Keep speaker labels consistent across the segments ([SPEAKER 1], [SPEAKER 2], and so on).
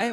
[SPEAKER 1] 哎，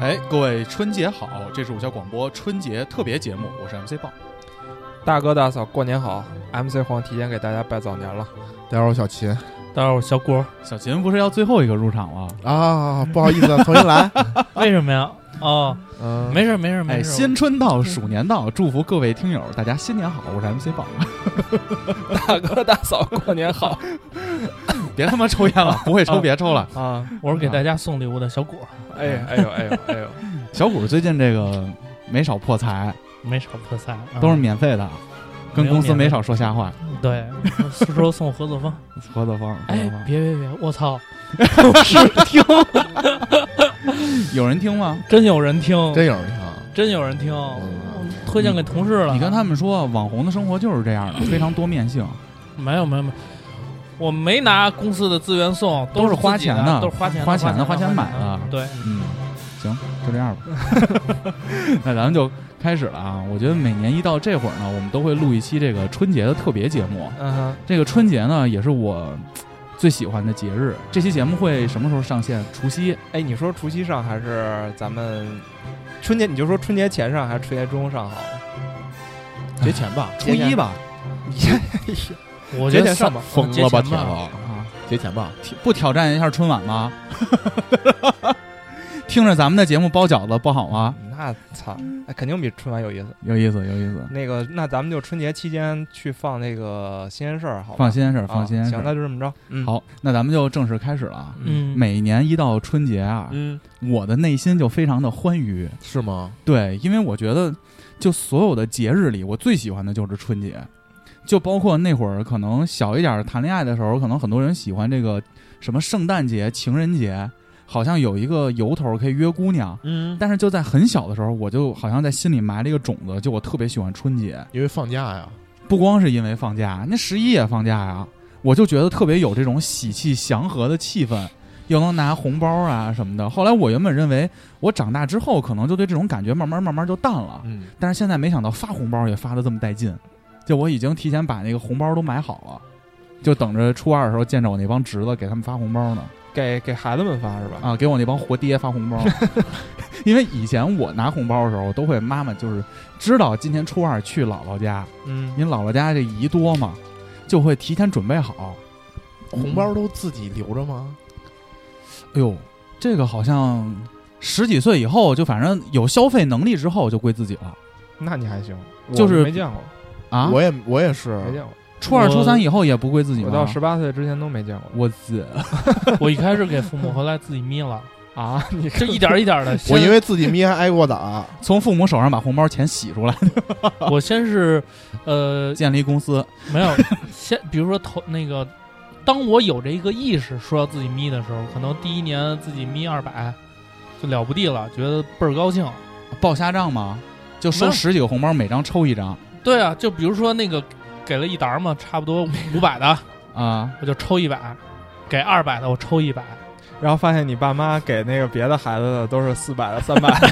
[SPEAKER 2] 哎，各位春节好，这是五校广播春节特别节目，我是 MC 豹。
[SPEAKER 3] 大哥大嫂，过年好！MC 黄提前给大家拜早年了。
[SPEAKER 4] 大家好，我小秦
[SPEAKER 5] 待会儿我 小郭，
[SPEAKER 2] 小秦不是要最后一个入场了？
[SPEAKER 4] 啊，不好意思，啊， 重新来。
[SPEAKER 5] 为什么呀？哦，
[SPEAKER 4] 嗯，
[SPEAKER 5] 没事儿没事儿没
[SPEAKER 2] 哎，
[SPEAKER 5] 事儿，
[SPEAKER 2] 新春到，鼠年到，祝福各位听友，大家新年好，我是 MC 豹。
[SPEAKER 3] 大哥大嫂，过年好！
[SPEAKER 2] 别他妈抽烟了，不会抽别抽了。
[SPEAKER 5] 啊，我是给大家送礼物的小果，
[SPEAKER 3] 哎呀，哎呦，哎呦，哎呦！
[SPEAKER 2] 小谷最近这个没少破财，
[SPEAKER 5] 没少破财，啊
[SPEAKER 2] 都是免费的，跟公司
[SPEAKER 5] 没有免
[SPEAKER 2] 嗯
[SPEAKER 5] 费
[SPEAKER 2] 没少说瞎话。
[SPEAKER 5] 对，苏州送合作 方。
[SPEAKER 2] 何德芳，何
[SPEAKER 5] 哎
[SPEAKER 2] 德，芳，
[SPEAKER 5] 别别别，我操， 是听，
[SPEAKER 2] 有人听吗？
[SPEAKER 5] 真有人听，
[SPEAKER 4] 真有人啊嗯听，
[SPEAKER 5] 真有人听，我推荐给同事了。
[SPEAKER 2] 嗯你跟他们说，网红的生活就是这 样的，非常多面性。
[SPEAKER 5] 没有没有没有，我没拿公司的资源送，
[SPEAKER 2] 都是
[SPEAKER 5] 是
[SPEAKER 2] 花
[SPEAKER 5] 自己
[SPEAKER 2] 钱的
[SPEAKER 5] 的，都是花钱的
[SPEAKER 2] 花
[SPEAKER 5] 花
[SPEAKER 2] 钱的
[SPEAKER 5] 的，
[SPEAKER 2] 花钱
[SPEAKER 5] 钱
[SPEAKER 2] 买的
[SPEAKER 5] 的。对，
[SPEAKER 2] 嗯，行，就这样吧。 那咱们就开始了啊！我觉得每年一到这会儿呢，我们都会录一期这个春节的特别节目。
[SPEAKER 3] 嗯哼，
[SPEAKER 2] 这个春节呢，也是我最喜欢的节日。这期节目会什么时候上线？除夕。
[SPEAKER 3] 哎，你说除夕上还是咱们春节？你就说春节前上还是春节中上好？
[SPEAKER 4] 节前吧，
[SPEAKER 2] 初一吧，
[SPEAKER 3] 你
[SPEAKER 2] 嗯
[SPEAKER 5] 我
[SPEAKER 3] 节
[SPEAKER 5] 觉得
[SPEAKER 3] 前
[SPEAKER 5] 三
[SPEAKER 3] 上吧，
[SPEAKER 4] 疯了吧，
[SPEAKER 5] 节
[SPEAKER 4] 铁
[SPEAKER 5] 前
[SPEAKER 4] 子，
[SPEAKER 2] 啊，
[SPEAKER 4] 节前吧，
[SPEAKER 2] 挑不挑战一下春晚吗？ 听着咱们的节目包饺子不好吗？
[SPEAKER 3] 那操，那肯定比春晚有意思。
[SPEAKER 2] 有意思，有意思。
[SPEAKER 3] 那个，那咱们就春节期间去放那个新鲜事儿，好吧？
[SPEAKER 2] 放心事儿，
[SPEAKER 3] 啊
[SPEAKER 2] 放心事
[SPEAKER 3] 行，那
[SPEAKER 2] 儿。
[SPEAKER 3] 就这么着。嗯，，
[SPEAKER 2] 好，那咱们就正式开始了啊。
[SPEAKER 5] 嗯，
[SPEAKER 2] 每年一到春节啊，
[SPEAKER 4] 嗯，
[SPEAKER 2] 我的内心就非常的欢愉。
[SPEAKER 4] 是吗？
[SPEAKER 2] 对，因为我觉得，就所有的节日里，我最喜欢的就是春节，就包括那会儿可能小一点儿谈恋爱的时候，可能很多人喜欢这个什么圣诞节、情人节，好像有一个由头可以约姑娘。
[SPEAKER 4] 嗯，
[SPEAKER 2] 但是就在很小的时候，我就好像在心里埋了一个种子，就我特别喜欢春节，
[SPEAKER 4] 因为放假呀，
[SPEAKER 2] 不光是因为放假，那十一也放假呀，我就觉得特别有这种喜气祥和的气氛，又能拿红包啊什么的。后来我原本认为我长大之后可能就对这种感觉慢慢慢慢就淡了，
[SPEAKER 4] 嗯，
[SPEAKER 2] 但是现在没想到发红包也发的这么带劲，就我已经提前把那个红包都买好了。就等着初二的时候见着我那帮侄子，给他们发红包呢
[SPEAKER 3] 给给孩子们发是吧？
[SPEAKER 2] 啊，给我那帮活爹发红包。因为以前我拿红包的时候，都会妈妈就是知道今天初二去姥姥家，
[SPEAKER 3] 嗯，
[SPEAKER 2] 您姥姥家这姨多嘛，就会提前准备好。
[SPEAKER 4] 红包都自己留着吗？
[SPEAKER 2] 哎呦，这个好像十几岁以后，就反正有消费能力之后就归自己了
[SPEAKER 3] 那你还行，我
[SPEAKER 2] 就是
[SPEAKER 3] 没见过，
[SPEAKER 2] 啊。
[SPEAKER 4] 我也我也是，
[SPEAKER 3] 没见过，
[SPEAKER 2] 初二、
[SPEAKER 5] 我
[SPEAKER 2] 初三以后也不归自己
[SPEAKER 3] 我
[SPEAKER 2] 吗？
[SPEAKER 3] 到十八岁之前都没见过。
[SPEAKER 2] 我自
[SPEAKER 5] 我一开始给父母，后来自己眯了，
[SPEAKER 3] 啊，你
[SPEAKER 5] 就一点儿一点 的。
[SPEAKER 4] 我因为自己眯还挨过打，
[SPEAKER 2] 从父母手上把红包钱洗出来，
[SPEAKER 5] 我先是，呃，
[SPEAKER 2] 建立公司。
[SPEAKER 5] 没 有，先比如说头那个，当我有这一个意识说要自己眯的时候，可能第一年自己眯二百就了不地了，觉得倍儿高兴。
[SPEAKER 2] 报瞎账吗？就收
[SPEAKER 5] 那
[SPEAKER 2] 十几个红包，每张抽一张
[SPEAKER 5] 对啊，就比如说那个给了一沓嘛，差不多五百 的，
[SPEAKER 2] 啊！
[SPEAKER 5] 我就抽一百；给二百的，我抽一百。
[SPEAKER 3] 然后发现你爸妈给那个别的孩子的都是四百的、三百，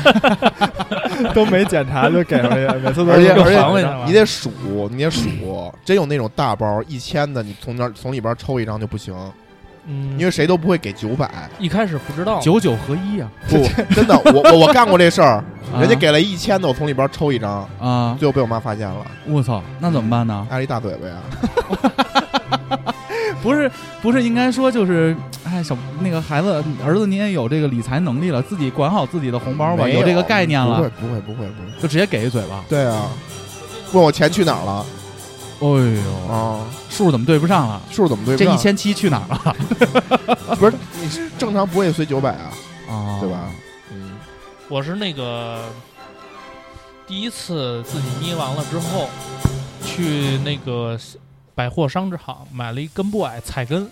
[SPEAKER 3] 都没检查就给了，每次都
[SPEAKER 4] 而且
[SPEAKER 3] 又
[SPEAKER 4] 而
[SPEAKER 3] 还回
[SPEAKER 5] 且
[SPEAKER 3] 去了
[SPEAKER 4] 你得数，你得数，真有那种大包一千的，你从那儿从里边抽一张就不行，
[SPEAKER 5] 嗯，
[SPEAKER 4] 因为谁都不会给九 百。
[SPEAKER 5] 一开始不知道，
[SPEAKER 2] 九九合一啊！
[SPEAKER 4] 不，真的，我我我干过这事儿，
[SPEAKER 2] 啊
[SPEAKER 4] 人家给了一千的，我从里边抽一张，
[SPEAKER 2] 啊！
[SPEAKER 4] 最后被我妈发现了，
[SPEAKER 2] 我操，那怎么办呢？
[SPEAKER 4] 挨了一大嘴巴呀。
[SPEAKER 2] 不是不是，应该说就是，哎，小那个孩子儿子，你也有这个理财能力了，自己管好自己 的红包吧，
[SPEAKER 4] 没
[SPEAKER 2] 有这个概念了，
[SPEAKER 4] 不会，不会，不会，不会。
[SPEAKER 2] 就直接给一嘴巴。
[SPEAKER 4] 对啊，问我钱去哪儿了
[SPEAKER 2] 哎呦，
[SPEAKER 4] 啊？
[SPEAKER 2] 数怎么对不上了？
[SPEAKER 4] 数怎么对不
[SPEAKER 2] 这
[SPEAKER 4] 上？
[SPEAKER 2] 一千七去哪儿了？
[SPEAKER 4] 不是你正常不会随九百啊，
[SPEAKER 2] 啊
[SPEAKER 4] 对吧？嗯，
[SPEAKER 5] 我是那个第一次自己捏完了之后，去那个百货商场买了一根不矮菜根，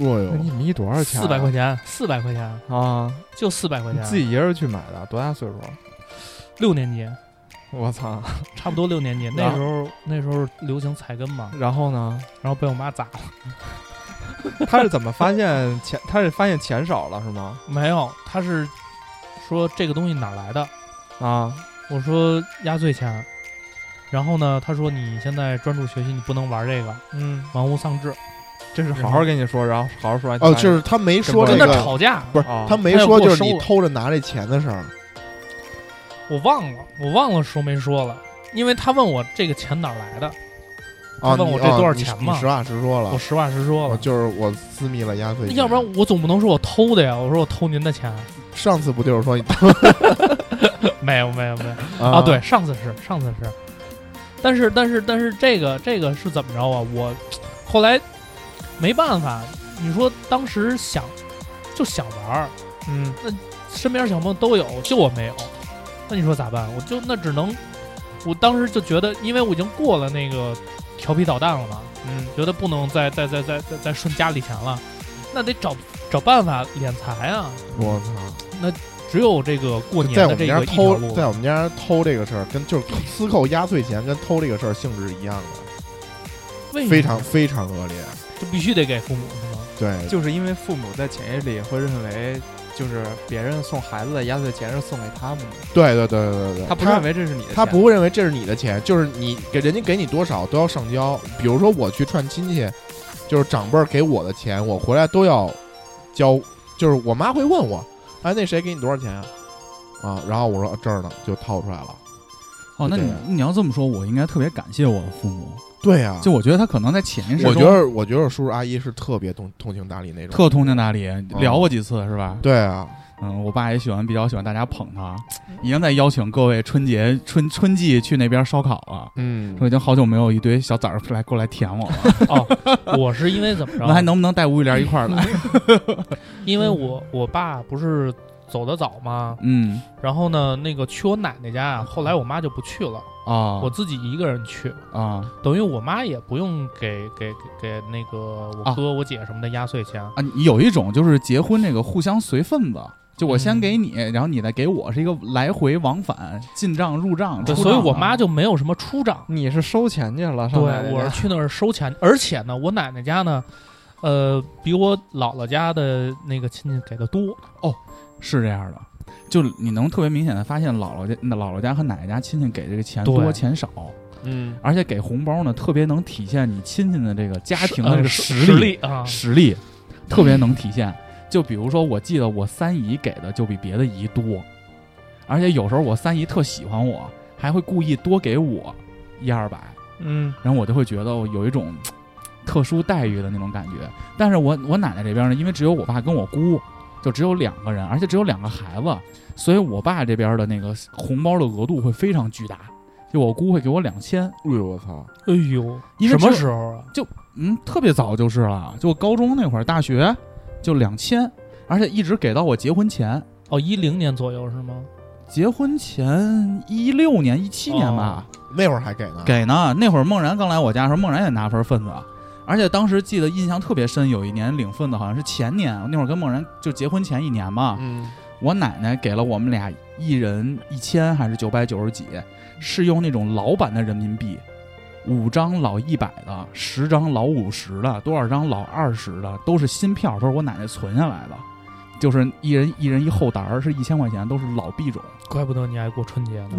[SPEAKER 4] 哦
[SPEAKER 3] 那你眯多少钱啊？
[SPEAKER 5] 四百块钱，四百块钱，哎
[SPEAKER 3] 啊！
[SPEAKER 5] 就四百块
[SPEAKER 3] 你
[SPEAKER 5] 钱。
[SPEAKER 3] 自己一人去买的，多大岁数？啊
[SPEAKER 5] 六年级，
[SPEAKER 3] 我操！
[SPEAKER 5] 差不多六
[SPEAKER 3] 啊
[SPEAKER 5] 年级，那时候那时候流行菜根嘛，
[SPEAKER 3] 然后呢？
[SPEAKER 5] 然后被我妈砸了。
[SPEAKER 3] 他是怎么发现钱？他是发现钱少了是吗？
[SPEAKER 5] 没有，她是说这个东西哪儿来的？
[SPEAKER 3] 啊，
[SPEAKER 5] 我说压岁钱。然后呢，她说你现在专注学习，你不能玩这个，
[SPEAKER 3] 嗯，
[SPEAKER 5] 玩物丧志。
[SPEAKER 3] 这是好好跟你说，然后好好说完。
[SPEAKER 4] 哦，就是他没说
[SPEAKER 3] 跟
[SPEAKER 4] 这
[SPEAKER 5] 跟
[SPEAKER 3] 我
[SPEAKER 5] 那
[SPEAKER 4] 个，
[SPEAKER 5] 吵架，
[SPEAKER 4] 不是
[SPEAKER 3] 哦
[SPEAKER 4] 他没
[SPEAKER 5] 他又
[SPEAKER 4] 说
[SPEAKER 5] 给我
[SPEAKER 4] 就是你
[SPEAKER 5] 收了
[SPEAKER 4] 偷着拿这钱的事儿。
[SPEAKER 5] 我忘了，我忘了说没说了，因为他问我这个钱哪儿来的，
[SPEAKER 4] 啊，
[SPEAKER 5] 问
[SPEAKER 4] 你
[SPEAKER 5] 我这多少
[SPEAKER 4] 啊你
[SPEAKER 5] 钱
[SPEAKER 4] 你
[SPEAKER 5] 嘛
[SPEAKER 4] 实话实
[SPEAKER 3] 啊
[SPEAKER 4] 说了，
[SPEAKER 5] 我实话实说
[SPEAKER 4] 我
[SPEAKER 3] 哦
[SPEAKER 5] 了。
[SPEAKER 4] 就是我私密了压岁
[SPEAKER 5] 那
[SPEAKER 4] 钱。
[SPEAKER 5] 要不然我总不能说我偷的呀？我说我偷您的钱，
[SPEAKER 4] 上次不就是说你
[SPEAKER 5] 没有没有没有
[SPEAKER 4] 啊
[SPEAKER 5] 啊！对，上次是上次是，但是但是但是这个这个是怎么着啊？我后来没办法，你说当时想就想玩儿，
[SPEAKER 3] 嗯，
[SPEAKER 5] 身边小朋友都有，就我没有，那你说咋办？我就那只能，我当时就觉得，因为我已经过了那个调皮捣蛋了嘛，
[SPEAKER 3] 嗯，
[SPEAKER 5] 觉得不能再再再再再再顺家里钱了，那得找找办法敛财啊！
[SPEAKER 4] 我操，
[SPEAKER 5] 只有这个过年
[SPEAKER 4] 在我
[SPEAKER 5] 的这
[SPEAKER 4] 们家
[SPEAKER 5] 个一条
[SPEAKER 4] 偷，
[SPEAKER 5] 路
[SPEAKER 4] 在我们家偷这个事儿，跟就是私扣压岁钱跟偷这个事儿性质是一样的，
[SPEAKER 5] 为什么
[SPEAKER 4] 非常非常恶劣。
[SPEAKER 5] 就必须得给父母是吗？
[SPEAKER 4] 对，
[SPEAKER 3] 就是因为父母在潜意识里会认为，就是别人送孩子的压岁钱是送给他们的，
[SPEAKER 4] 对对对对对对，
[SPEAKER 3] 他不认为这是你的钱，
[SPEAKER 4] 他不会认为这是你的钱，就是你给人家给你多少都要上交。比如说我去串亲戚，就是长辈儿给我的钱，我回来都要交。就是我妈会问我，哎，那谁给你多少钱啊？啊，然后我说这儿呢，就掏出来了。
[SPEAKER 2] 哦，那你
[SPEAKER 4] 对啊
[SPEAKER 2] 你要这么说，我应该特别感谢我的父母。
[SPEAKER 4] 对
[SPEAKER 5] 啊
[SPEAKER 4] 呀、
[SPEAKER 2] 就我啊觉得他可能在潜意识中，
[SPEAKER 4] 我觉得我觉得叔叔阿姨是特别通通情达理那种。
[SPEAKER 2] 特通情达理，聊过几次是吧？
[SPEAKER 4] 对啊，
[SPEAKER 2] 嗯，我爸也喜欢比较喜欢大家捧他，已经在邀请各位春节春春季去那边烧烤了。
[SPEAKER 4] 嗯
[SPEAKER 2] 说已经好久没有一堆小崽儿来过来舔我了，
[SPEAKER 5] 哦， 我是因为怎么
[SPEAKER 2] 那还
[SPEAKER 5] 着？
[SPEAKER 2] 能不能带吴玉莲一块儿 来？
[SPEAKER 5] 因为我我爸不是走得早嘛，
[SPEAKER 2] 嗯
[SPEAKER 5] 然后呢，那个去我奶奶家啊，后来我妈就不去了，
[SPEAKER 2] 啊，
[SPEAKER 5] 我自己一个人去，
[SPEAKER 2] 啊
[SPEAKER 5] 等于我妈也不用给给给给那个我
[SPEAKER 2] 啊
[SPEAKER 5] 哥、我姐什么的压岁钱。
[SPEAKER 2] 啊，你有一种就是结婚这个互相随份子，就我先
[SPEAKER 5] 嗯
[SPEAKER 2] 给你，然后你再给我，是一个来回往返进账入账。
[SPEAKER 5] 对，
[SPEAKER 2] 出
[SPEAKER 5] 所以
[SPEAKER 2] 账
[SPEAKER 5] 我
[SPEAKER 2] 的
[SPEAKER 5] 妈就没有什么出账。
[SPEAKER 3] 你是收钱去了，
[SPEAKER 5] 对
[SPEAKER 3] 上奶奶，
[SPEAKER 5] 我
[SPEAKER 3] 家
[SPEAKER 5] 是去那儿收钱，而且呢，我奶奶家呢，呃，比我姥姥家的那个亲戚给的多。
[SPEAKER 2] 是这样的，就你能特别明显的发现姥姥家、那姥姥家和奶奶家亲戚给这个钱
[SPEAKER 5] 对
[SPEAKER 2] 多钱少，
[SPEAKER 4] 嗯，
[SPEAKER 2] 而且给红包呢，特别能体现你亲戚的这个家庭的这
[SPEAKER 5] 呃
[SPEAKER 2] 个
[SPEAKER 5] 实
[SPEAKER 2] 力，
[SPEAKER 5] 力啊，嗯
[SPEAKER 2] 实力特别能体现。就比如说，我记得我三姨给的就比别的姨多，而且有时候我三姨特喜欢我，还会故意多给我一二百，
[SPEAKER 3] 嗯
[SPEAKER 2] 然后我就会觉得我有一种嘖特殊待遇的那种感觉。但是我我奶奶这边呢，因为只有我爸跟我姑，就只有两个人，而且只有两个孩子，所以我爸这边的那个红包的额度会非常巨大。就我姑会给我两千，
[SPEAKER 4] 哎呦我操，
[SPEAKER 5] 哎呦，
[SPEAKER 2] 因为
[SPEAKER 5] 什么
[SPEAKER 2] 只有
[SPEAKER 5] 时候啊？
[SPEAKER 2] 嗯，特别早就是了，就高中那会儿，大学就两千，而且一直给到我结婚前，
[SPEAKER 5] 哦，一零年左右是吗？
[SPEAKER 2] 结婚前一六年、一七年吧，
[SPEAKER 4] 那会儿还给呢。
[SPEAKER 2] 给呢。那会儿梦然刚来我家的时候，梦然也拿份份子，而且当时记得印象特别深，有一年领份子好像是前年，那会儿跟梦然就结婚前一年嘛，
[SPEAKER 3] 啊
[SPEAKER 4] 嗯，
[SPEAKER 2] 我奶奶给了我们俩一人一千还是九百九十几，是用那种老版的人民币，五张老一百的，十张老五十的，多少张老二十的，都是新票，都是我奶奶存下来的，就是一人一人一后沓儿，是一千块钱，都是老币种。
[SPEAKER 5] 怪不得你爱过春节 呢，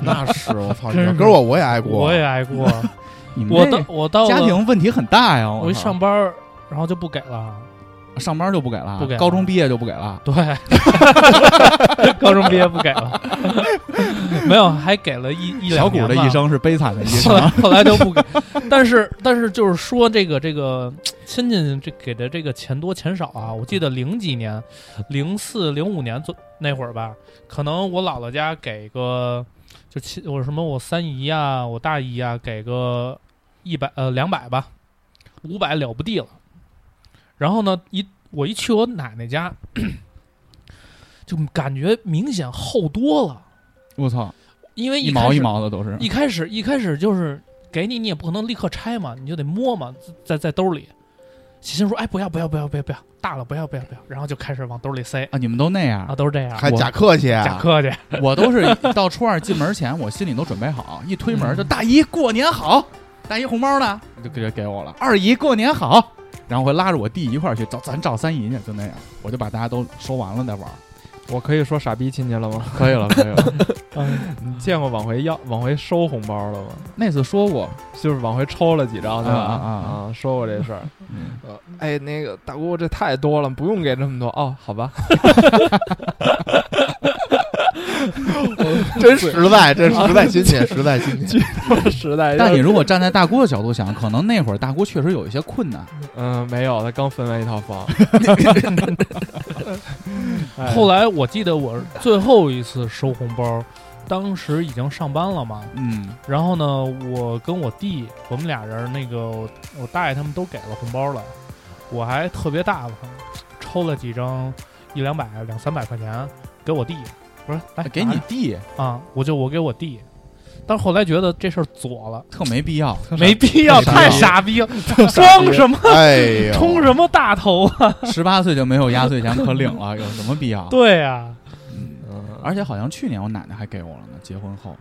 [SPEAKER 4] 那是我操，你
[SPEAKER 5] 真
[SPEAKER 4] 要
[SPEAKER 5] 是
[SPEAKER 4] 跟我我也挨过，
[SPEAKER 5] 我也 挨过。
[SPEAKER 2] 你们
[SPEAKER 5] 我
[SPEAKER 2] 这
[SPEAKER 5] 到我到了
[SPEAKER 2] 家庭问题很大呀！
[SPEAKER 5] 我一
[SPEAKER 2] 操
[SPEAKER 5] 上班儿，然后就不给了。
[SPEAKER 2] 上班就不给了，
[SPEAKER 5] 不给了
[SPEAKER 2] 高中毕业就不给了。
[SPEAKER 5] 对，高中毕业不给了， 没有，还给了一一两
[SPEAKER 2] 小谷
[SPEAKER 5] 年
[SPEAKER 2] 的
[SPEAKER 5] 吧
[SPEAKER 2] 一生是悲惨的一
[SPEAKER 5] 后来
[SPEAKER 2] 生。
[SPEAKER 5] 后来就不给，但是 但是就是说这个这个亲戚这给的这个钱多钱少啊，我记
[SPEAKER 2] 嗯
[SPEAKER 5] 得零几年，零四零五年左那会儿吧，可能我姥姥家给个就亲我什么我三姨啊我大姨啊给个一百呃两百吧，五百了不地了，然后呢一我一去我奶奶家。 就感觉明显厚多了，
[SPEAKER 2] 我操，
[SPEAKER 5] 因为
[SPEAKER 2] 一
[SPEAKER 5] 开
[SPEAKER 2] 毛
[SPEAKER 5] 始
[SPEAKER 2] 一毛的都是
[SPEAKER 5] 一开始一开始就是给你，你也不可能立刻拆嘛，你就得摸嘛，在在兜里。欣欣说：“哎，不要不要不要不要不要，大了不要不要不要。”然后就开始往兜里塞
[SPEAKER 2] 啊！你们都那
[SPEAKER 5] 啊，
[SPEAKER 2] 样，
[SPEAKER 5] 都是这样，
[SPEAKER 4] 还假客气啊，
[SPEAKER 5] 假客气。
[SPEAKER 2] 我都是到初二进门前，我心里都准备好，一推门就大姨过年好，大姨红包呢就给给我了，二姨过年好，然后会拉着我弟一块儿去找咱找三姨去，就那样，我就把大家都说完了再玩儿，
[SPEAKER 3] 我可以说傻逼亲戚了吗？
[SPEAKER 2] 可以了可以了。
[SPEAKER 3] 你见过往回要、往回收红包了吗？
[SPEAKER 2] 那次说过，
[SPEAKER 3] 就是往回抽了几张，对吧？
[SPEAKER 2] 啊啊啊
[SPEAKER 3] 啊！说过这事儿。
[SPEAKER 2] 嗯
[SPEAKER 3] 呃，哎，那个大姑，这太多了，不用给这么多哦。好吧，
[SPEAKER 4] 真实在，真实在亲戚，实在 亲戚。
[SPEAKER 3] 实在
[SPEAKER 2] 但你
[SPEAKER 3] 是
[SPEAKER 2] 如果站在大姑的角度想，可能那会儿大姑确实有一些困难，
[SPEAKER 3] 嗯，没有，他刚分完一套房。哎
[SPEAKER 5] 后来我记得我最后一次收红包，当时已经上班了嘛。
[SPEAKER 2] 嗯
[SPEAKER 5] 然后呢，我跟我弟，我们俩人，那个我我大爷他们都给了红包了，我还特别大方，抽了几张一两百、两三百块钱给我弟，我说来
[SPEAKER 2] 嗯给
[SPEAKER 5] 拿
[SPEAKER 2] 你
[SPEAKER 5] 着
[SPEAKER 2] 弟
[SPEAKER 5] 啊，我就我给我弟。但是后来觉得这事儿左了，
[SPEAKER 2] 特没必要，
[SPEAKER 5] 没必要，太傻逼了，装什么
[SPEAKER 4] 哎呦，
[SPEAKER 5] 充什么大头啊？
[SPEAKER 2] 十八岁就没有压岁钱可领了，有什么必要？
[SPEAKER 5] 对呀、
[SPEAKER 3] 嗯
[SPEAKER 2] 而且好像去年我奶奶还给我了呢，结婚后，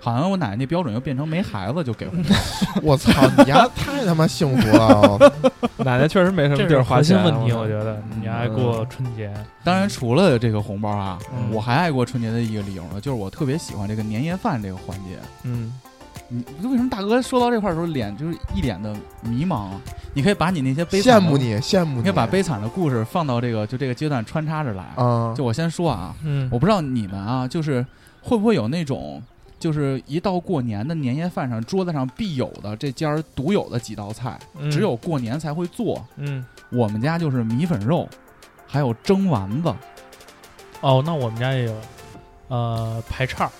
[SPEAKER 2] 好像我奶奶那标准又变成没孩子就给我了。
[SPEAKER 4] 我操，你丫太他妈幸福 了！
[SPEAKER 3] 奶奶确实没什么
[SPEAKER 5] 这
[SPEAKER 3] 地
[SPEAKER 5] 是
[SPEAKER 3] 儿花
[SPEAKER 5] 核心
[SPEAKER 3] 钱，啊
[SPEAKER 5] 问题，
[SPEAKER 3] 操
[SPEAKER 5] 我觉得你爱过春节，
[SPEAKER 2] 当然，除了这个红包啊，
[SPEAKER 3] 嗯
[SPEAKER 2] 我还爱过春节的一个理由呢，就是我特别喜欢这个年夜饭这个环节。
[SPEAKER 3] 嗯，
[SPEAKER 2] 你为什么大哥说到这块儿的时候脸就是一脸的迷茫啊？你可以把你那些悲
[SPEAKER 4] 羡
[SPEAKER 2] 惨的
[SPEAKER 4] 慕，你，羡慕
[SPEAKER 2] 你
[SPEAKER 4] 你。
[SPEAKER 2] 可以把悲惨的故事放到这个就这个阶段穿插着来。
[SPEAKER 4] 啊，
[SPEAKER 2] 就我先说啊，
[SPEAKER 5] 嗯
[SPEAKER 2] 我不知道你们啊，就是会不会有那种，就是一到过年的年夜饭上，桌子上必有的这家儿独有的几道菜，
[SPEAKER 3] 嗯
[SPEAKER 2] 只有过年才会做。
[SPEAKER 3] 嗯
[SPEAKER 2] 我们家就是米粉肉，还有蒸丸子
[SPEAKER 5] 哦，那我们家也有，呃，排叉儿，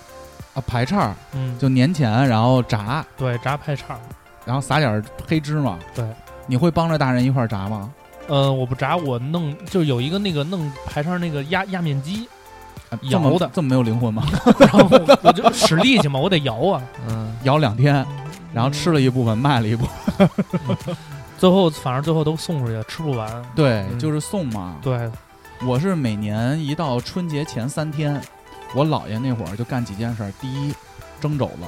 [SPEAKER 2] 啊，排叉儿，
[SPEAKER 5] 嗯，
[SPEAKER 2] 就年前然后炸，
[SPEAKER 5] 对，炸排叉儿，
[SPEAKER 2] 然后撒点儿黑芝麻。
[SPEAKER 5] 对，
[SPEAKER 2] 你会帮着大人一块儿炸吗？
[SPEAKER 5] 呃，我不炸，我弄就是有一个那个弄排叉儿那个压压面机，
[SPEAKER 2] 啊这么
[SPEAKER 5] 摇的
[SPEAKER 2] 这么没有灵魂 吗？
[SPEAKER 5] 然后我我就使力气嘛，我得摇啊，
[SPEAKER 3] 嗯，
[SPEAKER 2] 摇两天，然后吃了一部分，卖了一部分。
[SPEAKER 5] 嗯最后反正最后都送出去了，吃不完。
[SPEAKER 2] 对，
[SPEAKER 3] 嗯
[SPEAKER 2] 就是送嘛。
[SPEAKER 5] 对，
[SPEAKER 2] 我是每年一到春节前三天，我姥爷那会儿就干几件事儿。第一，蒸肘子，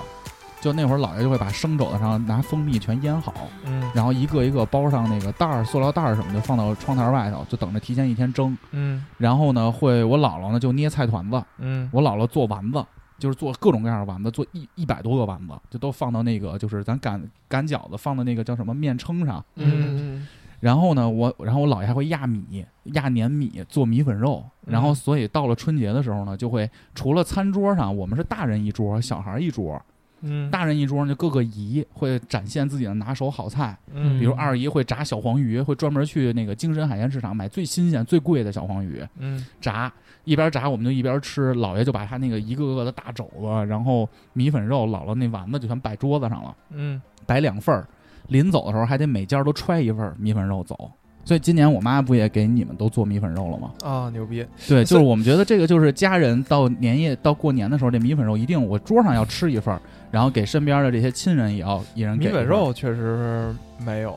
[SPEAKER 2] 就那会儿姥爷就会把生肘子上拿蜂蜜全腌好，
[SPEAKER 5] 嗯
[SPEAKER 2] 然后一个一个包上那个袋儿、塑料袋儿什么的，放到窗台外头，就等着提前一天蒸。
[SPEAKER 3] 嗯
[SPEAKER 2] 然后呢，会我姥姥呢就捏菜团子，
[SPEAKER 3] 嗯
[SPEAKER 2] 我姥姥做丸子，就是做各种各样的丸子，做一一百多个丸子，就都放到那个就是咱擀擀饺子放到那个叫什么面铛上。
[SPEAKER 4] 嗯，
[SPEAKER 2] 然后呢，我然后我姥爷还会压米、压粘米做米粉肉，
[SPEAKER 3] 嗯
[SPEAKER 2] 然后所以到了春节的时候呢，就会除了餐桌上我们是大人一桌，小孩一桌，
[SPEAKER 3] 嗯
[SPEAKER 2] 大人一桌呢就各个姨会展现自己的拿手好菜，
[SPEAKER 3] 嗯
[SPEAKER 2] 比如二姨会炸小黄鱼，会专门去那个京深海鲜市场买最新鲜、最贵的小黄鱼
[SPEAKER 3] 嗯
[SPEAKER 2] 炸，一边炸我们就一边吃，姥爷就把他那个一个个的大肘子，然后米粉肉，姥姥那丸子就全摆桌子上了。
[SPEAKER 3] 嗯
[SPEAKER 2] 摆两份儿，临走的时候还得每家都揣一份儿米粉肉走。所以今年我妈不也给你们都做米粉肉了吗？
[SPEAKER 3] 啊，牛逼！
[SPEAKER 2] 对，就是我们觉得这个就是家人到年夜到过年的时候，这米粉肉一定我桌上要吃一份儿，然后给身边的这些亲人也要一人给
[SPEAKER 3] 米
[SPEAKER 2] 一份儿
[SPEAKER 3] 粉，肉确实没有，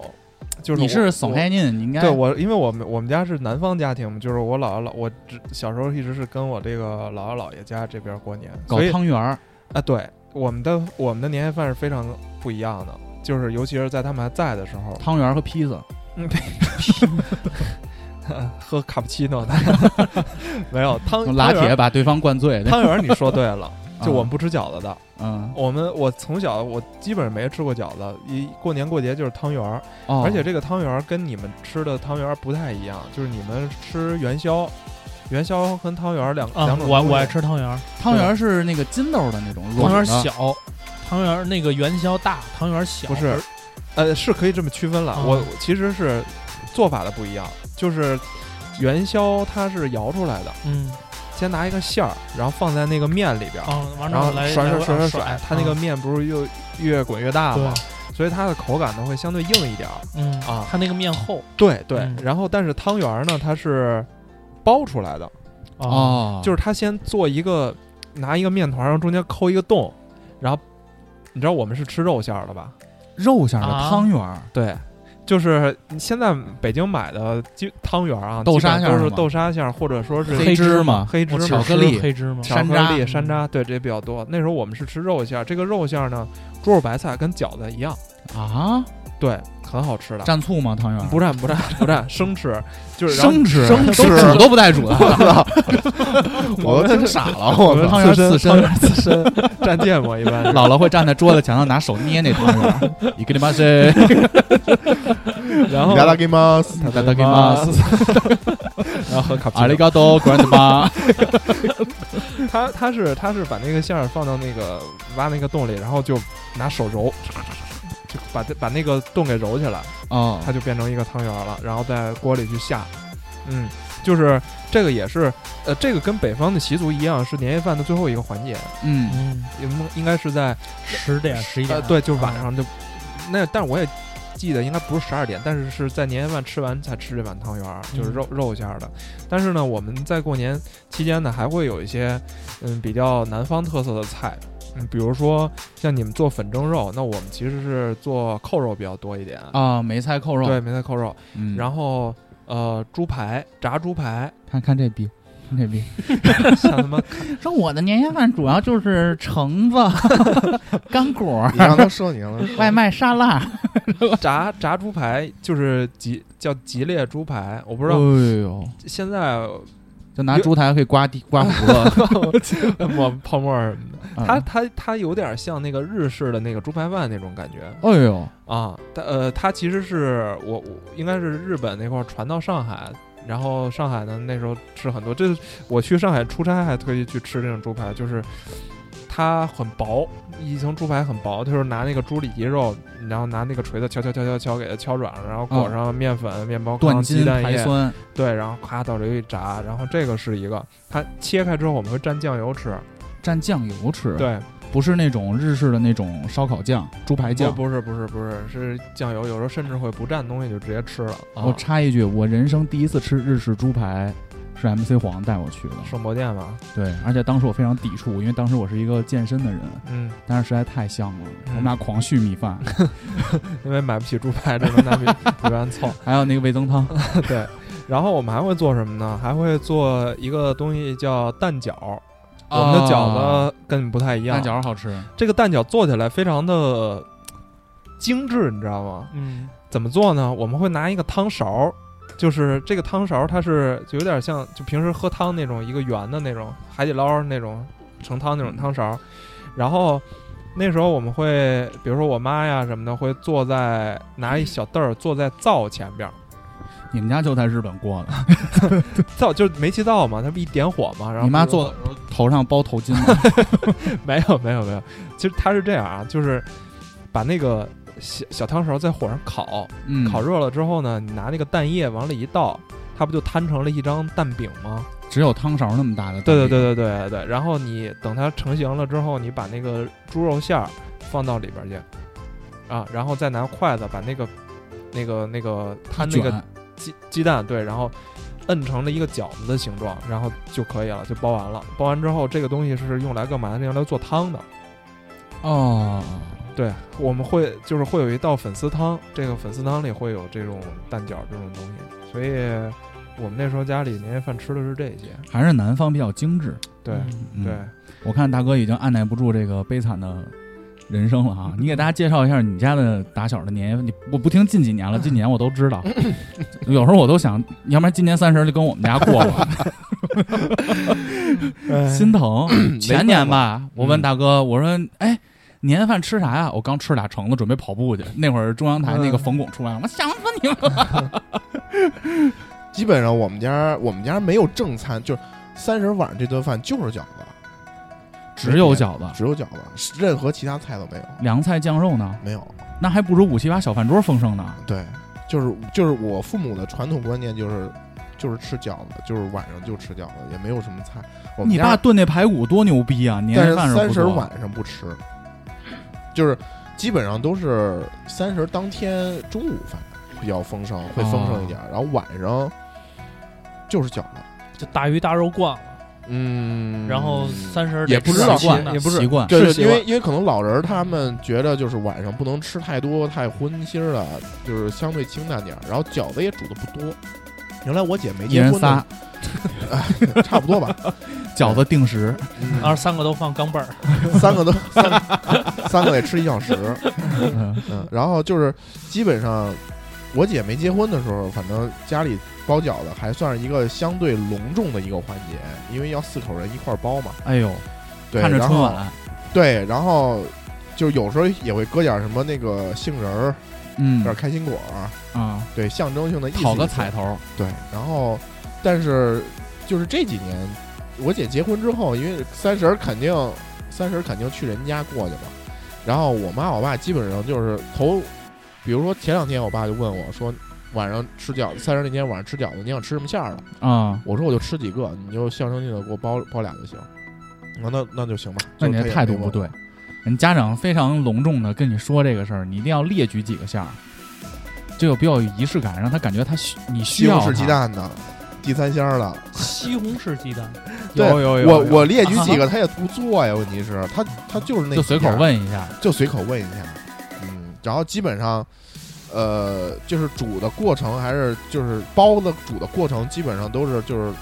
[SPEAKER 3] 就是
[SPEAKER 2] 你
[SPEAKER 3] 我
[SPEAKER 2] 是怂开念，你应该
[SPEAKER 3] 对我，因为我们我们家是南方家庭嘛，就是我姥姥姥，我只小时候一直是跟我这个姥姥姥爷家这边过年，
[SPEAKER 2] 搞
[SPEAKER 3] 所以
[SPEAKER 2] 汤圆儿，
[SPEAKER 3] 啊，对，我们的我们的年夜饭是非常不一样的，就是尤其是在他们还在的时候，
[SPEAKER 2] 汤圆儿和披萨，
[SPEAKER 3] 喝卡布奇诺， 没有汤
[SPEAKER 2] 用拿
[SPEAKER 3] 汤圆
[SPEAKER 2] 铁把对方灌醉。对
[SPEAKER 3] 汤圆，你说对了，就
[SPEAKER 2] 啊
[SPEAKER 3] 我们不吃饺子的，
[SPEAKER 2] 嗯，
[SPEAKER 3] 我们我从小我基本上没吃过饺子，一过年过节就是汤圆儿，
[SPEAKER 2] 哦
[SPEAKER 3] 而且这个汤圆儿跟你们吃的汤圆儿不太一样，就是你们吃元宵，元宵跟汤圆儿两
[SPEAKER 5] 啊
[SPEAKER 3] 两，种
[SPEAKER 5] 我
[SPEAKER 3] 东西
[SPEAKER 5] 我爱吃汤圆儿，
[SPEAKER 2] 汤圆儿是那个筋豆的那种，
[SPEAKER 5] 汤圆儿
[SPEAKER 2] 软的
[SPEAKER 5] 小，汤圆儿那个元宵大，汤圆儿小。
[SPEAKER 3] 不是，呃，是可以这么区分了。
[SPEAKER 5] 啊
[SPEAKER 3] 我我其实是做法的不一样，就是元宵它是摇出来的，
[SPEAKER 5] 嗯，
[SPEAKER 3] 先拿一个馅儿，然后放在那个面里边儿，
[SPEAKER 5] 啊，完
[SPEAKER 3] 然后
[SPEAKER 5] 了来
[SPEAKER 3] 甩甩
[SPEAKER 5] 来回
[SPEAKER 3] 甩
[SPEAKER 5] 来
[SPEAKER 3] 甩甩，它那个
[SPEAKER 5] 啊
[SPEAKER 3] 面不是又越滚越大
[SPEAKER 5] 对
[SPEAKER 3] 嘛，，所以它的口感呢会相对硬一点儿。
[SPEAKER 5] 嗯
[SPEAKER 3] 啊
[SPEAKER 5] 它那个面厚，
[SPEAKER 3] 对对
[SPEAKER 5] 嗯，
[SPEAKER 3] 然后但是汤圆儿呢，它是包出来的，
[SPEAKER 5] 啊，
[SPEAKER 2] 哦，
[SPEAKER 3] 就是他先做一个拿一个面团，然后中间抠一个洞，然后你知道我们是吃肉馅儿的吧？
[SPEAKER 2] 肉馅儿的
[SPEAKER 5] 啊
[SPEAKER 2] 汤圆儿，
[SPEAKER 3] 对，就是现在北京买的鸡汤圆儿啊，
[SPEAKER 2] 豆沙
[SPEAKER 3] 基
[SPEAKER 2] 馅
[SPEAKER 3] 本
[SPEAKER 2] 儿
[SPEAKER 3] 都是
[SPEAKER 2] 吗
[SPEAKER 3] 豆沙馅儿，或者说是
[SPEAKER 5] 黑芝
[SPEAKER 2] 麻
[SPEAKER 3] 黑芝
[SPEAKER 5] 我
[SPEAKER 3] 麻、
[SPEAKER 5] 巧
[SPEAKER 2] 巧克力
[SPEAKER 5] 黑芝麻，
[SPEAKER 3] 巧克
[SPEAKER 2] 山
[SPEAKER 3] 力、
[SPEAKER 2] 楂嗯
[SPEAKER 3] 山楂，对这些比较多。那时候我们是吃肉馅儿，这个肉馅儿呢，猪肉白菜跟饺子一样，
[SPEAKER 2] 啊，
[SPEAKER 3] 对，很好吃的。
[SPEAKER 2] 蘸醋吗？汤圆儿
[SPEAKER 3] 不蘸不蘸不蘸，生吃就是 然后
[SPEAKER 2] 生吃，
[SPEAKER 4] 生吃
[SPEAKER 2] 都煮都不带煮的，
[SPEAKER 4] 我都听傻 了，
[SPEAKER 3] 我
[SPEAKER 4] 我
[SPEAKER 3] 们
[SPEAKER 4] 操！
[SPEAKER 2] 汤圆儿
[SPEAKER 3] 刺
[SPEAKER 2] 刺身
[SPEAKER 3] 汤圆儿刺 身蘸芥末一般是。
[SPEAKER 2] 姥姥会站在桌子前头拿手捏那汤圆儿，你跟你妈谁？
[SPEAKER 3] 然后
[SPEAKER 4] いただきます。
[SPEAKER 2] 大家给妈，
[SPEAKER 3] 啊 然后喝卡布
[SPEAKER 2] 阿
[SPEAKER 3] 奇诺
[SPEAKER 2] 里嘎多 grandma，
[SPEAKER 3] 他他是他是把那个馅儿放到那个挖那个洞里，然后就拿手揉，就把这把那个洞给揉起来，
[SPEAKER 2] 哦
[SPEAKER 3] 它就变成一个汤圆儿了，然后在锅里去下。嗯，就是这个也是，呃，这个跟北方的习俗一样，是年夜饭的最后一个环节，
[SPEAKER 2] 嗯，
[SPEAKER 5] 嗯，
[SPEAKER 3] 应应该是在
[SPEAKER 5] 十点十一
[SPEAKER 3] 呃
[SPEAKER 5] 点，啊嗯
[SPEAKER 3] 对，就是晚上就那，但我也记得应该不是十二点，但是是在年夜饭吃完才吃这碗汤圆儿，就是
[SPEAKER 5] 嗯
[SPEAKER 3] 肉、肉馅儿的。但是呢，我们在过年期间呢，还会有一些嗯比较南方特色的菜，嗯，比如说像你们做粉蒸肉，那我们其实是做扣肉比较多一点，
[SPEAKER 2] 啊，梅菜扣肉，
[SPEAKER 3] 对，梅菜扣肉，
[SPEAKER 2] 嗯，
[SPEAKER 3] 然后。呃，猪排炸猪 排，
[SPEAKER 2] 看看这逼，看这逼，
[SPEAKER 3] 像他妈
[SPEAKER 2] 说我的年夜饭主要就是 橙子、干果
[SPEAKER 4] 你让他说，你让他说。
[SPEAKER 2] 卖沙拉，
[SPEAKER 3] 炸炸猪排，就是吉叫吉列猪排，我不
[SPEAKER 2] 不
[SPEAKER 3] 知
[SPEAKER 2] 是，
[SPEAKER 5] 哦
[SPEAKER 3] 道
[SPEAKER 2] 哎呦，
[SPEAKER 3] 现在
[SPEAKER 2] 就拿烛台可以刮 地刮胡子，
[SPEAKER 3] 抹泡沫儿什么的，它
[SPEAKER 2] 嗯
[SPEAKER 3] 它它有点像那个日式的那个猪排饭那种感觉
[SPEAKER 2] 哎呦，
[SPEAKER 3] 啊，它呃它其实是我我应该是日本那块儿传到上海，然后上海呢那时候吃很多，这我去上海出差还特意去吃这种猪排，就是它很薄，一层猪排很薄，就是拿那个猪里脊肉，然后拿那个锤子敲敲敲敲敲给它敲软了，然后裹
[SPEAKER 2] 嗯
[SPEAKER 3] 上面粉、面包
[SPEAKER 2] 断
[SPEAKER 3] 糠、鸡
[SPEAKER 2] 筋
[SPEAKER 3] 蛋
[SPEAKER 2] 排
[SPEAKER 3] 液，
[SPEAKER 2] 酸，
[SPEAKER 3] 对，然后咔到这一炸，然后这个是一个，它切开之后我们会蘸酱油吃，
[SPEAKER 2] 蘸酱油吃，，
[SPEAKER 3] 对。
[SPEAKER 2] 不是那种日式的那种烧烤酱、猪排酱。
[SPEAKER 3] 不不是不是不是是酱油，有时候甚至会不蘸东西就直接吃了。啊
[SPEAKER 2] 我插一句，我人生第一次吃日式猪排是 MC 黄带我去的，
[SPEAKER 3] 圣博店嘛，
[SPEAKER 2] 对，而且当时我非常抵触，因为当时我是一个健身的人，
[SPEAKER 3] 嗯，
[SPEAKER 2] 但是实在太香了，
[SPEAKER 3] 嗯
[SPEAKER 2] 我们俩狂续米 饭，
[SPEAKER 3] 因为买不起猪排，只能拿米米 饭凑。
[SPEAKER 2] 还有那个味增汤，
[SPEAKER 3] 对，然后我们还会做什么呢？还会做一个东西叫蛋饺。 我们的饺子跟你们不太一样，
[SPEAKER 2] 啊哦蛋饺好吃，
[SPEAKER 3] 这个蛋饺做起来非常的精致，你知道吗？
[SPEAKER 5] 嗯，
[SPEAKER 3] 怎么做呢？我们会拿一个汤勺儿，就是这个汤勺儿，它是就有点像就平时喝汤那种一个圆的那种海底捞儿那种盛汤那种汤勺儿。然后那时候我们会，比如说我妈呀什么的，会坐在拿一小凳儿坐在灶前边儿，
[SPEAKER 2] 你们家就在日本过 的，
[SPEAKER 3] 灶就是煤气灶嘛，它不一点火嘛，然后
[SPEAKER 2] 你妈
[SPEAKER 3] 比如
[SPEAKER 2] 做的时候头上包头巾吗？
[SPEAKER 3] 没有没有没有，其实它是这样啊，就是把那个小小汤勺儿在火上烤，
[SPEAKER 2] 嗯，
[SPEAKER 3] 烤热了之后呢，你拿那个蛋液往里一倒，它不就摊成了一张蛋饼吗？
[SPEAKER 2] 只有汤勺那么大的，
[SPEAKER 3] 对对，对对对对对。然后你等它成型了之后，你把那个猪肉馅儿放到里边去，啊，然后再拿筷子把那个那个那个摊那个
[SPEAKER 2] 卷
[SPEAKER 3] 鸡鸡蛋，对，然后摁成了一个饺子的形状，然后就可以了，就包完了。包完之后，这个东西是用来干嘛的？用来做汤的。
[SPEAKER 2] 哦，
[SPEAKER 3] 对，我们会就是会有一道粉丝汤，这个粉丝汤里会有这种蛋饺这种东西，所以我们那时候家里年夜饭吃的是这些。
[SPEAKER 2] 还是南方比较精致，
[SPEAKER 3] 对、
[SPEAKER 2] 嗯
[SPEAKER 3] 对，
[SPEAKER 2] 我看大哥已经按耐不住这个悲惨的人生了 啊！你给大家介绍一下你家的打小的年夜，你我不听近几 年了，近几年我都知道，有时候我都想，要不然今年三十就跟我们家过吧，心疼。 前年吧，我问大哥，我说，哎。年夜饭吃啥呀？我刚吃俩橙子，准备跑步去。那会儿中央台那个冯巩出来了，我想死你们了。
[SPEAKER 4] 基本上我们家我们家没有正餐，就是三十晚上这顿饭就是饺子，
[SPEAKER 2] 只有饺子，
[SPEAKER 4] 只有饺子，任何其他菜都没有，
[SPEAKER 2] 凉菜酱肉呢，
[SPEAKER 4] 没有。
[SPEAKER 2] 那还不如五七八小饭桌丰盛呢。
[SPEAKER 4] 对，就是就是我父母的传统观念就是就是吃饺子，就是晚上就吃饺子，也没有什么菜。我们
[SPEAKER 2] 你
[SPEAKER 4] 家
[SPEAKER 2] 爸炖那排骨多牛逼啊！年
[SPEAKER 4] 但
[SPEAKER 2] 夜
[SPEAKER 4] 是
[SPEAKER 2] 饭时候
[SPEAKER 4] 三
[SPEAKER 2] 不
[SPEAKER 4] 十
[SPEAKER 2] 做
[SPEAKER 4] 晚上不吃，就是基本上都是三十当天中
[SPEAKER 2] 哦
[SPEAKER 4] 午饭比较丰盛，会丰盛一点，然后晚上就是饺子。
[SPEAKER 5] 就大鱼大肉惯了，
[SPEAKER 4] 嗯，
[SPEAKER 5] 然后三十
[SPEAKER 4] 也不知道
[SPEAKER 2] 习惯
[SPEAKER 5] 呢
[SPEAKER 3] 也。不是
[SPEAKER 2] 习惯，
[SPEAKER 4] 对，
[SPEAKER 3] 是
[SPEAKER 4] 对
[SPEAKER 3] 习
[SPEAKER 4] 因
[SPEAKER 3] 惯
[SPEAKER 4] 为因为可能老人儿他们觉得就是晚上不能吃太多太荤腥儿的，就是相对清淡点儿。然后饺子也煮的不多。原来我姐没
[SPEAKER 2] 一
[SPEAKER 4] 结
[SPEAKER 2] 人
[SPEAKER 4] 婚
[SPEAKER 2] 仨
[SPEAKER 4] 呢，差不多 吧，
[SPEAKER 2] 饺子定 时，
[SPEAKER 4] 嗯
[SPEAKER 5] 二十啊三个都放钢镚儿，
[SPEAKER 4] 三个都三个三个得吃一小时。
[SPEAKER 2] 嗯
[SPEAKER 4] 嗯，然后就是基本上我姐没结婚的时候，反正家里包饺子还算是一个相对隆重的一个环节，因为要四口人一块儿包嘛。
[SPEAKER 2] 哎呦，
[SPEAKER 4] 对，
[SPEAKER 2] 看着
[SPEAKER 4] 然
[SPEAKER 2] 春
[SPEAKER 4] 后
[SPEAKER 2] 晚，
[SPEAKER 4] 对，然后就有时候也会搁点儿什么那个杏仁儿，
[SPEAKER 2] 嗯
[SPEAKER 4] 有点儿开心果儿，
[SPEAKER 2] 啊，
[SPEAKER 4] 对，象征性的意思
[SPEAKER 2] 讨
[SPEAKER 4] 一
[SPEAKER 2] 个
[SPEAKER 4] 下
[SPEAKER 2] 彩。头，
[SPEAKER 4] 对，然后但是就是这几年，我姐结婚之后，因为三十儿肯定三十儿肯定去人家过去嘛，然后我妈我爸基本上就是头，比如说前两天我爸就问我说。晚上吃饺子，三十儿那天晚上吃饺子，你想吃什么馅儿的？
[SPEAKER 2] 啊，
[SPEAKER 4] 我说我就吃几个，你就象征性的给我包包俩就行。那那那就行吧。
[SPEAKER 2] 那
[SPEAKER 4] 就
[SPEAKER 2] 你
[SPEAKER 4] 他
[SPEAKER 2] 这
[SPEAKER 4] 也
[SPEAKER 2] 态度
[SPEAKER 4] 没
[SPEAKER 2] 不对。
[SPEAKER 4] 问
[SPEAKER 2] 人家长非常隆重的跟你说这个事儿，你一定要列举几个项儿，这个比较有仪式感，让他感觉他需你需
[SPEAKER 4] 西
[SPEAKER 2] 要
[SPEAKER 4] 红柿
[SPEAKER 2] 他
[SPEAKER 4] 鸡蛋的，地三鲜儿的，
[SPEAKER 5] 西红柿鸡蛋，
[SPEAKER 4] 对
[SPEAKER 2] 有有有，
[SPEAKER 4] 我
[SPEAKER 2] 有
[SPEAKER 4] 我列举 几个，他也不做呀。问题是，他他就是那
[SPEAKER 2] 就随
[SPEAKER 4] 几
[SPEAKER 2] 口
[SPEAKER 4] 样，
[SPEAKER 2] 问一下，
[SPEAKER 4] 就随口问一下，嗯，然后基本上，呃，就是煮的过程还是就是包的煮的过程，基本上都是就是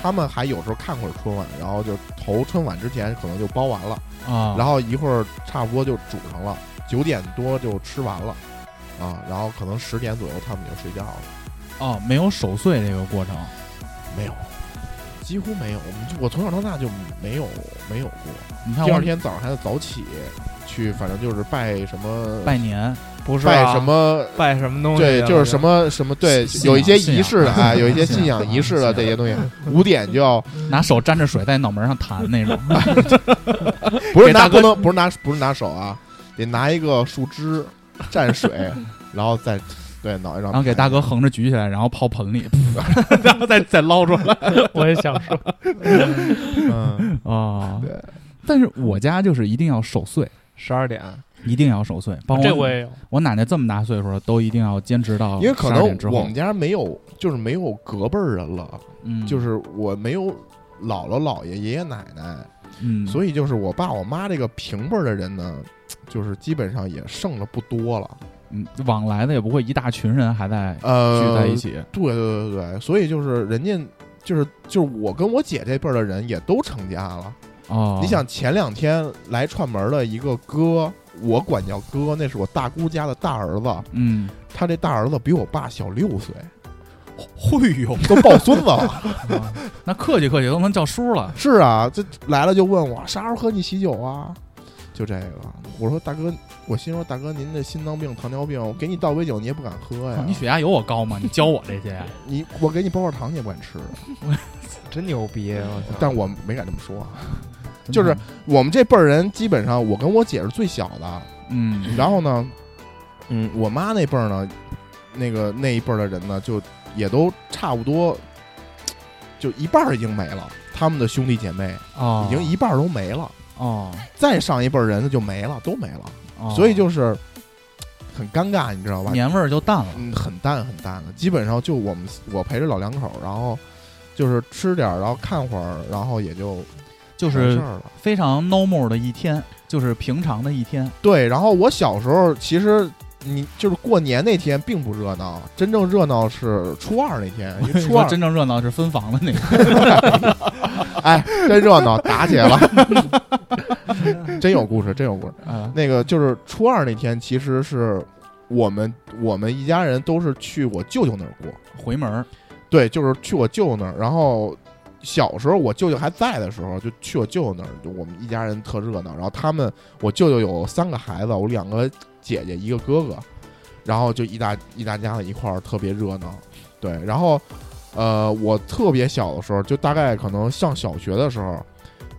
[SPEAKER 4] 他们还有时候看会儿春晚，然后就头春晚之前可能就包完了，
[SPEAKER 2] 啊，
[SPEAKER 4] 然后一会儿差不多就煮上了，九点多就吃完了，啊，然后可能十点左右他们就睡觉了，
[SPEAKER 2] 哦，没有守岁这个过程，
[SPEAKER 4] 没有。几乎没有，我们就我从小到大就没有没有过。
[SPEAKER 2] 你看
[SPEAKER 4] 第
[SPEAKER 2] 我
[SPEAKER 4] 二天早上还得早起去，反正就是拜什么
[SPEAKER 2] 拜年，
[SPEAKER 3] 不是、啊、
[SPEAKER 4] 拜什么，
[SPEAKER 3] 拜什么东西？啊
[SPEAKER 4] 对，就是什
[SPEAKER 3] 么
[SPEAKER 4] 么什么对
[SPEAKER 2] 啊信，仰
[SPEAKER 4] 有一些仪式的
[SPEAKER 2] 信仰
[SPEAKER 4] 啊，有一些
[SPEAKER 2] 信
[SPEAKER 4] 信
[SPEAKER 2] 仰
[SPEAKER 4] 仰仪式
[SPEAKER 2] 信
[SPEAKER 4] 的
[SPEAKER 2] 仰
[SPEAKER 4] 这些东西，五点就要
[SPEAKER 2] 拿手沾着水在脑门上弹那 种，
[SPEAKER 4] 不是
[SPEAKER 2] 给大
[SPEAKER 4] 拿
[SPEAKER 2] 哥
[SPEAKER 4] 不能不是拿不是拿手啊，得拿一个树枝 蘸水，然后再对脑袋上，
[SPEAKER 2] 然后给大哥横着举起来，然后泡盆里， 然后再再捞出来
[SPEAKER 5] 我也想说，
[SPEAKER 4] 嗯，
[SPEAKER 2] 啊。
[SPEAKER 4] 对，
[SPEAKER 2] 但是我家就是一定要守岁，
[SPEAKER 3] 十二点，
[SPEAKER 2] 一定要守岁。包括
[SPEAKER 5] 这我也有。
[SPEAKER 2] 我奶奶这么大岁数了，都一定要坚持到
[SPEAKER 4] 因为可
[SPEAKER 2] 12点之
[SPEAKER 4] 能我
[SPEAKER 2] 后
[SPEAKER 4] 们，家没有就是没有隔辈儿人了，
[SPEAKER 2] 嗯，
[SPEAKER 4] 就是我没有姥姥姥爷爷爷奶奶，
[SPEAKER 2] 嗯，
[SPEAKER 4] 所
[SPEAKER 2] 以
[SPEAKER 4] 以就是我爸我妈这个平辈儿的人呢，就是基本上也剩的不多了，
[SPEAKER 2] 嗯，往来的也不会一大群人还在
[SPEAKER 4] 呃，
[SPEAKER 2] 聚在一。起，
[SPEAKER 4] 对对对对，所以就是人家就是就是我跟我姐这辈儿的人也都成家了。
[SPEAKER 2] 哦，
[SPEAKER 4] 你想前两天来串门儿的一个哥，我管叫哥，那是我大姑家的大儿子，
[SPEAKER 2] 嗯，
[SPEAKER 4] 他这大儿子比我爸小六岁，
[SPEAKER 2] 会有，
[SPEAKER 4] 都抱孙子了。
[SPEAKER 2] 啊那客气客气都能叫叔了。
[SPEAKER 4] 是啊，这来了就问我啥时候喝你喜酒啊？就这个，我说大哥，我心说大哥，您这心脏病、糖尿病，我给你倒杯酒你也不敢喝呀
[SPEAKER 2] 哦？你血压有我高吗？你教我这些，啊
[SPEAKER 4] 你我给你包块糖你也不敢吃，
[SPEAKER 3] 真牛逼！啊我操！
[SPEAKER 4] 但我没敢这么说。啊。 就是我们这辈儿人基本上，我跟我姐是最小的，
[SPEAKER 2] 嗯，
[SPEAKER 4] 然后呢，嗯，我妈那辈儿呢，那个那一辈儿的人呢，就也都差不多，就一半儿已经没了，他们的兄弟姐妹
[SPEAKER 2] 哦，
[SPEAKER 4] 已经一半儿都没了，
[SPEAKER 2] 哦，
[SPEAKER 4] 再上一辈儿人就没了，都没了，
[SPEAKER 2] 哦
[SPEAKER 4] 所以就是很尴尬，你知道吧？
[SPEAKER 2] 年味儿就淡了。
[SPEAKER 4] 嗯，很淡很淡的，基本上就我们我陪着老两口儿，然后就是吃点儿，然后看会儿，然后也就
[SPEAKER 2] 就
[SPEAKER 4] 完事
[SPEAKER 2] 是
[SPEAKER 4] 儿了。
[SPEAKER 2] 非常 normal 的一天，就是平常的一天。
[SPEAKER 4] 对，然后我小时候其实你就是过年那天并不热闹，真正热闹是初二那天，因为初
[SPEAKER 2] 说
[SPEAKER 4] 二
[SPEAKER 2] 真正热闹是分房的那个，
[SPEAKER 4] 哎真热闹，打起来了， 真有故事，真有故事。
[SPEAKER 2] 啊
[SPEAKER 4] 那个就是初二那天，其实是我们我们一家人都是去我舅舅那儿过，
[SPEAKER 2] 回门儿
[SPEAKER 4] 对，就是去我舅舅那儿，然后。小时候我舅舅还在的时候，就去我舅舅那儿，就我们一家人特热闹。然后他们，我舅舅有三个孩子，我两个姐姐，一个哥哥，然后就一大一大家子一块儿特别热闹。对，然后呃，我特别小的时候，就大概可能上小学的时候，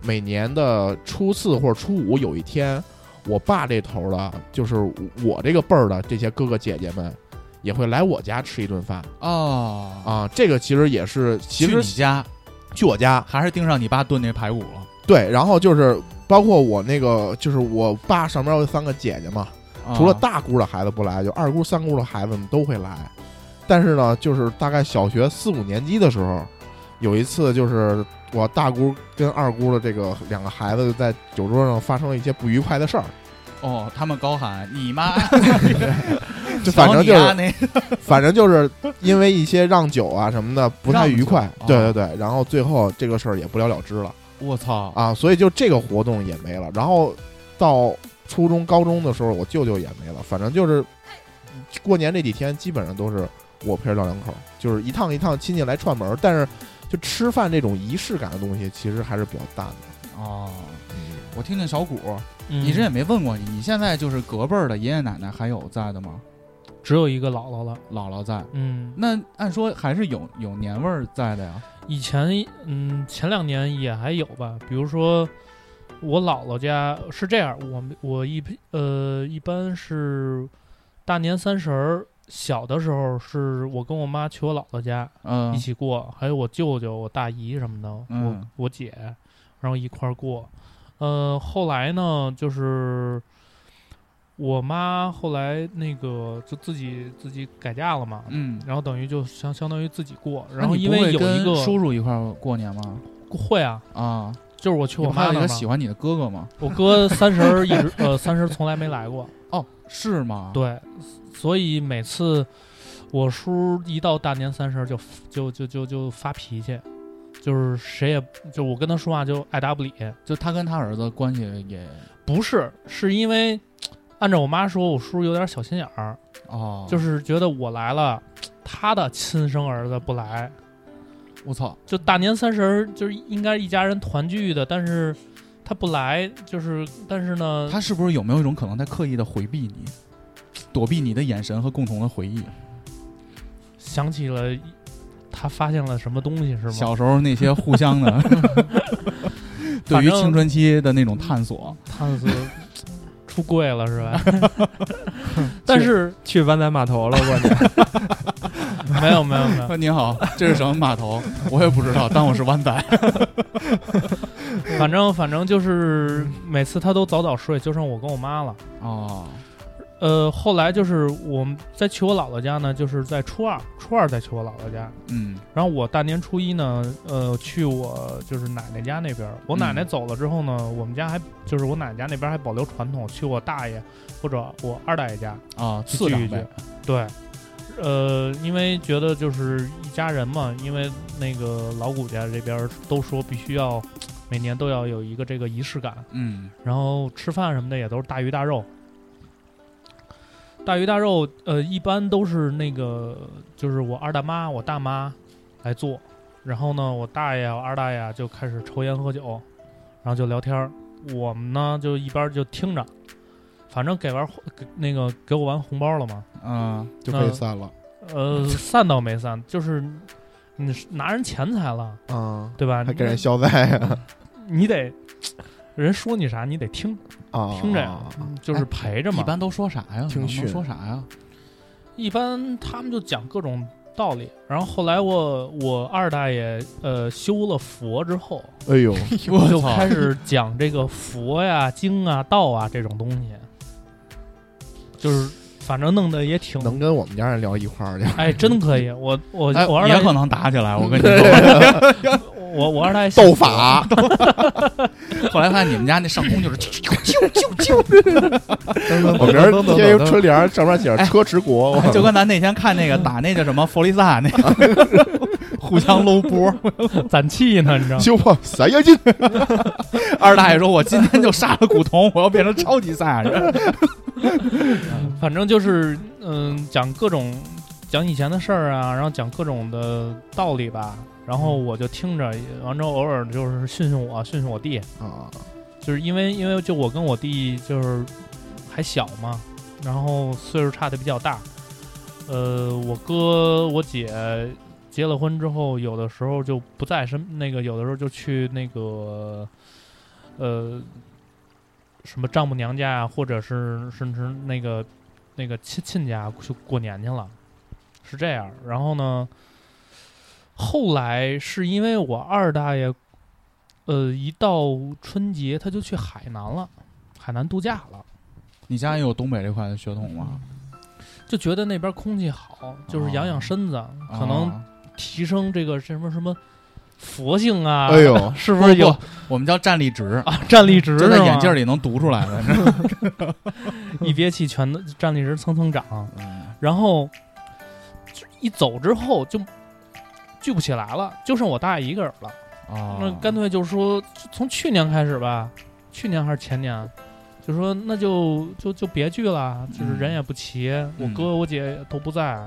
[SPEAKER 4] 每年的初四或者初五有一天，我爸这头的，就是我这个辈儿的这些哥哥姐姐们，也会来我家吃一顿饭。
[SPEAKER 2] 哦，
[SPEAKER 4] 啊，这个其实也是，其
[SPEAKER 2] 去
[SPEAKER 4] 实
[SPEAKER 2] 你家
[SPEAKER 4] 去我家
[SPEAKER 2] 还是盯上你爸炖那排骨了。
[SPEAKER 4] 对，然后就是包括我那个，就是我爸上面有三个姐姐嘛，
[SPEAKER 2] 啊
[SPEAKER 4] 除了大姑的孩子不来，就二姑、三姑的孩子们都会来。但是呢，就是大概小学四五年级的时候，有一次就是我大姑跟二姑的这个两个孩子在酒桌上发生了一些不愉快 的事儿，
[SPEAKER 2] 哦，他们高喊你妈，
[SPEAKER 4] 就反正就
[SPEAKER 2] 瞧
[SPEAKER 4] 是
[SPEAKER 2] 你啊
[SPEAKER 4] 反正就是因为一些让酒啊什么的不太愉快
[SPEAKER 2] 让酒，啊
[SPEAKER 4] 对对对，然后最后这个事儿也不了了之了
[SPEAKER 2] 那我操，
[SPEAKER 4] 啊，所以就这个活动也没了。然后到初中、高中的时候，我舅舅也没了，反正就是过年这几天基本上都是我陪着老两口，就是一趟一趟亲戚来串门儿，但是就吃饭这种仪式感的东西，其实还是比较淡的。
[SPEAKER 2] 哦，我听听小谷，
[SPEAKER 5] 嗯
[SPEAKER 2] 你这也没问过你，你现在就是隔辈儿的爷爷奶奶还有在的吗？
[SPEAKER 5] 只有一个姥姥了。
[SPEAKER 2] 姥姥在，
[SPEAKER 5] 嗯，
[SPEAKER 2] 那按说还是有有年味儿在的呀。
[SPEAKER 5] 以前嗯前两年也还有吧，比如说我姥姥家是这样，我们我一呃一般是大年三十儿，小的时候是我跟我妈去我姥姥家
[SPEAKER 2] 嗯、
[SPEAKER 5] 一起过，还有我舅舅、我大姨什么的，
[SPEAKER 2] 嗯
[SPEAKER 5] 我我姐，然后一块儿过。呃，后来呢，就是我妈后来那个就自己自己改嫁了嘛，
[SPEAKER 2] 嗯，
[SPEAKER 5] 然后等于就相相当于自己过，
[SPEAKER 2] 那
[SPEAKER 5] 然后
[SPEAKER 2] 你
[SPEAKER 5] 因
[SPEAKER 2] 不
[SPEAKER 5] 为
[SPEAKER 2] 会
[SPEAKER 5] 有
[SPEAKER 2] 跟
[SPEAKER 5] 一个
[SPEAKER 2] 叔叔一块儿过年吗？
[SPEAKER 5] 会啊，
[SPEAKER 2] 啊，
[SPEAKER 5] 就是我去
[SPEAKER 2] 你
[SPEAKER 5] 我
[SPEAKER 2] 不还有
[SPEAKER 5] 妈
[SPEAKER 2] 一
[SPEAKER 5] 那儿
[SPEAKER 2] 个
[SPEAKER 5] 嘛
[SPEAKER 2] 喜欢你的哥哥吗？
[SPEAKER 5] 我哥三十儿一直呃三十儿从来没来过，
[SPEAKER 2] 哦，是吗？，
[SPEAKER 5] 对，所以每次我叔一到大年三十儿就就就就就发脾气，就是谁也就我跟他说话就爱答不理，
[SPEAKER 2] 就他跟他儿子关系也
[SPEAKER 5] 不是是因为按照我妈说，我叔有点小心眼儿，
[SPEAKER 2] 哦，
[SPEAKER 5] 就是觉得我来了，他的亲生儿子不来，
[SPEAKER 2] 我操，
[SPEAKER 5] 就大年三十儿就是应该一家人团聚的，但是他不来，就是但是呢，
[SPEAKER 2] 他是不是有没有一种可能在刻意的回避你，躲避你的眼神和共同的回忆？
[SPEAKER 5] 想起了他发现了什么东西是吗？
[SPEAKER 2] 小时候那些互相 的，对
[SPEAKER 5] 反
[SPEAKER 2] 于
[SPEAKER 5] 正
[SPEAKER 2] 青春期的那种探索，
[SPEAKER 5] 探索 出柜了 是吧？但是
[SPEAKER 3] 去湾仔码头了，关 键
[SPEAKER 5] 没有没有 没有，
[SPEAKER 2] 您好，这是什么码头？我也不知道，当我是湾仔。
[SPEAKER 5] 反正反正就是每次他都早早睡，就剩我跟我妈了。
[SPEAKER 2] 哦，
[SPEAKER 5] 呃，后来就是我们在去我姥姥家呢，就是在初二，初二再去我姥姥家。
[SPEAKER 2] 嗯，
[SPEAKER 5] 然后我大年初一呢，呃，去我就是奶奶家那边儿。我奶奶
[SPEAKER 2] 嗯
[SPEAKER 5] 走了之后呢，我们家还就是我奶奶家那边还保留传统，去我大爷或者我二大爷家
[SPEAKER 2] 啊，
[SPEAKER 5] 去
[SPEAKER 2] 次
[SPEAKER 5] 聚
[SPEAKER 2] 长
[SPEAKER 5] 一聚
[SPEAKER 2] 辈，。
[SPEAKER 5] 对，呃，因为觉得就是一家人嘛，因为那个老谷家这边儿都说必须要每年都要有一个这个仪式感，
[SPEAKER 2] 嗯，
[SPEAKER 5] 然后吃饭什么的也都是大鱼大肉。大鱼大肉，呃，一般都是那个，就是我二大妈、我大妈来做，然后呢，我大爷、我二大爷就开始抽烟喝酒，然后就聊天儿。我们呢就一边儿就听着，反正给完红给那个给我完红包了嘛，
[SPEAKER 2] 啊，
[SPEAKER 4] 就可以散了。
[SPEAKER 5] 呃，散倒没散，就是你是拿人钱财了，
[SPEAKER 4] 嗯，
[SPEAKER 5] 对吧？
[SPEAKER 4] 还给人消 灾啊
[SPEAKER 5] 你得人说你啥，你得听，
[SPEAKER 4] 啊！
[SPEAKER 5] 听着呀，
[SPEAKER 4] 哎
[SPEAKER 5] 就是陪着嘛。
[SPEAKER 2] 一般都说啥呀？能
[SPEAKER 4] 听
[SPEAKER 2] 不能
[SPEAKER 4] 训
[SPEAKER 2] 说啥呀？
[SPEAKER 5] 一般他们就讲各种道理。然后后来我我二大爷呃修了佛之后，
[SPEAKER 4] 哎呦，
[SPEAKER 2] 我
[SPEAKER 5] 就
[SPEAKER 2] 操
[SPEAKER 5] 开始讲这个佛呀、经啊、道啊这种东西，就是反正弄得也挺
[SPEAKER 4] 能跟我们家人聊一 块儿去，
[SPEAKER 5] 哎，真可以。我我、
[SPEAKER 2] 哎
[SPEAKER 5] 我二
[SPEAKER 2] 也
[SPEAKER 5] 大
[SPEAKER 2] 可
[SPEAKER 5] 爷
[SPEAKER 2] 能打起来，我跟你说。
[SPEAKER 5] 我我二 大爷
[SPEAKER 4] 斗 法，
[SPEAKER 2] 后来发现你们家那上空就是啾啾啾啾
[SPEAKER 4] 我明儿贴一个春联儿，上面写着
[SPEAKER 5] 哎
[SPEAKER 4] “车迟国”，
[SPEAKER 2] 啾，
[SPEAKER 4] 我
[SPEAKER 2] 就跟咱那天看那个打那叫什么佛利萨那个，互相搂波。
[SPEAKER 5] 攒气呢，你知道吗？
[SPEAKER 4] 就怕三妖精。
[SPEAKER 2] 二大爷说：“我今天就杀了古潼，我要变成超级赛亚人。
[SPEAKER 5] 反正就是嗯、讲各种讲以前的事儿啊，然后讲各种的道理吧。然后
[SPEAKER 2] 嗯
[SPEAKER 5] 我就听着，完之后偶尔就是训训我，训训我弟，
[SPEAKER 4] 啊，
[SPEAKER 5] 就是因为因为就我跟我弟就是还小嘛，然后岁数差的比较大。呃，我哥我姐结了婚之后，有的时候就不在身，那个有的时候就去那个呃什么丈母娘家，啊或者是甚至那个那个亲亲家去过年去了，是这样。然后呢，后来是因为我二大爷呃，一到春节他就去海南了，海南度假了，”
[SPEAKER 2] 你家也有东北这块的血统吗？
[SPEAKER 5] 就觉得那边空气好，就是养养身子，可能
[SPEAKER 2] 啊
[SPEAKER 5] 提升这个什么什么佛性啊，
[SPEAKER 4] 哎呦
[SPEAKER 5] 是不是有
[SPEAKER 2] 我们叫战力值，
[SPEAKER 5] 啊战力值
[SPEAKER 2] 就在眼镜
[SPEAKER 5] 里，
[SPEAKER 2] 里能读出来的。是吧
[SPEAKER 5] 一憋气全都战力值蹭蹭涨，
[SPEAKER 2] 嗯
[SPEAKER 5] 然后就一走之后就聚不起来了，就剩我大爷一个人了。
[SPEAKER 2] 哦，
[SPEAKER 5] 那干脆就说，从去年开始吧，去年还是前年，就说那就就就别聚了，就是人也不齐，我哥我姐都不在，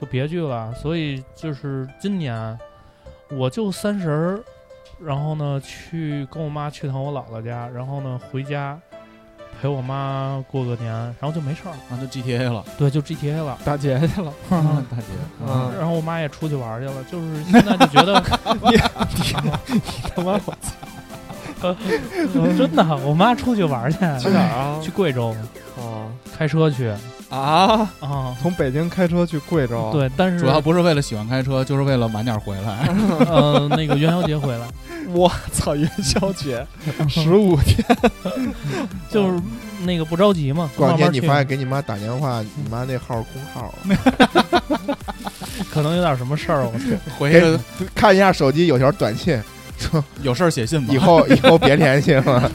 [SPEAKER 5] 就别聚了。所以就是今年，我就三十儿，然后呢去跟我妈去趟我姥姥家，然后呢回家陪我妈过个年，然后就没事儿了。
[SPEAKER 2] 那就 GTA 了，
[SPEAKER 5] 对，就 GTA 了。
[SPEAKER 3] 打劫去了，
[SPEAKER 2] 嗯大姐，
[SPEAKER 3] 嗯
[SPEAKER 5] 然后我妈也出去玩儿去了，就是现在就觉得你你他妈我操！真的，我妈出去玩儿去，
[SPEAKER 3] 去哪儿啊
[SPEAKER 5] 去？贵州
[SPEAKER 3] 哦
[SPEAKER 5] 开车去
[SPEAKER 3] 啊，
[SPEAKER 5] 啊。
[SPEAKER 3] 从北京开车去贵州，，啊
[SPEAKER 5] 对，但是
[SPEAKER 2] 主要不是为了喜欢开车，就是为了晚点回来。
[SPEAKER 5] 呃，那个元宵节回来，
[SPEAKER 3] 我操，元宵 节十五天，
[SPEAKER 5] 就是那个不着急嘛，
[SPEAKER 4] 过两
[SPEAKER 5] 慢慢
[SPEAKER 4] 天你
[SPEAKER 5] 去
[SPEAKER 4] 发现给你妈打电话，你妈那号儿空号儿，
[SPEAKER 5] 可能有点什么事儿，我去。
[SPEAKER 2] 回去
[SPEAKER 4] 看一下手机有条短信，说
[SPEAKER 2] 有事儿写信吧
[SPEAKER 4] 以。后以后别联系了。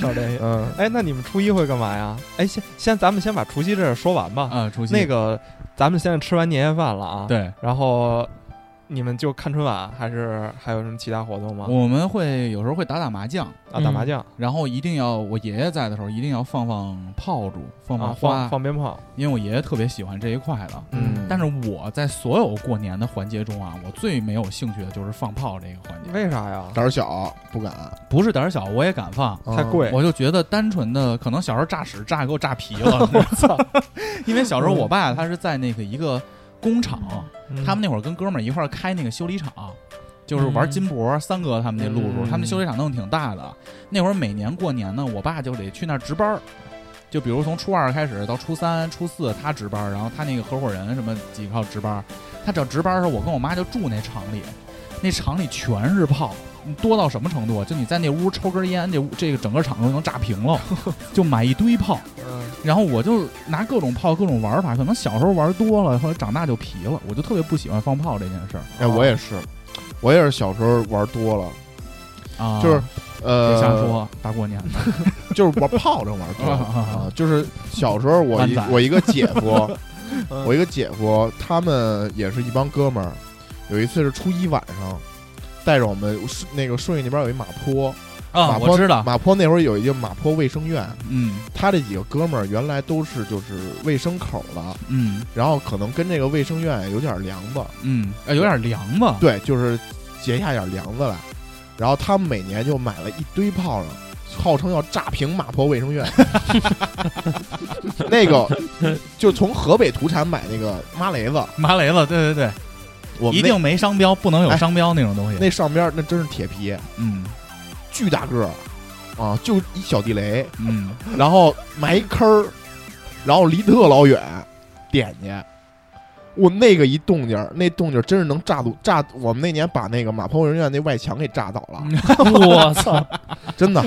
[SPEAKER 3] 少联系。
[SPEAKER 4] 嗯，
[SPEAKER 3] 哎，那你们初一会干嘛呀？哎，先先咱们先把除夕这事儿说完吧。
[SPEAKER 2] 啊，除夕
[SPEAKER 3] 那个，咱们现在吃完年夜饭了啊，，
[SPEAKER 2] 对，
[SPEAKER 3] 然后你们就看春晚，还是还有什么其他活动吗？
[SPEAKER 2] 我嗯们会有时候会打打麻将，
[SPEAKER 3] 啊，打麻将
[SPEAKER 2] 然后一定要我爷爷在的时候一定要放放炮竹，放
[SPEAKER 3] 啊，
[SPEAKER 2] 花，
[SPEAKER 3] 放放鞭炮，
[SPEAKER 2] 因为我爷爷特别喜欢这一块的。
[SPEAKER 3] 嗯
[SPEAKER 2] 但是我在所有过年的环节中啊，我最没有兴趣的就是放炮这个环节。
[SPEAKER 3] 为啥呀？
[SPEAKER 4] 胆儿小不敢，
[SPEAKER 2] 不是胆儿小，我也敢放，
[SPEAKER 4] 嗯
[SPEAKER 3] 太贵，
[SPEAKER 2] 我就觉得单纯的可能小时候炸屎炸给我炸皮了，我操！因为小时候我爸他是在那个一个工 厂，
[SPEAKER 3] 嗯
[SPEAKER 2] 他们那会儿跟哥们儿一块儿开那个修理厂，就是玩金箔，三哥他们那路数，
[SPEAKER 3] 嗯
[SPEAKER 2] 他们那修理厂弄得挺大的。那会儿每年过年呢，我爸就得去那儿值班儿，就比如从初二开始到初三、初四他值班儿，然后他那个合伙人什么几号值班儿，他只要值班儿的时候，我跟我妈就住那厂里，那厂里全是炮。多到什么程度啊？就你在那屋抽根烟，这屋这个整个厂都能炸平了，就买一堆炮。
[SPEAKER 3] 嗯
[SPEAKER 2] 然后我就拿各种炮、各种玩法，可能小时候玩多了，后来长大就皮了，我就特别不喜欢放炮这件事儿
[SPEAKER 4] 哎，我也是，我也是小时候玩多了，
[SPEAKER 2] 啊
[SPEAKER 4] 就是
[SPEAKER 2] 别
[SPEAKER 4] 呃，
[SPEAKER 2] 瞎说，大过年的，
[SPEAKER 4] 就是玩炮仗玩 多了啊，就是小时候我
[SPEAKER 2] 湾
[SPEAKER 4] 一
[SPEAKER 2] 仔
[SPEAKER 4] 我一个姐夫，
[SPEAKER 3] 嗯
[SPEAKER 4] 我一个姐夫，他们也是一帮哥们儿，有一次是初一晚上。带着我们那个顺义那边有一马坡，
[SPEAKER 2] 啊，
[SPEAKER 4] 马坡
[SPEAKER 2] 我知道，
[SPEAKER 4] 马坡那会儿有一个马坡卫生院，
[SPEAKER 2] 嗯
[SPEAKER 4] 他这几个哥们儿原来都是就是卫生口了，
[SPEAKER 2] 嗯
[SPEAKER 4] 然后可能跟这个卫生院有点梁子，
[SPEAKER 2] 嗯，哎有点凉吧？
[SPEAKER 4] 对，就是结下点梁子来。然后他们每年就买了一堆炮仗，号称要炸平马坡卫生院。 那个就从河北土产买那个麻雷子，
[SPEAKER 2] 麻雷子，对对对，
[SPEAKER 4] 我们
[SPEAKER 2] 一
[SPEAKER 4] 那
[SPEAKER 2] 定没商标，不能有
[SPEAKER 4] 哎
[SPEAKER 2] 商标那种东西。
[SPEAKER 4] 那上边儿那真是铁皮，
[SPEAKER 2] 嗯
[SPEAKER 4] 巨大个儿啊，就一小地雷，
[SPEAKER 2] 嗯，
[SPEAKER 4] 然后埋一坑儿，然后离特老远点去。我那个一动静儿，那动静儿真是能炸住炸。我们那年把那个马坡卫生院那外墙给炸倒了，
[SPEAKER 5] 我操！
[SPEAKER 4] 真的。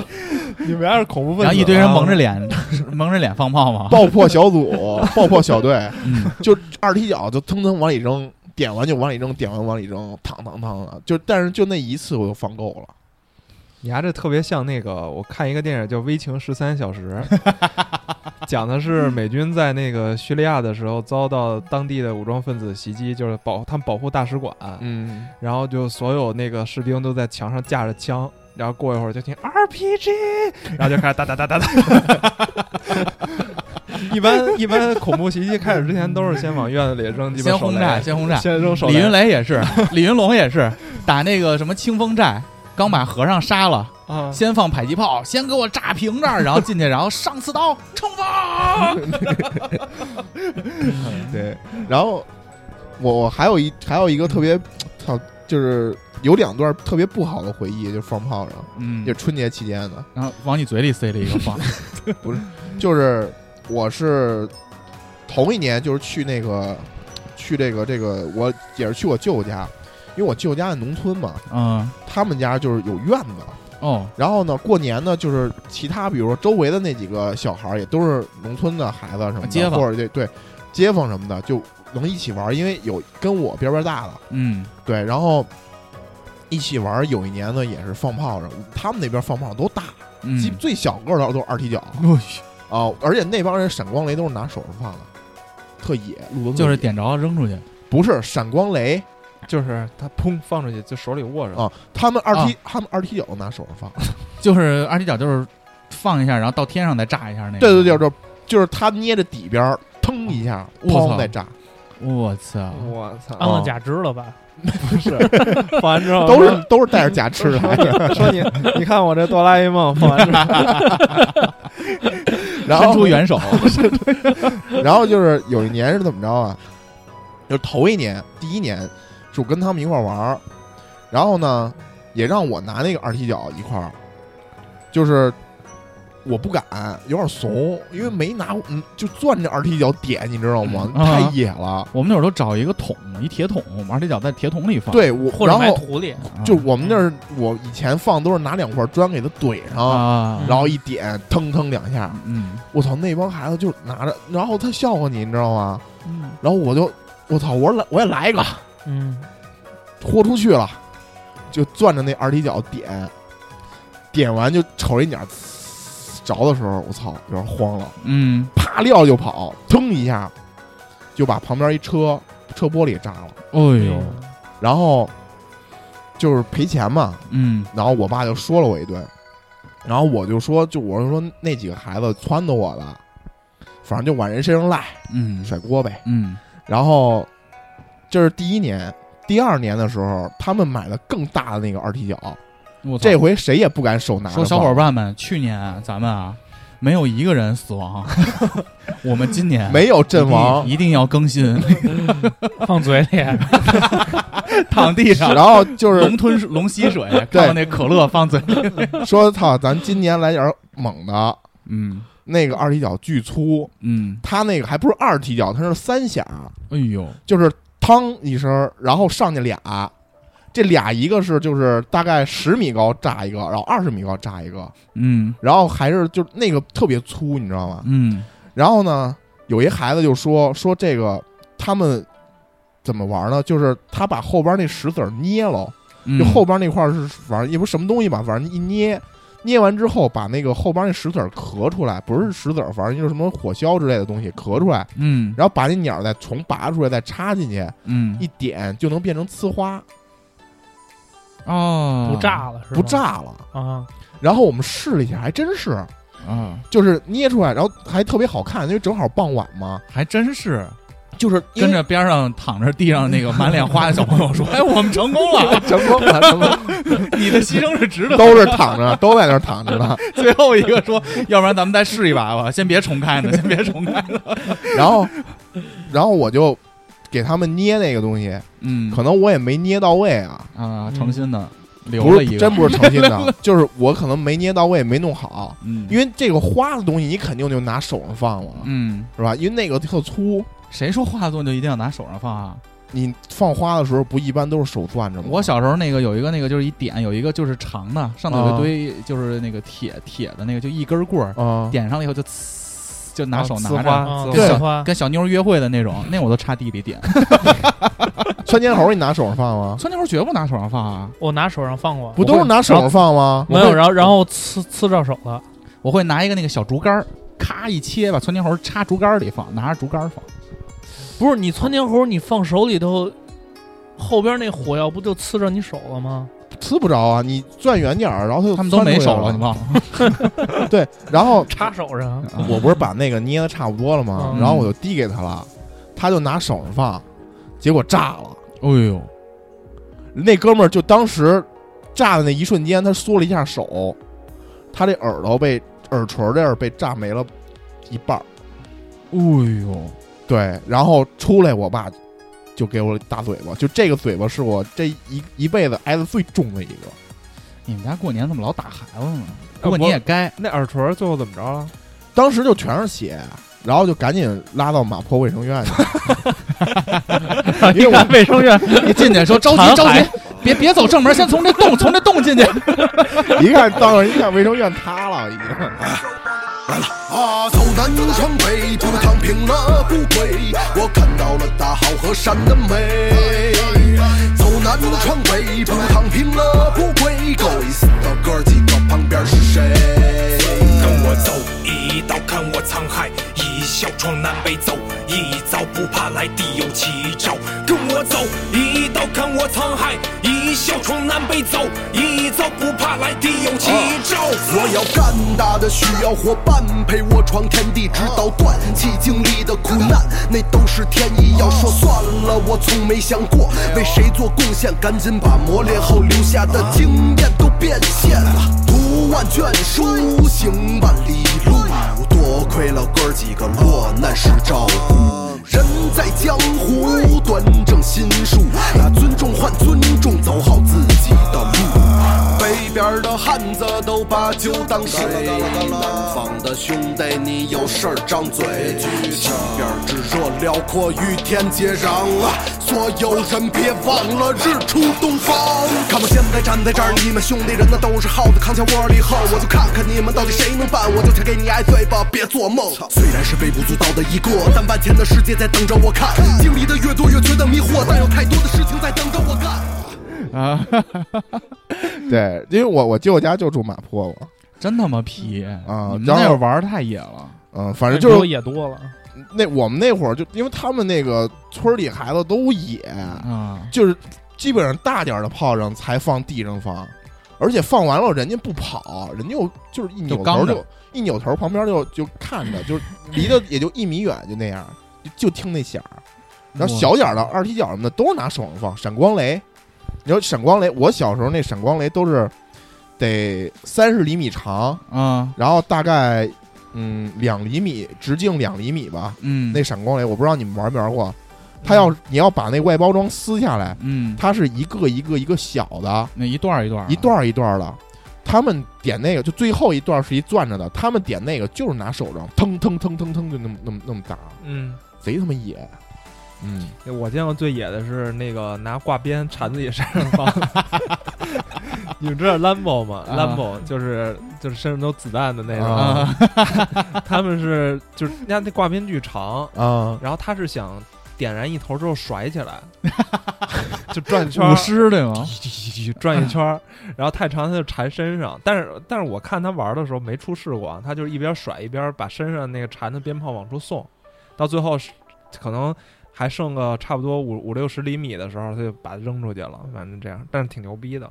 [SPEAKER 3] 你们还是恐怖分子，啊
[SPEAKER 2] 然后一堆人蒙着，脸， 蒙着脸放炮 嘛。
[SPEAKER 4] 爆破小组、爆破小队，
[SPEAKER 2] 嗯
[SPEAKER 4] 就二踢脚就腾腾往里扔，点完就往里扔，点完往里扔，嘡嘡嘡的。就但是就那一次我就放够了，
[SPEAKER 3] 你还这特别像那个，我看一个电影叫《危情十三小时》， 讲的是美军在那个叙利亚的时候遭到当地的武装分子袭击，就是保他们保护大使馆，
[SPEAKER 4] 嗯，
[SPEAKER 3] 然后就所有那个士兵都在墙上架着枪，然后过一会儿就听 RPG，然后就开始哒哒哒 哒哒。一般一般恐怖袭击开始之前都是先往院子里扔鸡巴
[SPEAKER 2] 先
[SPEAKER 3] 手
[SPEAKER 2] 轰
[SPEAKER 3] 雷
[SPEAKER 2] 炸，先轰炸。
[SPEAKER 3] 先扔手
[SPEAKER 2] 李云
[SPEAKER 3] 雷
[SPEAKER 2] 雷也是，李云龙也是，打那个什么清风寨，刚把和尚杀了。
[SPEAKER 3] 啊，
[SPEAKER 2] 先放迫击炮，先给我炸平这儿，然后进去，然后上刺刀，冲 锋！
[SPEAKER 4] 对。然后我我还有一还有一个特别，操，就是有两段特别不好的回忆，就放炮仗，
[SPEAKER 2] 嗯
[SPEAKER 4] 就春节期间的，
[SPEAKER 2] 然后往你嘴里塞了一个放，
[SPEAKER 4] 就是我是头一年就是去那个去这个这个我也是去我舅家，因为我舅家在农村嘛，
[SPEAKER 2] 嗯，
[SPEAKER 4] 他们家就是有院子。
[SPEAKER 2] 哦，
[SPEAKER 4] 然后呢，过年呢，就是其他比如说周围的那几个小孩儿，也都是农村的孩子什么
[SPEAKER 2] 啊
[SPEAKER 4] 的，
[SPEAKER 2] 街坊
[SPEAKER 4] 或者对对，街坊什么的，就能一起玩儿，因为有跟我边边大的，
[SPEAKER 2] 嗯
[SPEAKER 4] 对，然后一起玩儿，有一年呢也是放炮仗，他们那边放炮仗都大，
[SPEAKER 2] 嗯
[SPEAKER 4] 基最小个儿的都是二踢脚
[SPEAKER 2] 哦
[SPEAKER 4] 啊，而且那帮人闪光雷都是拿手上放的，特野，路子特
[SPEAKER 2] 就是
[SPEAKER 4] 野
[SPEAKER 2] 点着扔出去，
[SPEAKER 4] 不是闪光雷
[SPEAKER 3] 就是他砰放出去就手里握着，
[SPEAKER 4] 啊，他们二踢、他们二踢脚都拿手上放，
[SPEAKER 2] 就是二踢脚就是放一下，然后到天上再炸一下那个。
[SPEAKER 4] 对对对，就是就是他捏着底边儿，腾一下，
[SPEAKER 2] 我操
[SPEAKER 4] 砰再炸，
[SPEAKER 2] 我操！
[SPEAKER 3] 我操，
[SPEAKER 5] 安了
[SPEAKER 4] 哦
[SPEAKER 5] 假肢了吧？
[SPEAKER 3] 不是，放完之后
[SPEAKER 4] 都是都是带着假吃的，
[SPEAKER 3] 说 说你，你看我这哆啦 A 梦放完 之后，
[SPEAKER 4] 然
[SPEAKER 2] 伸
[SPEAKER 4] 后
[SPEAKER 2] 出援手，
[SPEAKER 4] 然后就是有一年是怎么着啊？就是头一年，第一年是我跟他们一块儿玩儿，然后呢，也让我拿那个二踢脚一块儿，就是我不敢，有点怂，因为没拿，嗯，就攥着二踢脚点，你知道吗？
[SPEAKER 2] 嗯
[SPEAKER 4] 太
[SPEAKER 2] 啊
[SPEAKER 4] 野了。
[SPEAKER 2] 我们那会儿都找一个桶，一铁桶，我们二踢脚在铁桶里放。
[SPEAKER 4] 对我，
[SPEAKER 5] 或者
[SPEAKER 4] 然
[SPEAKER 5] 埋
[SPEAKER 4] 后
[SPEAKER 5] 土里，
[SPEAKER 2] 啊，
[SPEAKER 4] 就我们那儿，我以前放都是拿两块砖给它怼上，
[SPEAKER 2] 啊，
[SPEAKER 4] 然后一点，腾腾两下，
[SPEAKER 2] 嗯
[SPEAKER 4] 我操，那帮孩子就拿着，然后他笑话你，你知道吗？
[SPEAKER 2] 嗯，
[SPEAKER 4] 然后我就，我操，我说来，我也来一个，
[SPEAKER 5] 嗯，
[SPEAKER 4] 豁出去了，就攥着那二踢脚点，点完就瞅着一鸟呲着的时候，我操，有点慌了，
[SPEAKER 2] 嗯，
[SPEAKER 4] 啪撂就跑，腾一下就把旁边一车车玻璃炸了，
[SPEAKER 2] 哎
[SPEAKER 5] 嗯
[SPEAKER 2] 呦，
[SPEAKER 4] 然后就是赔钱嘛，
[SPEAKER 2] 嗯
[SPEAKER 4] 然后我爸就说了我一顿，然后我就说，就我就说那几个孩子撺掇我的，反正就往人身上赖，
[SPEAKER 2] 嗯
[SPEAKER 4] 甩锅呗。
[SPEAKER 2] 嗯
[SPEAKER 4] 然后这是第一年，第二年的时候，他们买了更大的那个二踢脚，，
[SPEAKER 2] 我操
[SPEAKER 4] 这回谁也不敢手拿着
[SPEAKER 2] 说
[SPEAKER 4] 放。
[SPEAKER 2] 小伙伴们，去年咱们啊没有一个人死亡，啊 我们今年
[SPEAKER 4] 没有阵
[SPEAKER 2] 一
[SPEAKER 4] 亡，
[SPEAKER 2] 定一定要更 新，
[SPEAKER 5] 放嘴里，
[SPEAKER 2] 躺地上。
[SPEAKER 4] 然后就是
[SPEAKER 2] 龙吞龙吸水，看到那可乐放嘴里，
[SPEAKER 4] 说操，咱今年来点儿猛的，
[SPEAKER 2] 嗯
[SPEAKER 4] 那个二踢脚巨粗，
[SPEAKER 2] 嗯，
[SPEAKER 4] 他那个还不是二踢脚，他是三响，
[SPEAKER 2] 哎呦，
[SPEAKER 4] 就是嘡一声，然后上去俩。这俩一个是就是大概十米高炸一个，然后二十米高炸一个，
[SPEAKER 2] 嗯
[SPEAKER 4] 然后还是就那个特别粗，你知道吗？
[SPEAKER 2] 嗯
[SPEAKER 4] 然后呢，有一孩子就说说这个他们怎么玩呢？就是他把后边那石子儿捏了，
[SPEAKER 2] 嗯，
[SPEAKER 4] 就后边那块儿是反正也不是什么东西吧，反正一捏，捏完之后把那个后边那石子儿壳出来，不是石子儿，反正就是什么火硝之类的东西壳出来，
[SPEAKER 2] 嗯
[SPEAKER 4] 然后把那鸟再重拔出来，再插进去，
[SPEAKER 2] 嗯
[SPEAKER 4] 一点就能变成呲花，
[SPEAKER 2] 哦，
[SPEAKER 5] 不炸了是吧？
[SPEAKER 4] 不炸了。
[SPEAKER 5] 啊，
[SPEAKER 4] 然后我们试了一下，还真是，
[SPEAKER 2] 啊，
[SPEAKER 4] 就是捏出来，然后还特别好看，因为正好傍晚嘛，
[SPEAKER 2] 还真是
[SPEAKER 4] 就是因
[SPEAKER 2] 跟
[SPEAKER 4] 为
[SPEAKER 2] 着边上躺着地上那个满脸花的小朋 友说：“哎，我们成功了，
[SPEAKER 4] 成功了，成功了。
[SPEAKER 2] 你的牺牲是值得。
[SPEAKER 4] 都是躺着，都在那儿躺着呢。”
[SPEAKER 2] 最后一个说：“要不然咱们再试一把吧，先别重开呢，先别重开呢。
[SPEAKER 4] 然后， 然后我就给他们捏那个东西，”
[SPEAKER 2] 嗯，
[SPEAKER 4] 可能我也没捏到位啊，
[SPEAKER 2] 啊，诚心的嗯留
[SPEAKER 4] 嗯不
[SPEAKER 2] 了
[SPEAKER 4] 是
[SPEAKER 2] 一个，
[SPEAKER 4] 真不是诚心 的，就是我可能没捏到位，没弄好。
[SPEAKER 2] 嗯，
[SPEAKER 4] 因为这个花的东西，你肯定就拿手上放了，
[SPEAKER 2] 嗯，
[SPEAKER 4] 是吧？因为那个特粗，
[SPEAKER 2] 谁说画作就一定要拿手上放啊？
[SPEAKER 4] 你放花的时候不一般都是手攥着吗？
[SPEAKER 2] 我小时候那个有一个那个就是一点有一个就是长的，上头有
[SPEAKER 4] 啊
[SPEAKER 2] 一堆就是那个铁铁的那个，就一根棍儿，
[SPEAKER 3] 哦
[SPEAKER 4] 啊，
[SPEAKER 2] 点上了以后就呲就
[SPEAKER 4] 哦
[SPEAKER 2] 拿手
[SPEAKER 3] 啊
[SPEAKER 2] 拿
[SPEAKER 3] 呲花
[SPEAKER 2] 着，
[SPEAKER 5] 啊
[SPEAKER 3] 自
[SPEAKER 5] 对
[SPEAKER 2] 画
[SPEAKER 5] 花，
[SPEAKER 2] 跟小妞儿约会的那种，那我都插地里 点。
[SPEAKER 4] 窜天猴你拿手上放 吗？
[SPEAKER 2] 窜天猴绝不拿手上放啊，
[SPEAKER 5] 我拿手上放过，
[SPEAKER 4] 不都是拿手上放吗？
[SPEAKER 5] 没有，然后然后呲呲着手了，
[SPEAKER 2] 我会拿一个那个小竹竿儿，咔一切把窜天猴插竹竿儿里放，拿着竹竿儿放。
[SPEAKER 5] 不是你窜天猴，你放手里头，后边那火药不就呲着你手了吗？
[SPEAKER 4] 呲不着啊！你攥远点儿，然后它就
[SPEAKER 2] 他们都没手了，
[SPEAKER 4] 窜
[SPEAKER 2] 你
[SPEAKER 4] 出来
[SPEAKER 2] 忘了？
[SPEAKER 4] 了？ 对，然后
[SPEAKER 5] 插手上，
[SPEAKER 4] 我不是把那个捏的差不多了吗？
[SPEAKER 5] 嗯
[SPEAKER 4] 然后我就递给他了，他就拿手上放，结果炸了。
[SPEAKER 2] 哎呦，
[SPEAKER 4] 那哥们儿就当时炸的那一瞬间，他缩了一下手，他这耳朵被耳垂这儿被炸没了一半儿。
[SPEAKER 2] 哎呦，
[SPEAKER 4] 对，然后出来，我爸就给我大嘴巴，就这个嘴巴是我这一一辈子挨的最重的一个。
[SPEAKER 2] 你们家过年怎么老打孩子呢？
[SPEAKER 3] 啊
[SPEAKER 2] 不过你也该，
[SPEAKER 3] 那耳垂最后怎么着了？
[SPEAKER 4] 当时就全是血，然后就赶紧拉到马坡卫生院去。啊因为我
[SPEAKER 5] 卫生院
[SPEAKER 2] 你进去说着急
[SPEAKER 5] 残
[SPEAKER 2] 着
[SPEAKER 5] 骸
[SPEAKER 2] 急，别别走正门，先从这洞从这洞进去。
[SPEAKER 4] 一看，当时一看卫生院塌了，已经。
[SPEAKER 6] 啊，走南闯北，不躺平，平了不归。我看到了大好河山的美，走南闯北，不躺平了不归。各位死的哥儿几个旁边是谁？
[SPEAKER 7] 跟我走，一道看我沧海，一笑闯南北走，一遭不怕来，地有奇招。跟我走，一道看我沧海，一笑闯南北走，一遭不怕来，地有奇招。
[SPEAKER 6] 哦我要干大的，需要伙伴陪我闯天地，直到断气。经历的苦难，那都是天意。要说算了，我从没想过为谁做贡献，赶紧把磨练后留下的经验都变现。读万卷书，行万里路，多亏了哥儿几个落难时照顾。人在江湖，端正心术，拿尊重换尊重，走好自己的路。北边的汉子都把酒当水，南方的兄弟你有事儿张嘴。西边炙热辽阔，与天接壤啊！所有人别忘了日出东方。看我现在站在这儿，你们兄弟人那都是耗子，扛下窝里横，我就看看你们到底谁能办，我就先给你挨嘴巴，别做梦。虽然是微不足道的一个，但万千的世界在等着我看。经历的越多，越觉得迷惑，但有太多的事情在等着我干。
[SPEAKER 2] 啊，
[SPEAKER 4] 对，因为我我舅家就住马坡嘛，
[SPEAKER 2] 真他妈皮
[SPEAKER 4] 啊
[SPEAKER 2] 你们
[SPEAKER 4] 然后
[SPEAKER 2] 嗯那会儿玩儿太野了，
[SPEAKER 4] 嗯，反正
[SPEAKER 5] 那
[SPEAKER 4] 就
[SPEAKER 5] 比我
[SPEAKER 4] 是
[SPEAKER 5] 野多了，
[SPEAKER 4] 那我们那会儿就因为他们那个村里孩子都野，
[SPEAKER 2] 啊，
[SPEAKER 4] 就是基本上大点儿的炮仗才放地上放，而且放完了人家不跑，人家又就是一扭
[SPEAKER 2] 就
[SPEAKER 4] 头
[SPEAKER 2] 刚着
[SPEAKER 4] 就一扭头，旁边就就看着，就是离得也就一米远就那样，就就听那响儿。然后
[SPEAKER 2] 哇
[SPEAKER 4] 小点儿的二踢脚什么的都是拿手上放闪光雷，你说闪光雷，我小时候那闪光雷都是得三十厘米长，
[SPEAKER 2] 啊，
[SPEAKER 4] 然后大概嗯两厘米直径两厘米吧，
[SPEAKER 2] 嗯，
[SPEAKER 4] 那闪光雷我不知道你们玩没玩过，它要你要把那外包装撕下来，
[SPEAKER 2] 嗯，
[SPEAKER 4] 它是一个一个一个小的，
[SPEAKER 2] 那一段儿一段儿的啊
[SPEAKER 4] 一段儿一段儿的。他们点那个，就最后一段是一攥着的，他们点那个就是拿手上腾腾腾腾腾就那么那么那么打，
[SPEAKER 3] 嗯，
[SPEAKER 4] 贼他妈野。嗯，
[SPEAKER 3] 我见过最野的是那个拿挂鞭缠自己身上 放。你们知道 Lambo 吗
[SPEAKER 2] 啊
[SPEAKER 3] ？Lambo 就是就是身上都子弹的那种，
[SPEAKER 2] 啊，
[SPEAKER 3] 他们是就是人家那挂鞭巨长，
[SPEAKER 4] 啊，
[SPEAKER 3] 然后他是想点燃一头之后甩起来， 就转一圈儿
[SPEAKER 2] 舞，狮对吗？啊
[SPEAKER 3] 转一圈儿，然后太长他就缠身上。但是但是我看他玩的时候没出事故啊，他就是一边甩一边把身上那个缠的鞭炮往出送，到最后是可能还剩个差不多五五六十厘米的时候，他就把它扔出去了。反正这样，但是挺牛逼的，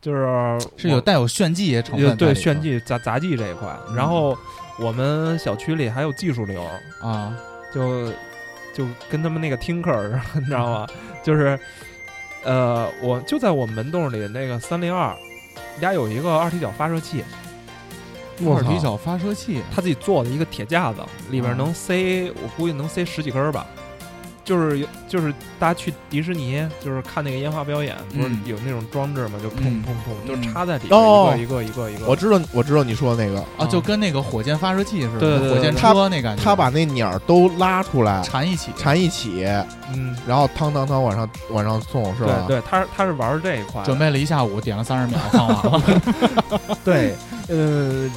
[SPEAKER 3] 就是
[SPEAKER 2] 是有
[SPEAKER 3] 我
[SPEAKER 2] 带有炫技成
[SPEAKER 3] 有
[SPEAKER 2] 分，
[SPEAKER 3] 对炫技杂杂技这一块。然后我们小区里还有技术流，
[SPEAKER 2] 啊，
[SPEAKER 3] 就就跟他们那个 Tinker 似的，你知 道吗？就是呃，我就在我们门洞里那个三零二，家有一个二踢脚发射器，
[SPEAKER 4] 我
[SPEAKER 2] 二踢
[SPEAKER 4] 操
[SPEAKER 2] 脚发射器，啊
[SPEAKER 3] 他自己做的一个铁架子，里边能塞，我估计能塞十几根儿吧。就是有，就是大家去迪士尼，就是看那个烟花表演，不是
[SPEAKER 2] 嗯
[SPEAKER 3] 有那种装置嘛，就砰
[SPEAKER 2] 嗯
[SPEAKER 3] 砰砰，就
[SPEAKER 2] 嗯
[SPEAKER 3] 插在里
[SPEAKER 4] 哦
[SPEAKER 3] 边，一个一个一个一个。
[SPEAKER 4] 我知道，我知道你说的那个，
[SPEAKER 2] 啊，就跟那个火箭发射器似的，
[SPEAKER 3] 对对对
[SPEAKER 2] 火箭
[SPEAKER 3] 对
[SPEAKER 2] 车那感觉，
[SPEAKER 4] 他把那鸟儿都拉出来，
[SPEAKER 2] 缠一起，
[SPEAKER 4] 缠一起，
[SPEAKER 3] 嗯，
[SPEAKER 4] 然后汤汤汤往上往上送，是吧
[SPEAKER 3] 对？对，他是他是玩这一块的，
[SPEAKER 2] 准备了一下午，点了三十秒，放完了，
[SPEAKER 3] 对，呃，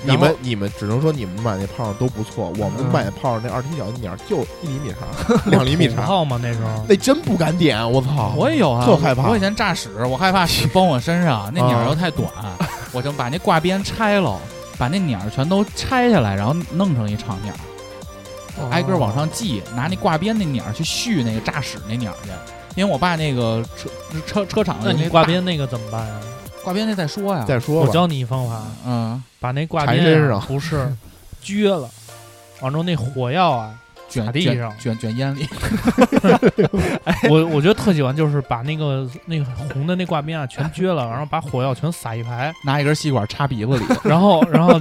[SPEAKER 4] 你
[SPEAKER 3] 然后
[SPEAKER 4] 们你们只能说你们买那炮都不错，我们
[SPEAKER 3] 嗯
[SPEAKER 4] 买炮那二踢脚鸟儿就一厘米长，两厘米
[SPEAKER 5] 五
[SPEAKER 4] 长，
[SPEAKER 5] 号嘛那时候。
[SPEAKER 4] 那真不敢点，我操！
[SPEAKER 2] 我也有啊，
[SPEAKER 4] 哦特害怕
[SPEAKER 2] 我以前炸屎，我害怕屎崩我身 上，那鸟儿又太短，
[SPEAKER 4] 啊
[SPEAKER 2] 我就把那挂鞭拆了，把那鸟儿全都拆下来，然后弄成一长鸟儿，
[SPEAKER 4] 哦
[SPEAKER 2] 挨个儿往上系，拿那挂鞭那鸟儿去续那个炸屎那鸟儿去。因为我爸那个车车车厂
[SPEAKER 5] 那
[SPEAKER 2] 的
[SPEAKER 5] 你
[SPEAKER 2] 个
[SPEAKER 5] 挂
[SPEAKER 2] 大
[SPEAKER 5] 鞭那个怎么办呀？
[SPEAKER 2] 挂鞭那再说呀，
[SPEAKER 4] 再说
[SPEAKER 5] 我
[SPEAKER 4] 吧，
[SPEAKER 5] 教你一方法，
[SPEAKER 2] 嗯，
[SPEAKER 5] 把那挂
[SPEAKER 4] 缠
[SPEAKER 5] 鞭
[SPEAKER 4] 身
[SPEAKER 5] 啊
[SPEAKER 4] 上
[SPEAKER 5] 不是撅了，完之后那火药 啊，
[SPEAKER 2] 卷
[SPEAKER 5] 撒地
[SPEAKER 2] 卷
[SPEAKER 5] 上
[SPEAKER 2] 卷卷烟里，
[SPEAKER 5] 我我觉得特喜欢就是把那个那个红的那挂鞭啊全撅了，然后把火药全撒一排，
[SPEAKER 2] 拿一根吸管插鼻 子里，
[SPEAKER 5] 然后然后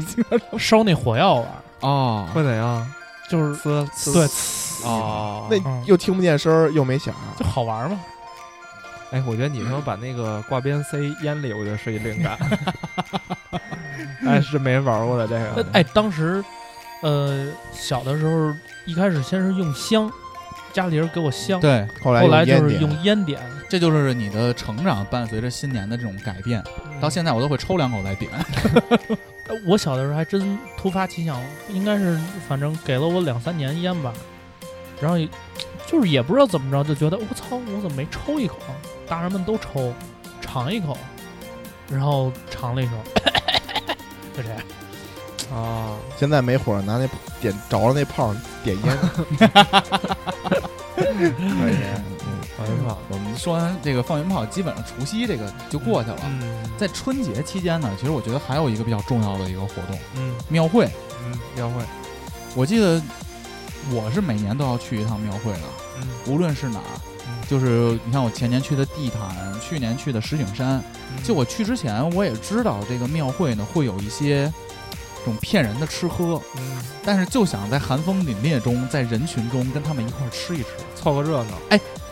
[SPEAKER 5] 烧那火药玩，
[SPEAKER 2] 哦，
[SPEAKER 3] 会怎样？
[SPEAKER 5] 就是
[SPEAKER 3] 呲
[SPEAKER 5] 对
[SPEAKER 3] 呲，哦，
[SPEAKER 4] 那
[SPEAKER 5] 嗯
[SPEAKER 4] 又听不见声儿，又没响，
[SPEAKER 5] 就好玩嘛。
[SPEAKER 3] 哎，我觉得你说把那个挂鞭塞烟里，我觉得是一 灵感。哎，是没人玩过的这
[SPEAKER 5] 呃
[SPEAKER 3] 个。
[SPEAKER 5] 哎，当时呃小的时候一开始先是用香，家里人给我香，
[SPEAKER 2] 对，
[SPEAKER 4] 后来
[SPEAKER 5] 后来
[SPEAKER 4] 烟
[SPEAKER 5] 就是
[SPEAKER 4] 点
[SPEAKER 5] 用烟点，
[SPEAKER 2] 这就是你的成长伴随着新年的这种改变。
[SPEAKER 5] 嗯
[SPEAKER 2] 到现在我都会抽两口再 点，
[SPEAKER 5] 呃我小的时候还真突发奇想，应该是反正给了我两三年烟吧，然后也就是也不知道怎么着，就觉得我操，我怎么没抽一口啊？大人们都抽，尝一口，然后尝了一口，就这样。
[SPEAKER 3] 啊，
[SPEAKER 4] 现在没火，拿那点着了那炮点烟。可以，
[SPEAKER 3] 放鞭炮，
[SPEAKER 2] 我们说完这个放鞭炮，基本上除夕这个就过去了。
[SPEAKER 3] 嗯
[SPEAKER 2] 在春节期间呢，其实我觉得还有一个比较重要的一个活动
[SPEAKER 3] 嗯
[SPEAKER 2] ——庙会。
[SPEAKER 3] 嗯，庙会，
[SPEAKER 2] 我记得我是每年都要去一趟庙会的，
[SPEAKER 3] 嗯
[SPEAKER 2] 无论是哪儿
[SPEAKER 3] 嗯，
[SPEAKER 2] 就是你看我前年去的地坛，去年去的石景山。
[SPEAKER 3] 嗯
[SPEAKER 2] 就我去之前，我也知道这个庙会呢会有一些这种骗人的吃喝，
[SPEAKER 3] 嗯
[SPEAKER 2] 但是就想在寒风凛冽中，在人群中跟他们一块儿吃一吃。
[SPEAKER 3] 凑个热闹，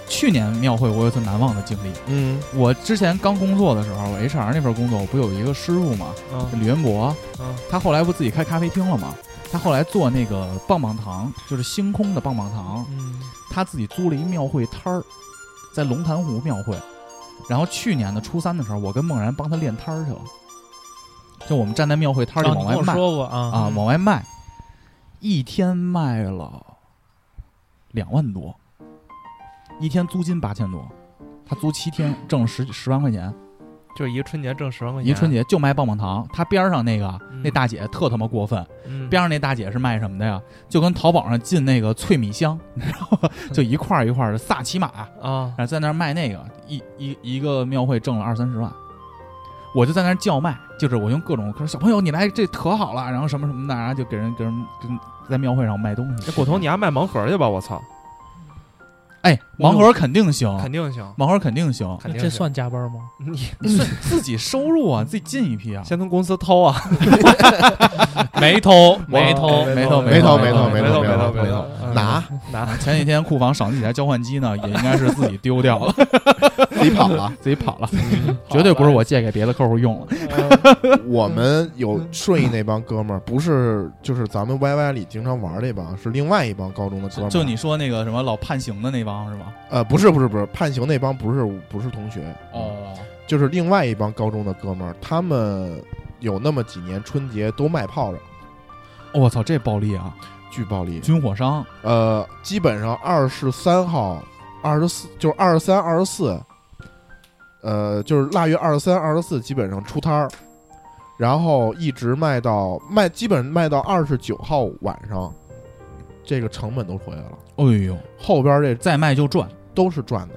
[SPEAKER 2] 去年庙会我有次难忘的经历。
[SPEAKER 4] 嗯，
[SPEAKER 2] 我之前刚工作的时候，我 HR 那份工作，我不有一个师傅嘛，
[SPEAKER 3] 嗯
[SPEAKER 2] 李元博，
[SPEAKER 3] 嗯
[SPEAKER 2] 他后来不自己开咖啡厅了嘛？他后来做那个棒棒糖，就是星空的棒棒糖，
[SPEAKER 3] 嗯
[SPEAKER 2] 他自己租了一庙会摊儿，在龙潭湖庙会。然后去年的初三的时候，我跟梦然帮他练摊儿去了，就我们站在庙会摊儿里
[SPEAKER 5] 啊，
[SPEAKER 2] 往
[SPEAKER 5] 你
[SPEAKER 2] 外
[SPEAKER 5] 跟我
[SPEAKER 2] 卖
[SPEAKER 5] 说过啊，
[SPEAKER 2] 啊，往外卖，一天卖了两万多，一天租金八千多，他租七天挣十十万块钱，
[SPEAKER 3] 就是一个春节挣十万块钱，
[SPEAKER 2] 一春节就卖棒棒糖。他边上那个
[SPEAKER 3] 嗯
[SPEAKER 2] 那大姐特他妈过分，
[SPEAKER 3] 嗯
[SPEAKER 2] 边上那大姐是卖什么的呀？就跟淘宝上进那个脆米香，然后就一块儿一块儿的萨琪玛，
[SPEAKER 3] 啊
[SPEAKER 2] 然，后在那儿卖那个，一一一个庙会挣了二三十万。我就在那儿叫卖，就是我用各种，我说小朋友你来这可好了，然后什么什么的，然后就给人给人跟在庙会上卖东西。
[SPEAKER 3] 这果头你还卖盲盒去吧，我操，
[SPEAKER 2] 哎，盲盒肯定行，
[SPEAKER 3] 肯定行，
[SPEAKER 2] 盲盒肯定 行，
[SPEAKER 3] 肯定
[SPEAKER 5] 这
[SPEAKER 3] 行
[SPEAKER 5] 算加班吗？
[SPEAKER 3] 你
[SPEAKER 2] 自己收入啊，自己进一批啊。
[SPEAKER 3] 先从公司偷啊，
[SPEAKER 5] 没偷，
[SPEAKER 2] 没
[SPEAKER 5] 没
[SPEAKER 2] 偷
[SPEAKER 5] 偷，
[SPEAKER 2] 没偷
[SPEAKER 4] 没
[SPEAKER 2] 偷偷
[SPEAKER 4] 没没
[SPEAKER 2] 没
[SPEAKER 4] 偷
[SPEAKER 3] 没
[SPEAKER 4] 偷
[SPEAKER 3] 没
[SPEAKER 4] 没
[SPEAKER 3] 偷，嗯
[SPEAKER 4] 拿
[SPEAKER 3] 拿，
[SPEAKER 2] 前几天库房赏了几台交换机呢，也应该是自己丢掉 了，
[SPEAKER 4] 自己跑了。
[SPEAKER 2] 自己跑了，
[SPEAKER 3] 嗯
[SPEAKER 2] 绝对不是我借给别的客户用了。
[SPEAKER 4] 我们有顺义那帮哥们儿，不是就是咱们 YY 里经常玩这帮，是另外一帮高中的哥们儿。
[SPEAKER 2] 就你说那个什么老判刑的那帮是吧？
[SPEAKER 4] 呃，不是不是不是，判刑那帮不是不是同学，
[SPEAKER 2] 哦，
[SPEAKER 4] 就是另外一帮高中的哥们儿，他们有那么几年春节都卖炮仗，
[SPEAKER 2] 哦我操，这暴力啊！
[SPEAKER 4] 巨暴力。
[SPEAKER 2] 军火商，
[SPEAKER 4] 呃，基本上二十三号、二十四，就是二十三、二十四，呃，就是腊月二十三、二十四，基本上出摊儿，然后一直卖到卖，基本卖到二十九号晚上，这个成本都回来了，
[SPEAKER 2] 哎呦，
[SPEAKER 4] 后边这
[SPEAKER 2] 再卖就赚。
[SPEAKER 4] 都是赚的。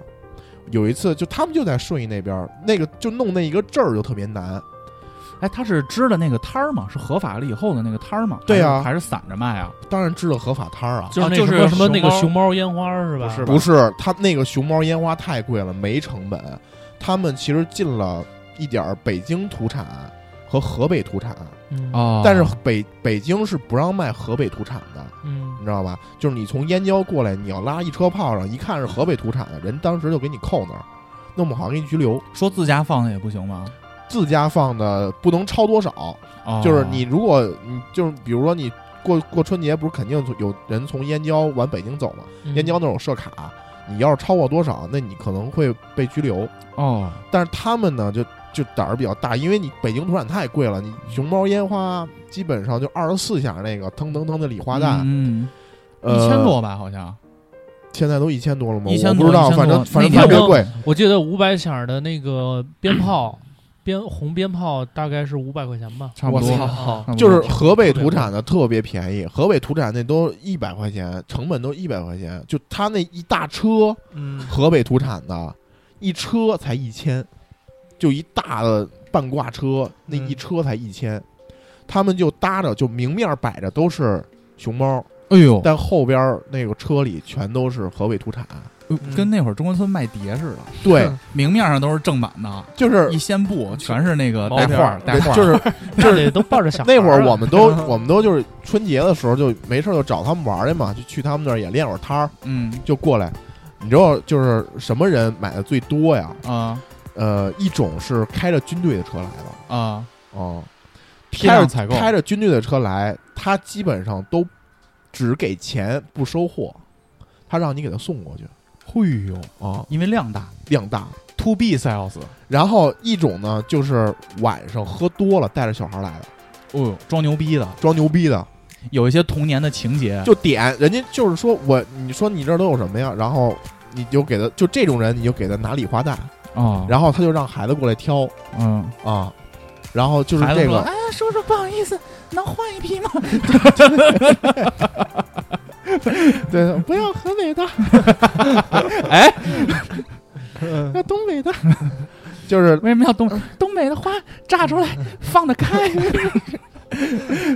[SPEAKER 4] 有一次，就他们就在顺义那边儿，那个就弄那一个证儿就特别难，
[SPEAKER 2] 哎，他是支了那个摊儿吗？是合法了以后的那个摊儿吗？
[SPEAKER 4] 对
[SPEAKER 2] 还
[SPEAKER 4] 啊
[SPEAKER 2] 是还是散着卖啊？
[SPEAKER 4] 当然知道合法摊儿啊，
[SPEAKER 5] 就是那
[SPEAKER 2] 啊就是
[SPEAKER 5] 什么什么那个
[SPEAKER 2] 熊
[SPEAKER 5] 熊猫烟花是吧？
[SPEAKER 3] 不是吧
[SPEAKER 4] 不是他那个熊猫烟花太贵了，没成本。他们其实进了一点儿北京土产和河北土产，
[SPEAKER 3] 啊
[SPEAKER 5] 嗯
[SPEAKER 2] 哦
[SPEAKER 4] 但是北北京是不让卖河北土产的，
[SPEAKER 5] 嗯
[SPEAKER 4] 你知道吧？就是你从燕郊过来，你要拉一车炮仗，一看是河北土产的，人当时就给你扣那儿，弄不好给你拘留。
[SPEAKER 2] 说自家放的也不行吗？
[SPEAKER 4] 自家放的不能超多少，
[SPEAKER 3] 啊
[SPEAKER 2] 哦
[SPEAKER 4] 就是你如果你就是比如说你过过春节，不是肯定有人从燕郊往北京走吗？
[SPEAKER 5] 嗯
[SPEAKER 4] 燕郊那种设卡，你要是超过多少，那你可能会被拘留。
[SPEAKER 2] 哦，
[SPEAKER 4] 但是他们呢，就就胆儿比较大，因为你北京土产太贵了，你熊猫烟花基本上就二十四下那个腾腾腾的礼花弹，
[SPEAKER 2] 嗯，
[SPEAKER 4] 呃
[SPEAKER 2] 一千，多吧，好像
[SPEAKER 4] 现在都一千多了吗？
[SPEAKER 2] 1000
[SPEAKER 4] 我
[SPEAKER 2] 多
[SPEAKER 4] 不知道，
[SPEAKER 2] 1000多
[SPEAKER 4] 反正反正
[SPEAKER 2] 那天
[SPEAKER 4] 特
[SPEAKER 2] 嗯
[SPEAKER 4] 别
[SPEAKER 5] 我
[SPEAKER 4] 贵，
[SPEAKER 5] 我记得五百响的那个鞭炮， 鞭红鞭炮大概是五百块钱吧。
[SPEAKER 2] 差不多
[SPEAKER 4] 我。
[SPEAKER 2] 差不多
[SPEAKER 4] 就是河北土产的特别便宜，河北土产那都一百块钱，成本都一百块钱，就他那一大车
[SPEAKER 3] 嗯
[SPEAKER 4] 河北土产的，一车才一千，就一大的半挂车，那
[SPEAKER 2] 嗯
[SPEAKER 4] 一车才一千，他们就搭着，就明面摆着都是熊猫，
[SPEAKER 2] 哎呦，
[SPEAKER 4] 但后边儿那个车里全都是河北土产。
[SPEAKER 2] 呃
[SPEAKER 4] 嗯
[SPEAKER 2] 跟那会儿中关村卖碟似的，
[SPEAKER 4] 对，
[SPEAKER 2] 明面上都是正版的，
[SPEAKER 4] 就是
[SPEAKER 2] 一掀布全是那个
[SPEAKER 3] 毛
[SPEAKER 2] 带画
[SPEAKER 3] 片
[SPEAKER 2] 儿带画儿，
[SPEAKER 4] 就是
[SPEAKER 5] 那得都抱着小孩
[SPEAKER 4] 那会儿我
[SPEAKER 5] 们
[SPEAKER 4] 们都我们都就是春节的时候就没事儿就找他们玩儿去嘛，就去他们那儿也练会儿摊儿，
[SPEAKER 2] 嗯
[SPEAKER 4] 就过来。你知道就是什么人买的最多呀？
[SPEAKER 2] 啊
[SPEAKER 4] 呃，一种是开着军队的车来的，
[SPEAKER 2] 啊，
[SPEAKER 4] 哦、
[SPEAKER 2] 批
[SPEAKER 4] 开
[SPEAKER 2] 量
[SPEAKER 4] 着
[SPEAKER 2] 采购，
[SPEAKER 4] 开着军队的车来，他基本上都只给钱不收货，他让你给他送过去
[SPEAKER 2] 嘿呦，
[SPEAKER 4] 啊，
[SPEAKER 2] 因为量大
[SPEAKER 4] 量大。
[SPEAKER 2] ，to B sales，
[SPEAKER 4] 然后一种呢，就是晚上喝多了带着小孩来
[SPEAKER 2] 哦
[SPEAKER 4] 的，
[SPEAKER 2] 呦，装牛逼的，
[SPEAKER 4] 装牛逼的，
[SPEAKER 2] 有一些童年的情节，
[SPEAKER 4] 就点人家就是说我，你说你这儿都有什么呀？然后你就给他，就这种人你就给他拿礼花弹，
[SPEAKER 2] 啊，
[SPEAKER 4] 然后他就让孩子过来挑
[SPEAKER 2] 嗯，
[SPEAKER 4] 啊，然后就是
[SPEAKER 2] 孩子
[SPEAKER 4] 嗯这
[SPEAKER 2] 说，
[SPEAKER 4] 个
[SPEAKER 2] 哎，叔叔不好意思，能换一批吗？
[SPEAKER 4] 对，不要河北的，
[SPEAKER 2] 哎，
[SPEAKER 4] 要东北的，就是
[SPEAKER 2] 为什么要东东北的花炸出来放得开？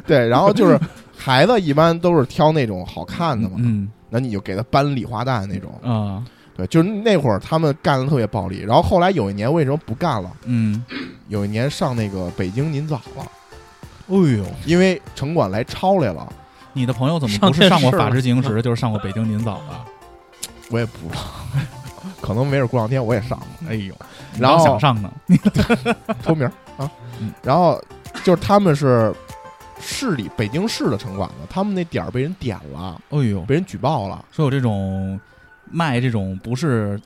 [SPEAKER 4] 对，然后就是 孩子一般都是挑那种好看的嘛，
[SPEAKER 2] 嗯
[SPEAKER 4] 那你就给他搬礼花弹那种，
[SPEAKER 2] 啊，
[SPEAKER 4] 对，就是那会儿他们干的特别暴力，然后后来有一年为什么不干了？
[SPEAKER 2] 嗯，
[SPEAKER 4] 有一年上那个北京您早了，
[SPEAKER 2] 哎呦，
[SPEAKER 4] 因为城管来抄来了，
[SPEAKER 2] 你的朋友怎么
[SPEAKER 5] 上
[SPEAKER 2] 不是上过
[SPEAKER 5] 电视
[SPEAKER 2] 法
[SPEAKER 5] 了
[SPEAKER 2] 制进行 时，就是上过北京您早了？
[SPEAKER 4] 我也不知道， 可能没准过两天我也上了
[SPEAKER 2] 哎呦，
[SPEAKER 4] 然后
[SPEAKER 2] 老想上呢，
[SPEAKER 4] 偷名儿啊
[SPEAKER 2] 嗯，
[SPEAKER 4] 然后就是他们是市里北京市的城管嘛，他们那点儿被人点了，
[SPEAKER 2] 哎呦，
[SPEAKER 4] 被人举报了。
[SPEAKER 2] 说有这种卖这种不是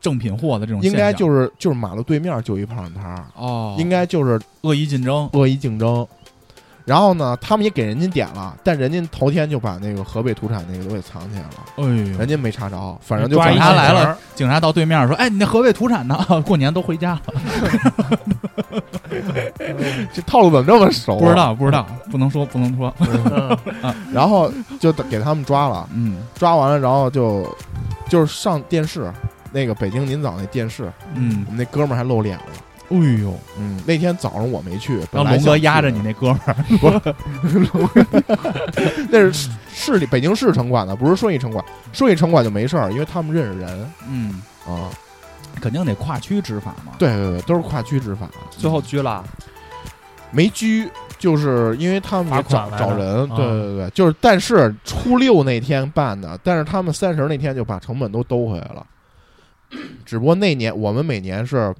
[SPEAKER 2] 正品货的这种现
[SPEAKER 4] 应
[SPEAKER 2] 象，
[SPEAKER 4] 该就是就是马路对面就一胖子摊儿，
[SPEAKER 2] 哦，
[SPEAKER 4] 应该就是
[SPEAKER 2] 恶意竞争，
[SPEAKER 4] 恶意竞争。然后呢，他们也给人家点了，但人家头天就把那个河北土产那个都给藏起来了，
[SPEAKER 2] 哎呦
[SPEAKER 4] 人，家没查着，反正就
[SPEAKER 5] 抓
[SPEAKER 4] 咱
[SPEAKER 2] 哎
[SPEAKER 5] 一
[SPEAKER 2] 警察
[SPEAKER 5] 小
[SPEAKER 2] 来
[SPEAKER 5] 孩
[SPEAKER 2] 了
[SPEAKER 5] 儿，
[SPEAKER 2] 警察到对面说：“哎，你那河北土产呢？ 过年都回家了。
[SPEAKER 4] 这套路怎么这么熟、”啊
[SPEAKER 2] 不知。道，不知道，不能说，不能 说。
[SPEAKER 4] 然后就给他们抓了，
[SPEAKER 2] 嗯
[SPEAKER 4] 抓完了，然后就就是上电视，那个北京您早那电视，
[SPEAKER 2] 嗯
[SPEAKER 4] 我，们那哥们儿还露脸了。
[SPEAKER 2] 哎呦，
[SPEAKER 4] 嗯，那天早上我没去，本
[SPEAKER 2] 让
[SPEAKER 4] 来
[SPEAKER 2] 龙哥
[SPEAKER 4] 想去
[SPEAKER 2] 压着
[SPEAKER 4] 的
[SPEAKER 2] 你，那哥们儿，
[SPEAKER 4] 那是市市里北京市城管的，不是顺义城管。顺义城管就没事儿，因为他们认识人
[SPEAKER 2] 嗯，
[SPEAKER 4] 啊。
[SPEAKER 2] 肯定得跨区执法嘛。
[SPEAKER 4] 对对对，都是跨区执法，
[SPEAKER 3] 最后拘了，
[SPEAKER 4] 没拘，就是因为他们
[SPEAKER 5] 罚
[SPEAKER 4] 也
[SPEAKER 5] 款
[SPEAKER 4] 找
[SPEAKER 5] 来
[SPEAKER 4] 找
[SPEAKER 5] 着
[SPEAKER 4] 人，
[SPEAKER 5] 啊
[SPEAKER 4] 对对对，就是但是初六那天办的，但是他们三十那天就把成本都兜回来了，只不过那年我们每年是。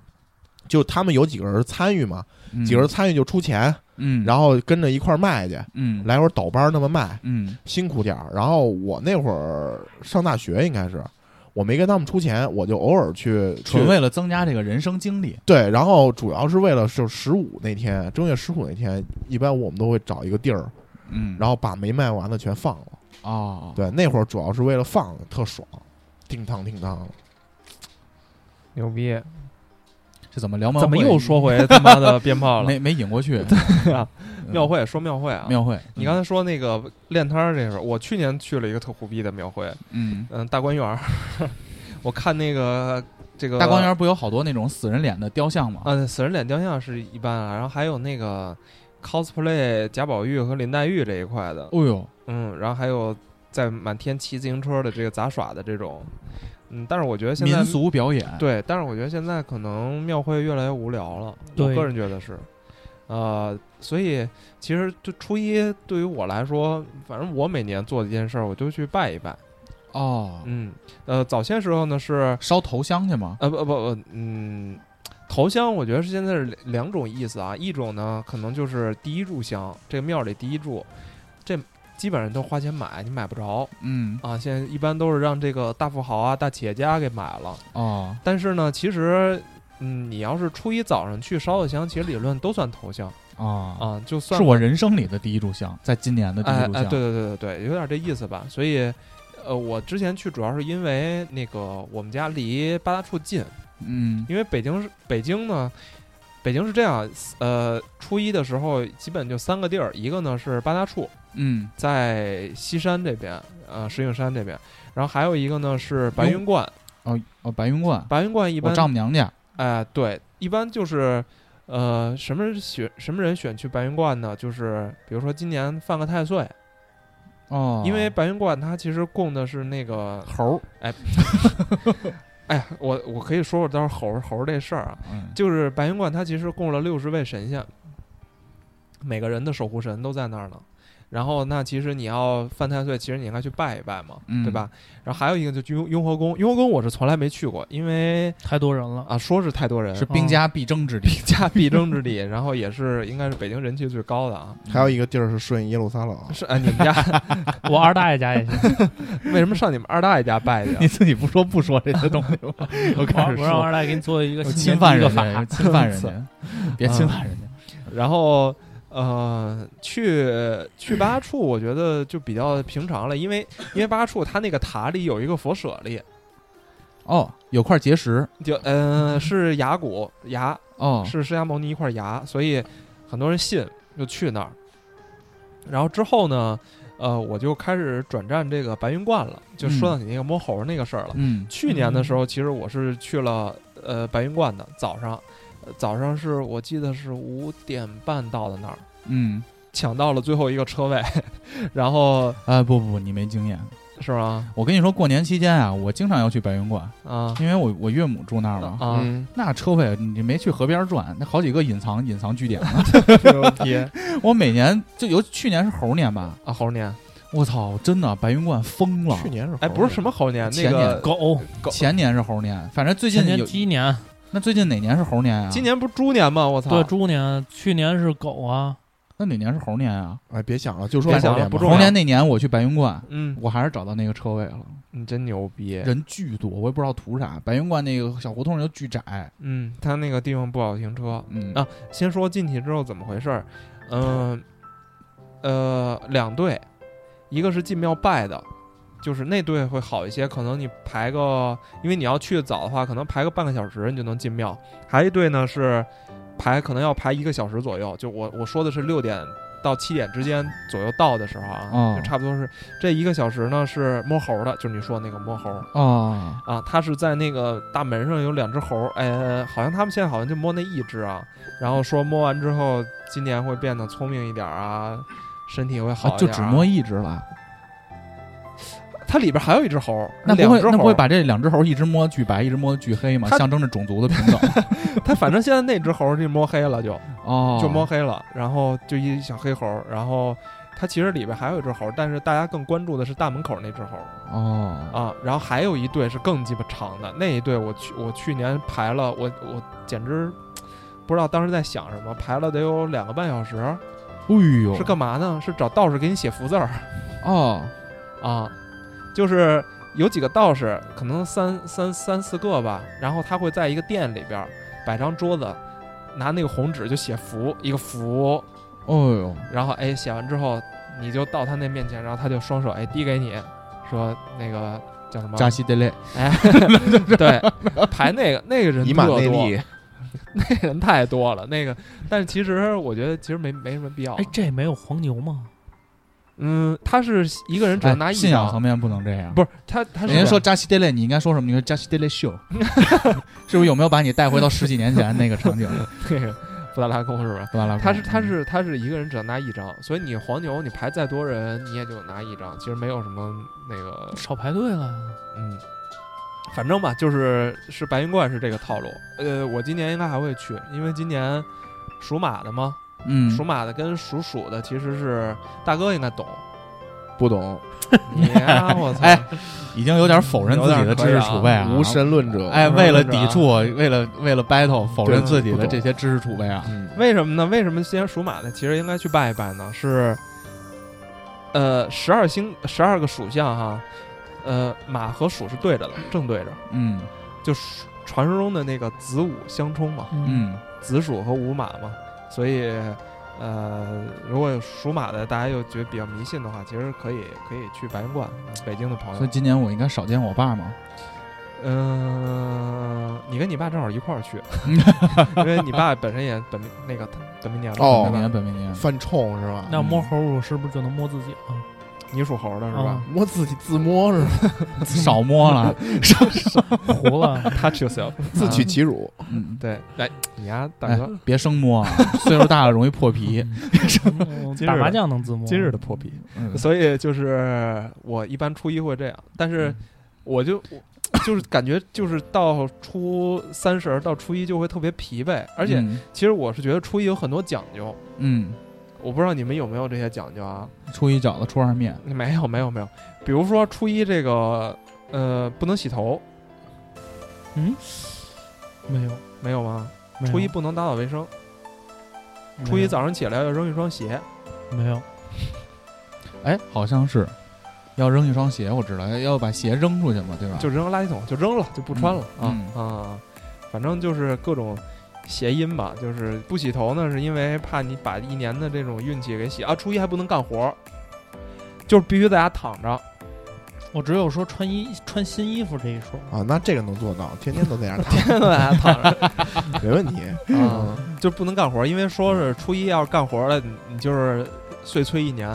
[SPEAKER 4] 就他们有几个人参与嘛，
[SPEAKER 2] 嗯，
[SPEAKER 4] 几个人参与就出钱，
[SPEAKER 2] 嗯，
[SPEAKER 4] 然后跟着一块儿卖去，
[SPEAKER 2] 嗯，
[SPEAKER 4] 来回倒班儿那么卖，
[SPEAKER 2] 嗯
[SPEAKER 4] 辛苦点儿。然后我那会儿上大学应该是，我没跟他们出钱，我就偶尔去
[SPEAKER 2] 纯
[SPEAKER 4] 去
[SPEAKER 2] 为了增加这个人生经历。
[SPEAKER 4] 对，然后主要是为了就是十五那天，正月十五那天，一般我们都会找一个地儿，
[SPEAKER 2] 嗯，
[SPEAKER 4] 然后把没卖完的全放了。
[SPEAKER 2] 后哦，
[SPEAKER 4] 对，那会儿主要是为了放，特爽，叮当叮当。
[SPEAKER 3] 牛逼！
[SPEAKER 2] 这怎么聊？
[SPEAKER 3] 怎么又说 回他妈的鞭炮了？啊
[SPEAKER 2] 没没引过去？嗯
[SPEAKER 3] 庙会说庙会啊，
[SPEAKER 2] 庙会，
[SPEAKER 3] 你刚才说那个练摊儿这事儿，我去年去了一个特虎逼的庙会，
[SPEAKER 2] 嗯，
[SPEAKER 3] 嗯，大观园儿， 我看那个这个
[SPEAKER 2] 大观园不有好多那种死人脸的雕像吗？
[SPEAKER 3] 啊，死人脸雕像是一般啊，然后还有那个 cosplay 贾宝玉和林黛玉这一块的，
[SPEAKER 2] 哦呦，
[SPEAKER 3] 嗯，然后还有在满天骑自行车的这个杂耍的这种，嗯，但是我觉得现在
[SPEAKER 2] 民俗表演，
[SPEAKER 3] 对，但是我觉得现在可能庙会越来越无聊了，我
[SPEAKER 5] 对
[SPEAKER 3] 个人觉得是，呃，所以其实就初一对于我来说，反正我每年做的一件事儿，我就去拜一拜，
[SPEAKER 2] 哦，
[SPEAKER 3] 嗯，呃，早些时候呢是，
[SPEAKER 2] 烧头香去吗？
[SPEAKER 3] 呃不不不，嗯。头香，我觉得是现在是两两种意思啊，一种呢可能就是第一炷香，这个庙里第一炷，这基本上都花钱买，你买不着
[SPEAKER 2] 嗯，
[SPEAKER 3] 啊。现在一般都是让这个大富豪啊、大企业家给买了，
[SPEAKER 2] 哦，
[SPEAKER 3] 但是呢，其实，嗯，你要是初一早上去烧的香，其实理论都算头香
[SPEAKER 2] 哦，
[SPEAKER 3] 啊，就算
[SPEAKER 2] 是我人生里的第一炷香，在今年的第一
[SPEAKER 3] 哎
[SPEAKER 2] 炷
[SPEAKER 3] 哎，
[SPEAKER 2] 香。
[SPEAKER 3] 对对对对对，有点这意思吧。所以，呃，我之前去主要是因为那个我们家离八大处近，
[SPEAKER 2] 嗯，
[SPEAKER 3] 因为北京是北京呢，北京是这样，呃，初一的时候基本就三个地儿，一个呢是八大处，
[SPEAKER 2] 嗯，
[SPEAKER 3] 在西山这边，呃，石景山这边，然后还有一个呢是白云观，
[SPEAKER 2] 哦哦，白云观，
[SPEAKER 3] 白云观一
[SPEAKER 2] 我
[SPEAKER 3] 般
[SPEAKER 2] 丈母娘家。
[SPEAKER 3] 哎，对，一般就是，呃，什么人选什么人选去白云观呢？就是比如说今年犯个太岁，
[SPEAKER 2] 哦，
[SPEAKER 3] 因为白云观它其实供的是那个，
[SPEAKER 2] 猴儿，
[SPEAKER 3] 哎呀，我我可以说说到时候猴猴儿这事儿啊，
[SPEAKER 2] 嗯，
[SPEAKER 3] 就是白云观它其实供了六十位神仙，每个人的守护神都在那儿呢。然后，那其实你要犯太岁，其实你应该去拜一拜嘛，对
[SPEAKER 2] 嗯
[SPEAKER 3] 吧？然后还有一个就是雍雍和宫，雍和宫我是从来没去过，因为
[SPEAKER 5] 太多人了，
[SPEAKER 3] 啊，说是太多人，
[SPEAKER 2] 是兵家必争之地。
[SPEAKER 3] 嗯家必争之地， 然后也是应该是北京人气最高的啊。
[SPEAKER 4] 还有一个地儿是顺义耶路撒冷，
[SPEAKER 3] 是哎，你们家
[SPEAKER 5] 我二大爷家也行，
[SPEAKER 3] 为什么上你们二大爷家拜去啊
[SPEAKER 2] 你？自己不说不说这些东 西吗？我开始
[SPEAKER 5] 我我让
[SPEAKER 2] 说
[SPEAKER 5] 我二大爷给你做一个
[SPEAKER 2] 有
[SPEAKER 5] 新
[SPEAKER 2] 侵
[SPEAKER 5] 年
[SPEAKER 2] 犯
[SPEAKER 5] 第一
[SPEAKER 2] 人
[SPEAKER 5] 个
[SPEAKER 2] 家，有嗯
[SPEAKER 5] 法，
[SPEAKER 2] 侵犯人家，别侵犯人家。
[SPEAKER 3] 然后呃，去去八处，我觉得就比较平常了，因为因为八处它那个塔里有一个佛舍利，
[SPEAKER 2] 哦，有块结石
[SPEAKER 3] 就嗯、呃、是崖骨崖，
[SPEAKER 2] 哦，
[SPEAKER 3] 是释迦牟尼一块崖，所以很多人信就去那儿。然后之后呢，呃，我就开始转战这个白云观了，就说到你那个摸猴那个事儿了。
[SPEAKER 2] 嗯
[SPEAKER 3] 去年的时候，其实我是去了呃白云观的，早上，呃早上是我记得是五点半到的那儿，
[SPEAKER 2] 嗯，
[SPEAKER 3] 抢到了最后一个车位， 然后
[SPEAKER 2] 啊不不不，你没经验。
[SPEAKER 3] 是吗？
[SPEAKER 2] 我跟你说，过年期间啊，我经常要去白云观，
[SPEAKER 3] 啊
[SPEAKER 2] 因为我我岳母住那儿嘛。
[SPEAKER 5] 哦
[SPEAKER 3] 啊，
[SPEAKER 4] 嗯
[SPEAKER 2] 那车位你没去河边转，那好几个隐藏隐藏据点呢。
[SPEAKER 3] 牛 逼啊！
[SPEAKER 2] 我每年就由去年是猴年吧，
[SPEAKER 3] 猴年，
[SPEAKER 2] 我操，真的白云观疯了。
[SPEAKER 4] 去年是
[SPEAKER 3] 哎，不是什么猴年，那
[SPEAKER 2] 前
[SPEAKER 3] 个
[SPEAKER 2] 年
[SPEAKER 5] 狗，
[SPEAKER 3] 狗
[SPEAKER 2] 前年是猴年，反正最
[SPEAKER 5] 前
[SPEAKER 2] 近
[SPEAKER 5] 年
[SPEAKER 2] 有
[SPEAKER 5] 鸡年，
[SPEAKER 2] 那最近哪年是猴年啊？
[SPEAKER 3] 今年不是猪年吗？我操！
[SPEAKER 5] 对，猪年，去年是狗啊，
[SPEAKER 2] 那哪年是猴年啊？
[SPEAKER 4] 哎，别想了，就说
[SPEAKER 3] 别想
[SPEAKER 4] 猴年
[SPEAKER 3] 了不
[SPEAKER 4] 吧
[SPEAKER 3] 重
[SPEAKER 2] 猴
[SPEAKER 3] 要
[SPEAKER 2] 年那年我去白云观，
[SPEAKER 3] 嗯，
[SPEAKER 2] 我还是找到那个车位了，
[SPEAKER 3] 你真牛逼。
[SPEAKER 2] 人巨多，我也不知道图啥。白云观那个小胡同又巨窄，
[SPEAKER 3] 嗯，他那个地方不好停车。
[SPEAKER 2] 嗯
[SPEAKER 3] 啊先说进去之后怎么回事儿，嗯、呃，两队，一个是进庙拜的，就是那队会好一些，可能你排个，因为你要去早的话，可能排个半个小时你就能进庙。还有一队呢是排可能要排一个小时左右，就我我说的是六点到七点之间左右到的时候啊，
[SPEAKER 2] 哦
[SPEAKER 3] 就差不多是这一个小时呢是摸猴的，就是你说那个摸猴。
[SPEAKER 2] 啊，
[SPEAKER 3] 啊，他是在那个大门上有两只猴儿，哎，好像他们现在好像就摸那一只啊，然后说摸完之后今年会变得聪明一点儿啊，身体会好一
[SPEAKER 2] 啊就
[SPEAKER 3] 点、啊
[SPEAKER 2] 只摸，一只了，
[SPEAKER 3] 它里边还有一只猴儿，
[SPEAKER 2] 那不
[SPEAKER 3] 两
[SPEAKER 2] 会
[SPEAKER 3] 只
[SPEAKER 2] 那不
[SPEAKER 3] 猴
[SPEAKER 2] 会
[SPEAKER 3] 儿，
[SPEAKER 2] 把这两只猴一只摸巨白，一只摸巨黑吗？
[SPEAKER 3] 它
[SPEAKER 2] 象征着种族的 平等
[SPEAKER 3] 它反正现在那只猴儿就摸黑了就，
[SPEAKER 2] 哦，
[SPEAKER 3] 就摸黑了，然后就一小黑猴儿，然后它其实里边还有一只猴儿，但是大家更关注的是大门口那只猴儿
[SPEAKER 2] 哦
[SPEAKER 3] 啊，然后还有一队是更鸡巴长的，那一队我去我去年排了，我我简直。不知道当时在想什么，排了得有两个半小时，
[SPEAKER 2] 哎呦
[SPEAKER 3] 是干嘛呢？是找道士给你写福字儿
[SPEAKER 2] 哦
[SPEAKER 3] 啊，就是有几个道士，可能三三三四个吧，然后他会在一个店里边儿摆张桌子，拿那个红纸就写福，一个福，
[SPEAKER 2] 哦呦
[SPEAKER 3] 然后哎写完之后你就到他那面前，然后他就双手哎递给你，说那个叫什么？
[SPEAKER 2] 扎西德勒
[SPEAKER 3] 哎，对，排那个那个人
[SPEAKER 4] 以马
[SPEAKER 3] 特
[SPEAKER 4] 内
[SPEAKER 3] 多，
[SPEAKER 4] 利，
[SPEAKER 3] 那人太多了，那个，但是其实我觉得其实没没什么必要
[SPEAKER 5] 哎，，这没有黄牛吗？
[SPEAKER 3] 嗯，他是一个人只能拿
[SPEAKER 2] 哎
[SPEAKER 3] 一
[SPEAKER 2] 信仰
[SPEAKER 3] 张
[SPEAKER 2] 层。面不能这样。
[SPEAKER 3] 不是他，他是
[SPEAKER 2] 人家说扎西德勒，你应该说什么？你说扎西德勒秀， 是不是有没有把你带回到十几年前那个场景？
[SPEAKER 3] 那个布达拉宫是吧？
[SPEAKER 2] 完了，
[SPEAKER 3] 他是他是他是一个人只能拿一张，所以你黄牛你排再多人你也就拿一张，其实没有什么那个
[SPEAKER 5] 少排队了，
[SPEAKER 3] 嗯，反正吧，就是是白云观是这个套路。呃，我今年应该还会去，因为今年属马的嘛，
[SPEAKER 2] 嗯
[SPEAKER 3] 属马的跟属鼠的其实是大哥应该 懂。
[SPEAKER 4] 不懂，
[SPEAKER 3] 你呀、我操！
[SPEAKER 2] 哎已经有点否认自己的知识储备啊，
[SPEAKER 4] 无神论者。
[SPEAKER 2] 哎，
[SPEAKER 3] 无神
[SPEAKER 2] 为
[SPEAKER 3] 论者啊
[SPEAKER 2] 了抵触，为了为了 battle，否认
[SPEAKER 4] 对
[SPEAKER 2] 自己
[SPEAKER 4] 不
[SPEAKER 2] 的
[SPEAKER 4] 懂
[SPEAKER 2] 这些知识储备啊，
[SPEAKER 4] 嗯，
[SPEAKER 3] 为什么呢？为什么今年属马的其实应该去拜一拜呢？是，呃，十二星十二个属相哈，呃，马和鼠是对着的，正对着。
[SPEAKER 2] 嗯
[SPEAKER 3] 就是传说中的那个子午相冲嘛，
[SPEAKER 2] 嗯，
[SPEAKER 3] 子鼠和午马嘛，所以呃，如果有属马的大家又觉得比较迷信的话，其实可以可以去白云观，呃北京的朋
[SPEAKER 2] 所以
[SPEAKER 3] 友，
[SPEAKER 2] 今年我应该少见我爸嘛，
[SPEAKER 3] 嗯、你跟你爸正好一块儿去，因为你爸本身也本命那个本命年嘛，
[SPEAKER 4] 哦
[SPEAKER 2] 本命
[SPEAKER 3] 对吧？
[SPEAKER 2] 年本命年，
[SPEAKER 4] 犯冲是吧？
[SPEAKER 5] 那摸猴我是不是就能摸自己了？
[SPEAKER 3] 你属猴的是吧
[SPEAKER 5] 啊
[SPEAKER 4] 摸自己自摸是吧？
[SPEAKER 2] 少摸了，
[SPEAKER 5] 糊了，
[SPEAKER 3] ？Touch yourself，
[SPEAKER 4] 自取其辱。
[SPEAKER 2] 嗯，
[SPEAKER 3] 对，来你呀、大
[SPEAKER 2] 哎
[SPEAKER 3] 哥，，
[SPEAKER 2] 别生摸啊，岁数大了容易破皮，
[SPEAKER 5] 嗯打麻将能自摸，
[SPEAKER 3] 的破皮，
[SPEAKER 2] 嗯
[SPEAKER 3] 所以就是我一般初一会这样，但是。我就我就是感觉就是到初三十儿到初一就会特别疲惫，而且
[SPEAKER 2] 嗯
[SPEAKER 3] 其实我是觉得初一有很多讲究，
[SPEAKER 2] 嗯，
[SPEAKER 3] 我不知道你们有没有这些讲究啊？
[SPEAKER 2] 初一饺子，初二面，
[SPEAKER 3] 没有没有没有，比如说初一这个呃不能洗头，
[SPEAKER 5] 没有，
[SPEAKER 3] 没有吗？
[SPEAKER 5] 没有
[SPEAKER 3] 初一不能打扫卫生，
[SPEAKER 5] 没有啊
[SPEAKER 3] 初一早上起来要扔一双鞋，
[SPEAKER 5] 没有，
[SPEAKER 2] 哎，好像是要扔一双鞋，我知道要把鞋扔出去嘛，对吧？
[SPEAKER 5] 嗯
[SPEAKER 3] 就扔垃圾桶就扔了就不穿了啊
[SPEAKER 2] 嗯
[SPEAKER 3] 啊，反正就是各种谐音吧，就是不洗头呢，是因为怕你把一年的这种运气给洗啊。初一还不能干活儿，就是必须在家躺 着。
[SPEAKER 5] 我只有说穿衣穿新衣服这一说，
[SPEAKER 4] 啊，那这个能做到，天天都在家
[SPEAKER 3] 天
[SPEAKER 4] 躺，
[SPEAKER 3] 天都在家躺着
[SPEAKER 4] 没问 题。
[SPEAKER 5] 嗯
[SPEAKER 3] 啊，就不能干活，因为说是初一要是干活了，你你就是碎催一年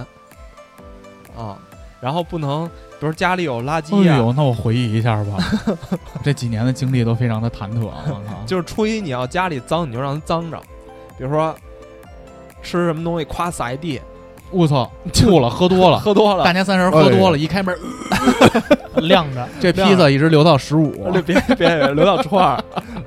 [SPEAKER 3] 啊。然后不能，比如家里有垃
[SPEAKER 2] 哎
[SPEAKER 5] 哦
[SPEAKER 3] 圾啊呀、
[SPEAKER 2] 呦，那我回忆一下吧，这几年的经历都非常的忐忑啊，我靠，
[SPEAKER 3] 就是初一你要家里脏，你就让它脏着，比如说吃什么东西夸撒一地，
[SPEAKER 2] 我操，吐了，喝多了。
[SPEAKER 3] 喝多了
[SPEAKER 2] 大，年三十喝多了，一开门，呃
[SPEAKER 5] 晾
[SPEAKER 4] 嗯
[SPEAKER 5] 着。
[SPEAKER 2] 这
[SPEAKER 4] 啊
[SPEAKER 2] 披萨一直留到十五
[SPEAKER 3] 别，别别留到初二，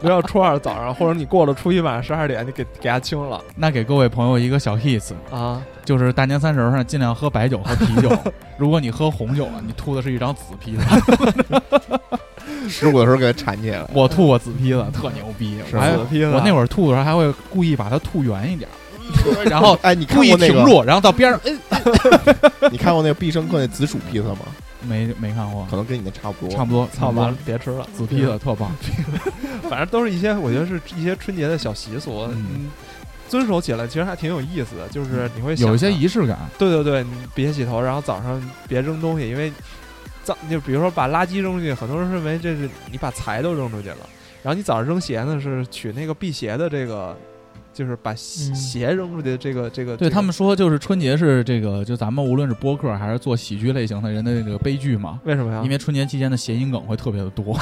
[SPEAKER 3] 留到初二早上，或者你过了初一晚上十二点，你给给它清了
[SPEAKER 2] 那给各位朋友一个小 hits，
[SPEAKER 3] 啊。
[SPEAKER 2] 就是大年三十儿上尽量喝白酒和啤 酒。如果你喝红酒了，啊你吐的是一张紫披萨。
[SPEAKER 4] 十五的时候给它缠起 来了，
[SPEAKER 2] 我吐过紫披萨，特牛逼。
[SPEAKER 4] 是
[SPEAKER 2] 我还
[SPEAKER 3] 紫披萨啊
[SPEAKER 2] 我那会儿吐的时候还会故意把它吐圆一点儿，然后
[SPEAKER 4] 哎，你看
[SPEAKER 2] 故意
[SPEAKER 4] 过那
[SPEAKER 2] 停
[SPEAKER 4] 个？
[SPEAKER 2] 住，然后到边上，哎，
[SPEAKER 4] 你看过那个必胜客那紫薯披萨吗？
[SPEAKER 2] 没没看过
[SPEAKER 4] 可，能跟你那差不多。
[SPEAKER 2] 差不多，
[SPEAKER 3] 操
[SPEAKER 2] 差不
[SPEAKER 3] 完
[SPEAKER 2] 多
[SPEAKER 3] 了。，别吃了，
[SPEAKER 2] 紫披萨特棒，
[SPEAKER 3] 嗯反正都是一些，我觉得是一些春节的小习俗，
[SPEAKER 2] 嗯
[SPEAKER 3] 嗯，遵守起来其实还挺有意思的。就是你会想
[SPEAKER 2] 有一些
[SPEAKER 3] 到
[SPEAKER 2] 仪式感。
[SPEAKER 3] 对对对，你别洗头，然后早上别扔东西，因为脏就比如说把垃圾扔出去，很多人认为这是你把财都扔出去了，然后你早上扔鞋呢是取那个辟邪的这个，就是把鞋
[SPEAKER 5] 嗯
[SPEAKER 3] 鞋扔出去的这个这个。
[SPEAKER 2] 对
[SPEAKER 3] 这个
[SPEAKER 2] 他们说，就是春节是这个，就咱们无论是播客还是做喜剧类型的人的这个悲剧嘛，
[SPEAKER 3] 为什
[SPEAKER 4] 啊
[SPEAKER 3] 么呀？
[SPEAKER 2] 因为春节期间的谐音梗会特别的多。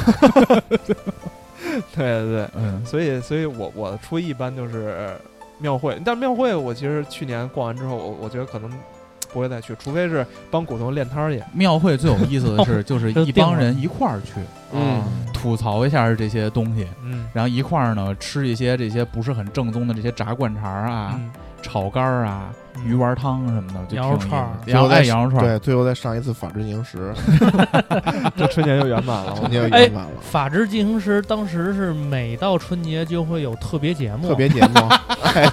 [SPEAKER 3] 对对对，
[SPEAKER 2] 嗯，
[SPEAKER 3] 所以所以我我初一一般就是庙会，但庙会我其实去年逛完之后，我我觉得可能不会再去，除非是帮股东练摊儿去。
[SPEAKER 2] 庙会最有意思的 是，就是一帮人一块儿去
[SPEAKER 3] 嗯
[SPEAKER 2] 吐槽一下这些东西，
[SPEAKER 3] 嗯
[SPEAKER 2] 然后一块儿呢吃一些这些不是很正宗的这些炸灌肠儿啊、
[SPEAKER 3] 嗯
[SPEAKER 2] 炒肝儿啊、
[SPEAKER 3] 嗯
[SPEAKER 2] 鱼丸汤什么的，就挺有意思
[SPEAKER 5] 羊肉串儿
[SPEAKER 2] 然后
[SPEAKER 4] 最后再
[SPEAKER 2] 哎羊肉串儿，
[SPEAKER 4] 对，最后再上一次法制进行时，
[SPEAKER 3] 啊这春节就圆满了。我
[SPEAKER 4] 肯定
[SPEAKER 5] 哎
[SPEAKER 4] 圆满了。
[SPEAKER 5] 法制进行时当时是每到春节就会有特别节目，
[SPEAKER 4] 特别啊节目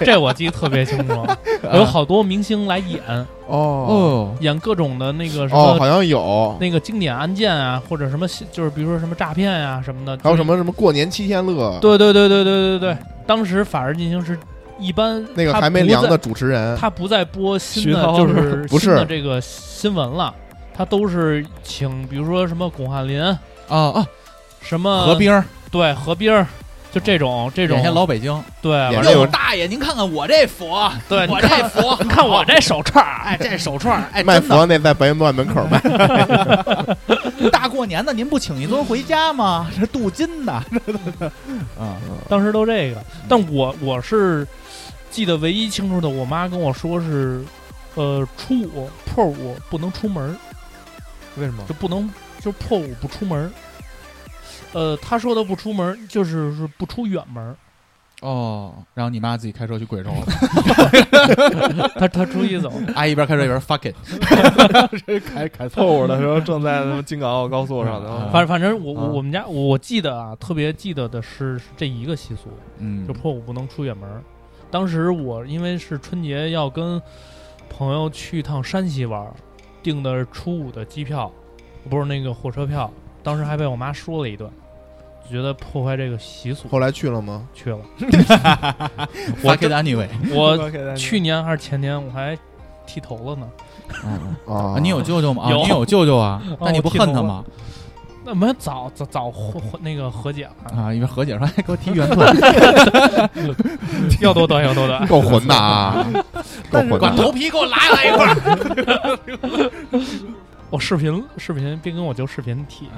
[SPEAKER 5] 这我记得特别清 楚，有好多明星来演，
[SPEAKER 4] 哦
[SPEAKER 2] 哦，
[SPEAKER 5] 演各种的那个什
[SPEAKER 4] 哦，
[SPEAKER 5] 么
[SPEAKER 4] 好像有，
[SPEAKER 5] 嗯那个经典案件啊，或者什么就是比如说什么诈骗啊什么的，
[SPEAKER 4] 还有什？么什么过年七天乐，
[SPEAKER 5] 对对对对对对对，当时法制进行时一般
[SPEAKER 4] 那个
[SPEAKER 5] 他
[SPEAKER 4] 还没
[SPEAKER 5] 不
[SPEAKER 4] 凉
[SPEAKER 5] 在
[SPEAKER 4] 的主持人，
[SPEAKER 5] 他不再播新
[SPEAKER 3] 徐
[SPEAKER 5] 的，
[SPEAKER 3] 涛
[SPEAKER 5] 就是
[SPEAKER 4] 不
[SPEAKER 5] 新的
[SPEAKER 4] 是
[SPEAKER 5] 这个新闻了，他都是请，比如说什么巩汉林，
[SPEAKER 2] 啊
[SPEAKER 5] 什
[SPEAKER 2] 啊，
[SPEAKER 5] 么
[SPEAKER 2] 河冰儿，
[SPEAKER 5] 对河滨儿，就这种呃这种
[SPEAKER 2] 演些老北京，
[SPEAKER 5] 对，
[SPEAKER 4] 演
[SPEAKER 5] 完
[SPEAKER 4] 那
[SPEAKER 5] 了
[SPEAKER 4] 种
[SPEAKER 2] 大爷，您看看我这佛，
[SPEAKER 5] 对，你
[SPEAKER 2] 我这
[SPEAKER 5] 看
[SPEAKER 2] 佛，
[SPEAKER 5] 你看我这手串儿，啊
[SPEAKER 2] 哎，这手串儿，哎，
[SPEAKER 4] 卖
[SPEAKER 2] 真的，
[SPEAKER 4] 佛那在白云观门口卖，
[SPEAKER 2] 哎大过年的您不请一尊回家吗？ 这镀金的，啊，
[SPEAKER 5] 当时都这个，但我我是记得唯一清楚的，我妈跟我说是，呃，初五破五不能出门儿，
[SPEAKER 3] 为什么？
[SPEAKER 5] 就不能就破五不出门儿。呃，她说的不出门儿就是是不出远门儿，
[SPEAKER 2] 哦，然后你妈自己开车去贵州，
[SPEAKER 5] 她她初一 走，
[SPEAKER 2] 阿姨一边开车一边 fuck it，
[SPEAKER 4] 开开
[SPEAKER 3] 破五的时候正在他妈京港澳高速上呢。
[SPEAKER 5] 反反正我
[SPEAKER 3] 啊
[SPEAKER 5] 我我们家我记得啊，特别记得的是这一个习俗，
[SPEAKER 2] 嗯
[SPEAKER 5] 就破五不能出远门儿。当时我因为是春节要跟朋友去一趟山西玩儿，订的是初五的机票，不是那个火车票。当时还被我妈说了一顿，觉得破坏这个习俗
[SPEAKER 4] 后来去了吗？
[SPEAKER 5] 去了。我
[SPEAKER 2] fuck it anyway，
[SPEAKER 3] 嗯
[SPEAKER 5] 我
[SPEAKER 3] 我
[SPEAKER 5] 去年还是前年我还剃头了呢，
[SPEAKER 2] 嗯
[SPEAKER 4] 啊
[SPEAKER 2] 啊，你有舅舅吗？啊，
[SPEAKER 5] 有
[SPEAKER 2] 你有舅舅啊？那你
[SPEAKER 5] 我
[SPEAKER 2] 不
[SPEAKER 5] 剃
[SPEAKER 2] 恨
[SPEAKER 5] 头
[SPEAKER 2] 他
[SPEAKER 5] 了
[SPEAKER 2] 吗？
[SPEAKER 5] 那没早早早和和那个和解 了，
[SPEAKER 2] 啊，一边和解说，哎，给我剃 圆寸，
[SPEAKER 5] 要多短要多短。
[SPEAKER 4] 够混的啊，够混
[SPEAKER 2] 管
[SPEAKER 4] 的。
[SPEAKER 2] 头皮给我拉来一块儿。
[SPEAKER 5] 我视频视频边跟我舅视频剃，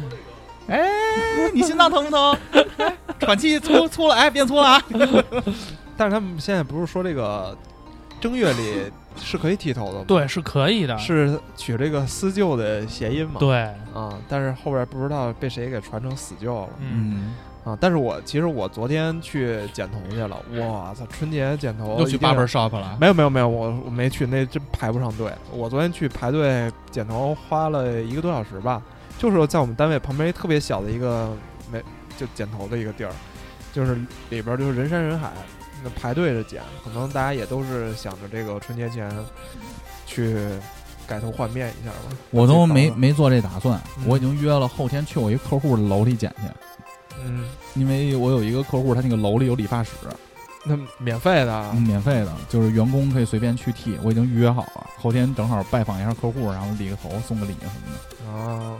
[SPEAKER 2] 哎，你心脏疼不 疼？喘气粗粗了，哎，变粗了啊！
[SPEAKER 3] 但是他们现在不是说这个正月里是可以剃头的吗？，
[SPEAKER 5] 对，是可以的，
[SPEAKER 3] 是取这个思旧的谐音嘛？
[SPEAKER 5] 对，
[SPEAKER 3] 啊、但是后边不知道被谁给传成死旧了
[SPEAKER 5] 嗯，
[SPEAKER 2] 嗯，
[SPEAKER 3] 啊！但是我其实我昨天去剪头去了，我操，春节剪头
[SPEAKER 2] 又去
[SPEAKER 3] 一定
[SPEAKER 2] barber shop 了。
[SPEAKER 3] 没有没有没有，我我没去，那真排不上队。我昨天去排队剪头花了一个多小时吧，就是在我们单位旁边一特别小的一个没就剪头的一个地儿，就是里边就是人山人海，那排队着剪，可能大家也都是想着这个春节前去改头换面一下吧。
[SPEAKER 2] 我都没
[SPEAKER 3] 自己
[SPEAKER 2] 没做这打算，
[SPEAKER 3] 嗯
[SPEAKER 2] 我已经约了后天去我一客户的楼里剪去。
[SPEAKER 3] 嗯，
[SPEAKER 2] 因为我有一个客户，他那个楼里有理发室，
[SPEAKER 3] 那免费的啊
[SPEAKER 2] 嗯，免费的，就是员工可以随便去剃，我已经预约好了，后天正好拜访一下客户，然后理个头，送个礼什么的。
[SPEAKER 3] 哦，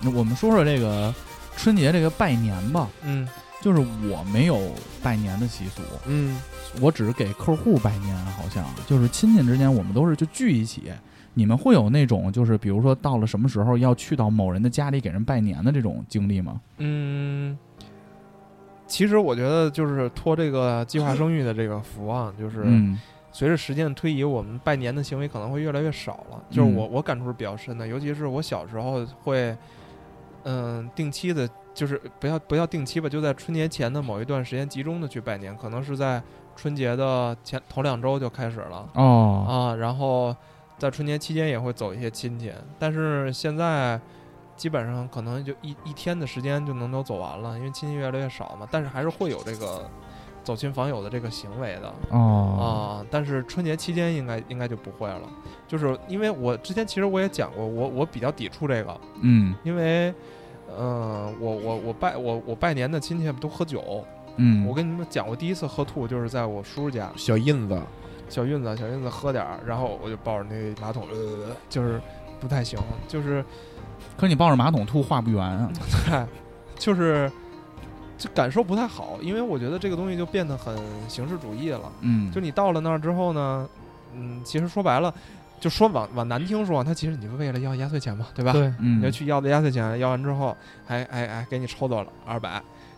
[SPEAKER 2] 那我们说说这个春节这个拜年吧，
[SPEAKER 3] 嗯
[SPEAKER 2] 就是我没有拜年的习俗，
[SPEAKER 4] 嗯，
[SPEAKER 2] 我只是给客户拜年，好像就是亲戚之间我们都是就聚一起。你们会有那种就是比如说到了什么时候要去到某人的家里给人拜年的这种经历吗？
[SPEAKER 3] 嗯。其实我觉得，就是托这个计划生育的这个福啊，就是
[SPEAKER 2] 嗯
[SPEAKER 3] 随着时间的推移，我们拜年的行为可能会越来越少了。就是我我感触是比较深的，尤其是我小时候会，嗯、定期的，就是不要不要定期吧，就在春节前的某一段时间集中的去拜年，可能是在春节的前头两周就开始了
[SPEAKER 2] 哦
[SPEAKER 3] 啊，然后在春节期间也会走一些亲戚，但是现在。基本上可能就一一天的时间就能都走完了，因为亲戚越来越少嘛。但是还是会有这个走亲访友的这个行为的。
[SPEAKER 2] 哦
[SPEAKER 3] 啊，但是春节期间应该应该就不会了，就是因为我之前其实我也讲过，我我比较抵触这个，
[SPEAKER 2] 嗯
[SPEAKER 3] 因为，呃，我我我拜我我拜年的亲戚都喝酒，
[SPEAKER 2] 嗯，
[SPEAKER 3] 我跟你们讲，我第一次喝吐就是在我叔叔家，
[SPEAKER 4] 小印子，
[SPEAKER 3] 小韵子小韵子喝点儿，然后我就抱着那马桶，呃，就是不太行， 就是
[SPEAKER 2] 可是你抱着马桶吐画不圆 啊。
[SPEAKER 3] 嗨，就是就感受不太好，因为我觉得这个东西就变得很形式主义了。
[SPEAKER 2] 嗯，
[SPEAKER 3] 就你到了那儿之后呢，嗯，其实说白了，就说往往难听说啊，他其实你为了要压岁钱嘛，对吧？
[SPEAKER 5] 对，
[SPEAKER 2] 嗯
[SPEAKER 3] 你要去要的压岁钱，要完之后，还还还给你抽走了二百，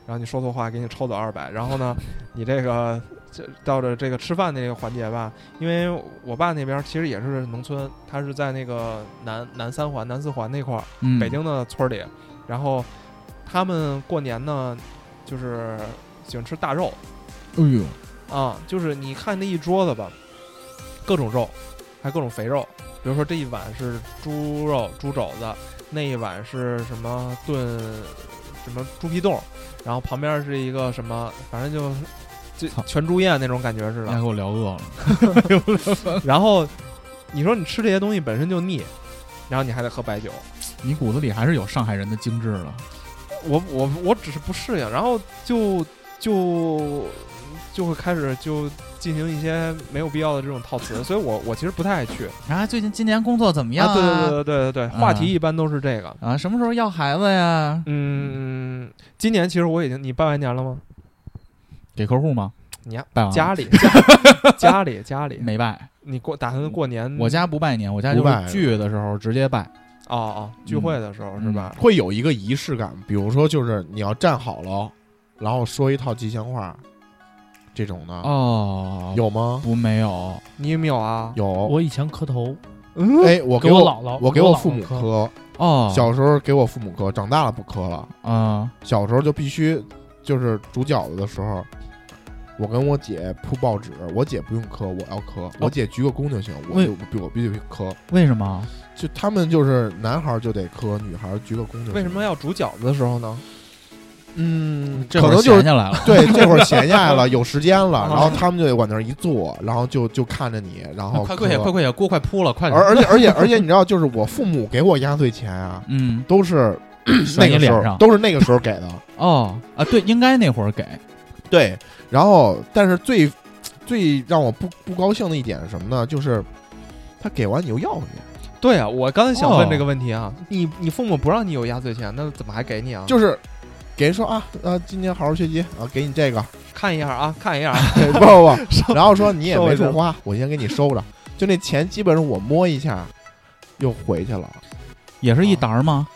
[SPEAKER 3] 然后你说错话给你抽走二百，然后呢，你这个这到了这个吃饭的这个环节吧，因为我爸那边其实也是农村，他是在那个南南三环、南四环那块儿，
[SPEAKER 2] 嗯
[SPEAKER 3] 北京的村儿里，然后他们过年呢，就是喜欢吃大肉，
[SPEAKER 2] 哎呦，
[SPEAKER 3] 啊，就是你看那一桌子吧，各种肉，还各种肥肉。比如说这一碗是猪肉、猪肘子，那一碗是什么炖什么猪皮冻，然后旁边是一个什么，反正就就
[SPEAKER 2] 操
[SPEAKER 3] 全猪宴那种感觉似
[SPEAKER 2] 大家
[SPEAKER 3] 的。
[SPEAKER 2] 给我聊饿了。
[SPEAKER 3] 然后你说你吃这些东西本身就腻，然后你还得喝白酒，
[SPEAKER 2] 你骨子里还是有上海人的精致了。
[SPEAKER 3] 我我我只是不适应，然后就就就会开始就进行一些没有必要的这种套词，所以我我其实不太爱去。
[SPEAKER 2] 啊，最近今年工作怎么
[SPEAKER 3] 啊，对对对对对对，话题一般都是这个。
[SPEAKER 2] 啊，什么时候要孩子呀？
[SPEAKER 3] 嗯，今年其实我已经，你拜完年了吗？
[SPEAKER 2] 给客户吗？
[SPEAKER 3] 你呀
[SPEAKER 2] 拜完了
[SPEAKER 3] 家里，家家里，家里，
[SPEAKER 2] 啊没拜，
[SPEAKER 3] 你过打算过年？
[SPEAKER 2] 我家不拜年，我家就
[SPEAKER 4] 不拜
[SPEAKER 2] 是聚的时候直接拜。
[SPEAKER 3] 哦哦，聚会的时候
[SPEAKER 2] 嗯
[SPEAKER 3] 是吧？
[SPEAKER 4] 会有一个仪式感，比如说就是你要站好了，然后说一套吉祥话，这种的、
[SPEAKER 2] 哦，
[SPEAKER 4] 啊有吗？
[SPEAKER 2] 不没有？
[SPEAKER 3] 你有没有啊？嗯
[SPEAKER 4] 有，
[SPEAKER 5] 我以前磕头，
[SPEAKER 4] 哎，我
[SPEAKER 5] 给
[SPEAKER 4] 我
[SPEAKER 5] 我姥姥
[SPEAKER 4] 我给
[SPEAKER 5] 给我
[SPEAKER 4] 我
[SPEAKER 5] 姥姥
[SPEAKER 4] 父母
[SPEAKER 5] 磕
[SPEAKER 4] 磕，
[SPEAKER 2] 哦，
[SPEAKER 4] 小时候给我父母磕，长大了不磕了。
[SPEAKER 2] 啊，
[SPEAKER 4] 小时候就必须就是煮饺子的时候，我跟我姐铺报纸，我姐不用磕，我要磕，我姐鞠个躬就行，我
[SPEAKER 2] 为
[SPEAKER 4] 就必我必须磕。
[SPEAKER 2] 为什么？
[SPEAKER 4] 就他们就是男孩儿就得磕，女孩儿鞠个躬就行。
[SPEAKER 3] 为什么要煮饺子的时候呢？
[SPEAKER 4] 嗯，
[SPEAKER 2] 这
[SPEAKER 4] 可
[SPEAKER 2] 会儿
[SPEAKER 4] 能就
[SPEAKER 2] 闲
[SPEAKER 4] 是
[SPEAKER 2] 下 来了。
[SPEAKER 4] 对这会儿闲下来了，有时间了，
[SPEAKER 3] 啊
[SPEAKER 4] 然后他们就得往那儿一坐，然后就就看着你，然后
[SPEAKER 2] 嗯快
[SPEAKER 4] 磕
[SPEAKER 2] 快点，快快点，锅快扑了，快点
[SPEAKER 4] 而。而且而且而且你知道，就是我父母给我压岁钱啊，
[SPEAKER 2] 嗯，
[SPEAKER 4] 都是
[SPEAKER 2] 甩
[SPEAKER 4] 那
[SPEAKER 2] 你
[SPEAKER 4] 个时
[SPEAKER 2] 脸
[SPEAKER 4] 候
[SPEAKER 2] 上
[SPEAKER 4] 都是那个时候给的。
[SPEAKER 2] 哦啊，对，应该那会儿给。
[SPEAKER 4] 对，然后但是最最让我不不高兴的一点是什么呢？就是他给完你又要回去，
[SPEAKER 3] 对啊，我刚才想
[SPEAKER 2] 哦
[SPEAKER 3] 问这个问题啊。你你父母不让你有压岁钱，那怎么还给你啊？
[SPEAKER 4] 就是给人说啊啊，今年好好学习啊，给你这个，
[SPEAKER 3] 看一下啊，看一下啊。
[SPEAKER 4] 对不不不，然后说你也
[SPEAKER 3] 收
[SPEAKER 4] 没
[SPEAKER 3] 回去
[SPEAKER 4] 处花，我先给你收着，就那钱基本上我摸一下又回去了，
[SPEAKER 2] 也是一沓儿吗？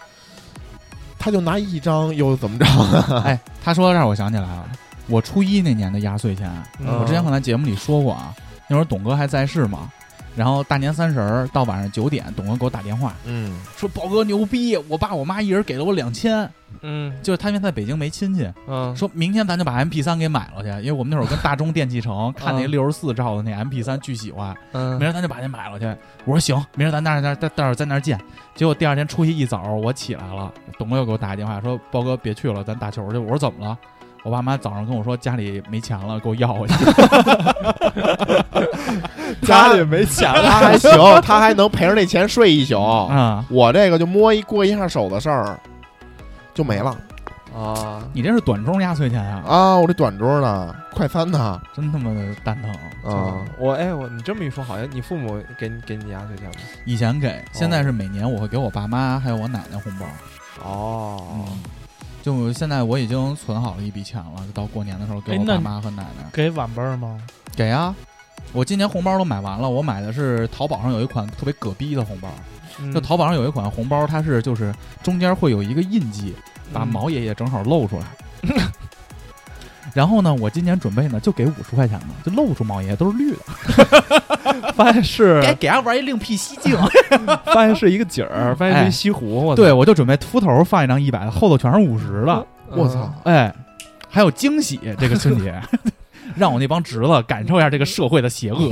[SPEAKER 4] 他就拿一张又怎么着？
[SPEAKER 2] 哎，他说到这儿，我想起来了，我初一那年的压岁钱，
[SPEAKER 3] 嗯
[SPEAKER 2] 我之前可能在节目里说过啊，那会儿董哥还在世嘛，然后大年三十儿到晚上九点，董哥给我打电话
[SPEAKER 4] 嗯
[SPEAKER 2] 说：“宝哥牛逼，我爸我妈一人给了我两千。
[SPEAKER 3] 嗯”
[SPEAKER 2] 就是他因为在北京没亲戚，
[SPEAKER 3] 嗯，
[SPEAKER 2] 说明天咱就把 MP 三给买了去，因为我们那会儿跟大中电器城 看那
[SPEAKER 3] 嗯
[SPEAKER 2] 六十四兆的那 MP 三巨喜欢，
[SPEAKER 3] 嗯
[SPEAKER 2] 明儿咱就把那买了去。我说行，明儿咱那儿那儿待待会儿在那儿见。结果第二天初一一早我起来了，董哥又给我打一电话说：“包哥别去了，咱打球去。”我说怎么了？我爸妈早上跟我说家里没钱了，给我要回去。
[SPEAKER 4] 家里
[SPEAKER 3] 没钱
[SPEAKER 4] 他还行，他还能陪着那钱睡一宿。
[SPEAKER 2] 啊、
[SPEAKER 4] 我这个就摸一过一下手的事儿就没了。
[SPEAKER 3] 啊，
[SPEAKER 2] 你这是短中压岁钱啊，
[SPEAKER 4] 啊，我这短桌呢，快餐呢，
[SPEAKER 2] 真他妈的蛋疼！
[SPEAKER 4] 啊，
[SPEAKER 3] 我哎我你这么一说，好像你父母给你给你压岁钱吗？
[SPEAKER 2] 以前给，现在是每年我会给我爸妈还有我奶奶红包。
[SPEAKER 3] 哦，
[SPEAKER 2] 嗯，就现在我已经存好了一笔钱了，到过年的时候给
[SPEAKER 5] 哎
[SPEAKER 2] 我
[SPEAKER 5] 那
[SPEAKER 2] 爸
[SPEAKER 5] 你
[SPEAKER 2] 妈和奶奶。
[SPEAKER 5] 给晚辈儿吗？
[SPEAKER 2] 给啊！我今年红包都买完了，我买的是淘宝上有一款特别葛逼的红包，
[SPEAKER 3] 嗯
[SPEAKER 2] 就淘宝上有一款红包，它是就是中间会有一个印记，
[SPEAKER 3] 嗯
[SPEAKER 2] 把毛爷爷正好露 出来。然后呢，我今年准备呢就给五十块钱嘛，就露出毛爷爷都是绿的，
[SPEAKER 3] 发现是
[SPEAKER 2] 该给俺玩一另辟蹊径。
[SPEAKER 3] 发现是一个景儿，发现是一西湖，我 操
[SPEAKER 2] 对，我就准备秃头放一张一百的，后头全是五十的，
[SPEAKER 4] 我操，
[SPEAKER 2] 哎，还有惊喜这个春 节。让我那帮侄子感受一下这个社会的邪 恶，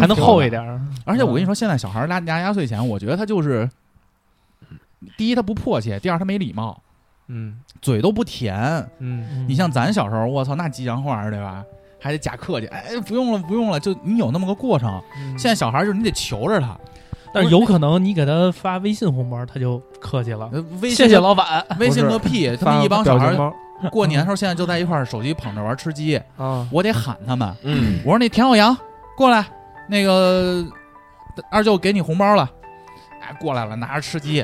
[SPEAKER 5] 还能厚一点儿。
[SPEAKER 2] 而且我跟
[SPEAKER 3] 嗯
[SPEAKER 2] 你说，现在小孩儿拿拿压岁钱，我觉得他就是，第一他不迫切，第二他没礼貌，
[SPEAKER 3] 嗯
[SPEAKER 2] 嘴都不甜。
[SPEAKER 3] 嗯
[SPEAKER 2] 你像咱小时候，我操，那吉祥话儿对吧？还得假客气，哎，不用了，不用了，就你有那么个过程。
[SPEAKER 3] 嗯，哦
[SPEAKER 2] 现在小孩儿就是你得求着他，
[SPEAKER 5] 但是有可能你给他发微信红包，他就客气了。
[SPEAKER 2] 呃微信
[SPEAKER 5] 谢谢老板，
[SPEAKER 2] 微信
[SPEAKER 3] 不
[SPEAKER 2] 个
[SPEAKER 3] 是
[SPEAKER 2] 屁！他
[SPEAKER 3] 发
[SPEAKER 2] 们一帮小
[SPEAKER 3] 表
[SPEAKER 2] 孩
[SPEAKER 3] 情
[SPEAKER 2] 儿
[SPEAKER 3] 包
[SPEAKER 2] 过年的时候现在就在一块儿，手机捧着玩儿吃鸡，
[SPEAKER 3] 啊，
[SPEAKER 2] 我得喊他们。
[SPEAKER 4] 嗯，
[SPEAKER 2] 我说那田小阳过来，那个二舅给你红包了，哎，过来了，拿着吃鸡，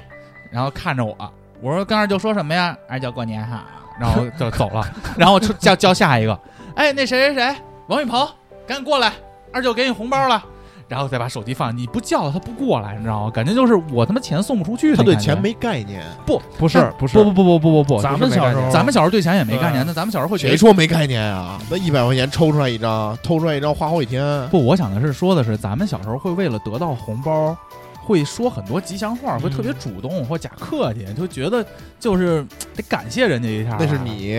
[SPEAKER 2] 然后看着我，我说跟二舅说什么呀？二舅过年哈，然后就走了，然后出叫叫下一个，哎，那谁谁谁，王雨鹏，赶紧过来，二舅给你红包了。然后再把手机放，你不叫他，他不过来，你知道吗？感觉就是我他妈钱送不出去，
[SPEAKER 4] 他
[SPEAKER 2] 那
[SPEAKER 4] 对
[SPEAKER 2] 感觉
[SPEAKER 4] 钱没概念，
[SPEAKER 3] 不是不是
[SPEAKER 2] 不不不不不不不，
[SPEAKER 5] 咱们小时候，
[SPEAKER 2] 咱们小时候对钱也没概念，
[SPEAKER 5] 对
[SPEAKER 2] 那咱们小时候会觉
[SPEAKER 4] 谁
[SPEAKER 2] 得
[SPEAKER 4] 说没概念啊？那一百块钱抽出来一张，抽出来一张花好几天，
[SPEAKER 2] 不，我想的是说的是，咱们小时候会为了得到红包，会说很多吉祥话，会特别主动或假客气，就觉得就是得感谢人家一下。啊
[SPEAKER 4] 那是，你，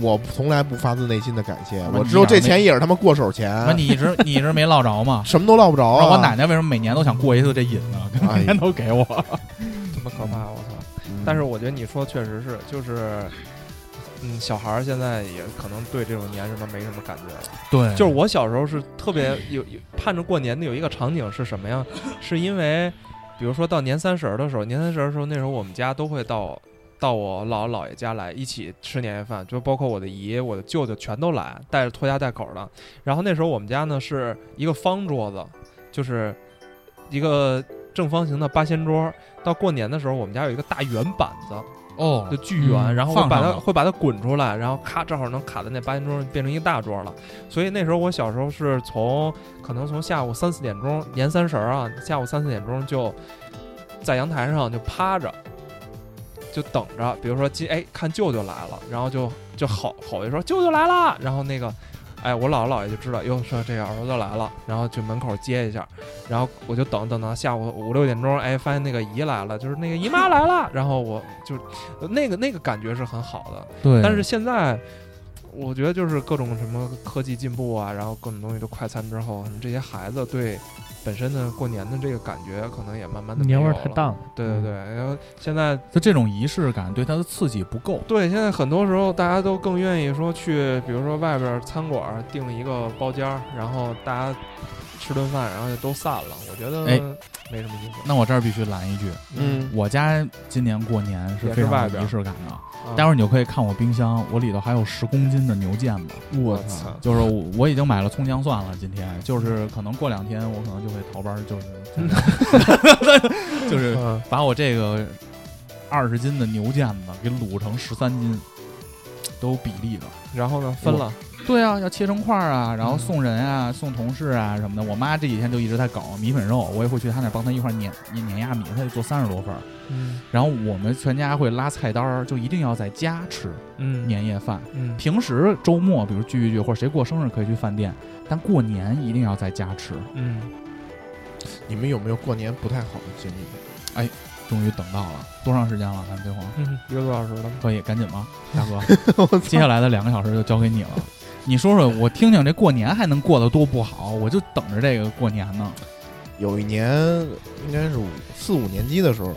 [SPEAKER 4] 我从来不发自内心的感谢，
[SPEAKER 2] 不是
[SPEAKER 4] 我知道
[SPEAKER 2] 你
[SPEAKER 4] 这
[SPEAKER 2] 养
[SPEAKER 4] 钱也是他妈过手
[SPEAKER 2] 那
[SPEAKER 4] 钱，？
[SPEAKER 2] 你一直你一直没落着 嘛
[SPEAKER 4] 什么都落不
[SPEAKER 3] 哦
[SPEAKER 4] 着
[SPEAKER 2] 然
[SPEAKER 4] 啊。
[SPEAKER 2] 后我奶奶为什么每年都想过一次这瘾呢？每
[SPEAKER 4] 哎呀
[SPEAKER 2] 年都给我。
[SPEAKER 3] 这么可怕，我操！
[SPEAKER 4] 嗯，
[SPEAKER 3] 但是我觉得你说确实是，就是，嗯，小孩儿现在也可能对这种年什么没什么感觉了。
[SPEAKER 2] 对，
[SPEAKER 3] 就是我小时候是特别有有盼着过年的有一个场景是什么呀？是因为，比如说到年三十儿的时候，年三十儿的时候，那时候我们家都会到到我姥姥姥爷家来一起吃年夜饭，就包括我的姨、我的舅舅全都来，带着拖家带口的。然后那时候我们家呢是一个方桌子，就是一个正方形的八仙桌。到过年的时候，我们家有一个大圆板子，
[SPEAKER 2] 哦
[SPEAKER 3] 就，巨圆，
[SPEAKER 2] 嗯
[SPEAKER 3] 然后我
[SPEAKER 2] 放
[SPEAKER 3] 把
[SPEAKER 2] 上
[SPEAKER 3] 它
[SPEAKER 2] 了
[SPEAKER 3] 会把它滚出来，然后咔正好能卡在那八仙桌上，变成一个大桌了。所以那时候我小时候是从可能从下午三四点钟，年三十儿啊，下午三四点钟就在阳台上就趴着，就等着，比如说今哎看舅舅来了，然后就就吼吼一说舅舅来了，然后那个。哎，我姥姥姥爷就知道，哟，说这个儿子来了，然后去门口接一下，然后我就等等到下午五六点钟，哎，发现那个姨来了，就是那个姨妈来了，然后我就呃那个那个感觉是很好的。
[SPEAKER 2] 对，
[SPEAKER 3] 但是现在，我觉得就是各种什么科技进步啊，然后各种东西都快餐之后，这些孩子对本身的过年的这个感觉可能也慢慢的
[SPEAKER 5] 年味儿太嗯淡了。
[SPEAKER 3] 对对对，然后现在
[SPEAKER 2] 就这种仪式感对他的刺激不够。
[SPEAKER 3] 对现在很多时候大家都更愿意说去，比如说外边餐馆儿订一个包间儿，然后大家吃顿饭，然后就都散了。我觉得
[SPEAKER 2] 哎
[SPEAKER 3] 没什么意思。嗯
[SPEAKER 2] 那我这儿必须拦一句，
[SPEAKER 4] 嗯，
[SPEAKER 2] 我家今年过年是
[SPEAKER 3] 也是
[SPEAKER 2] 非
[SPEAKER 3] 外
[SPEAKER 2] 常有
[SPEAKER 3] 边儿
[SPEAKER 2] 仪式感的。
[SPEAKER 3] 啊
[SPEAKER 2] 待会儿你就可以看我冰箱，我里头还有十公斤的牛腱子。
[SPEAKER 4] 我
[SPEAKER 3] 我
[SPEAKER 4] 操，
[SPEAKER 3] 操，
[SPEAKER 2] 就是我我已经买了葱姜蒜了，今天就是可能过两天我可能就会逃班儿， 就是就是
[SPEAKER 3] 嗯
[SPEAKER 2] 把我这个二十斤的牛腱子给卤成十三斤，都有比例
[SPEAKER 4] 嗯
[SPEAKER 2] 的。
[SPEAKER 3] 然后呢分
[SPEAKER 2] 我
[SPEAKER 3] 了。
[SPEAKER 2] 对啊，要切成块儿啊，然后
[SPEAKER 3] 嗯
[SPEAKER 2] 送人啊、送同事啊什么的。我妈这几天就一直在搞米粉肉，我也会去她那儿帮她一块儿碾碾碾压米，她得做三十多份儿。
[SPEAKER 3] 嗯
[SPEAKER 2] 然后我们全家会拉菜单儿，就一定要在家吃
[SPEAKER 3] 嗯
[SPEAKER 2] 年夜饭。
[SPEAKER 3] 嗯
[SPEAKER 2] 平时周末，比如聚一聚或者谁过生日可以去饭店，但过年一定要在家吃。
[SPEAKER 3] 嗯，
[SPEAKER 4] 你们有没有过年不太好的经历？
[SPEAKER 2] 终于等到了，多长时间了？韩飞鸿，
[SPEAKER 3] 一个多小时了。
[SPEAKER 2] 可以赶紧吗，大哥？接下来的两个小时就交给你了。你说说，我听听这过年还能过得多不好？我就等着这个过年呢。
[SPEAKER 4] 有一年应该是五四五年级的时候，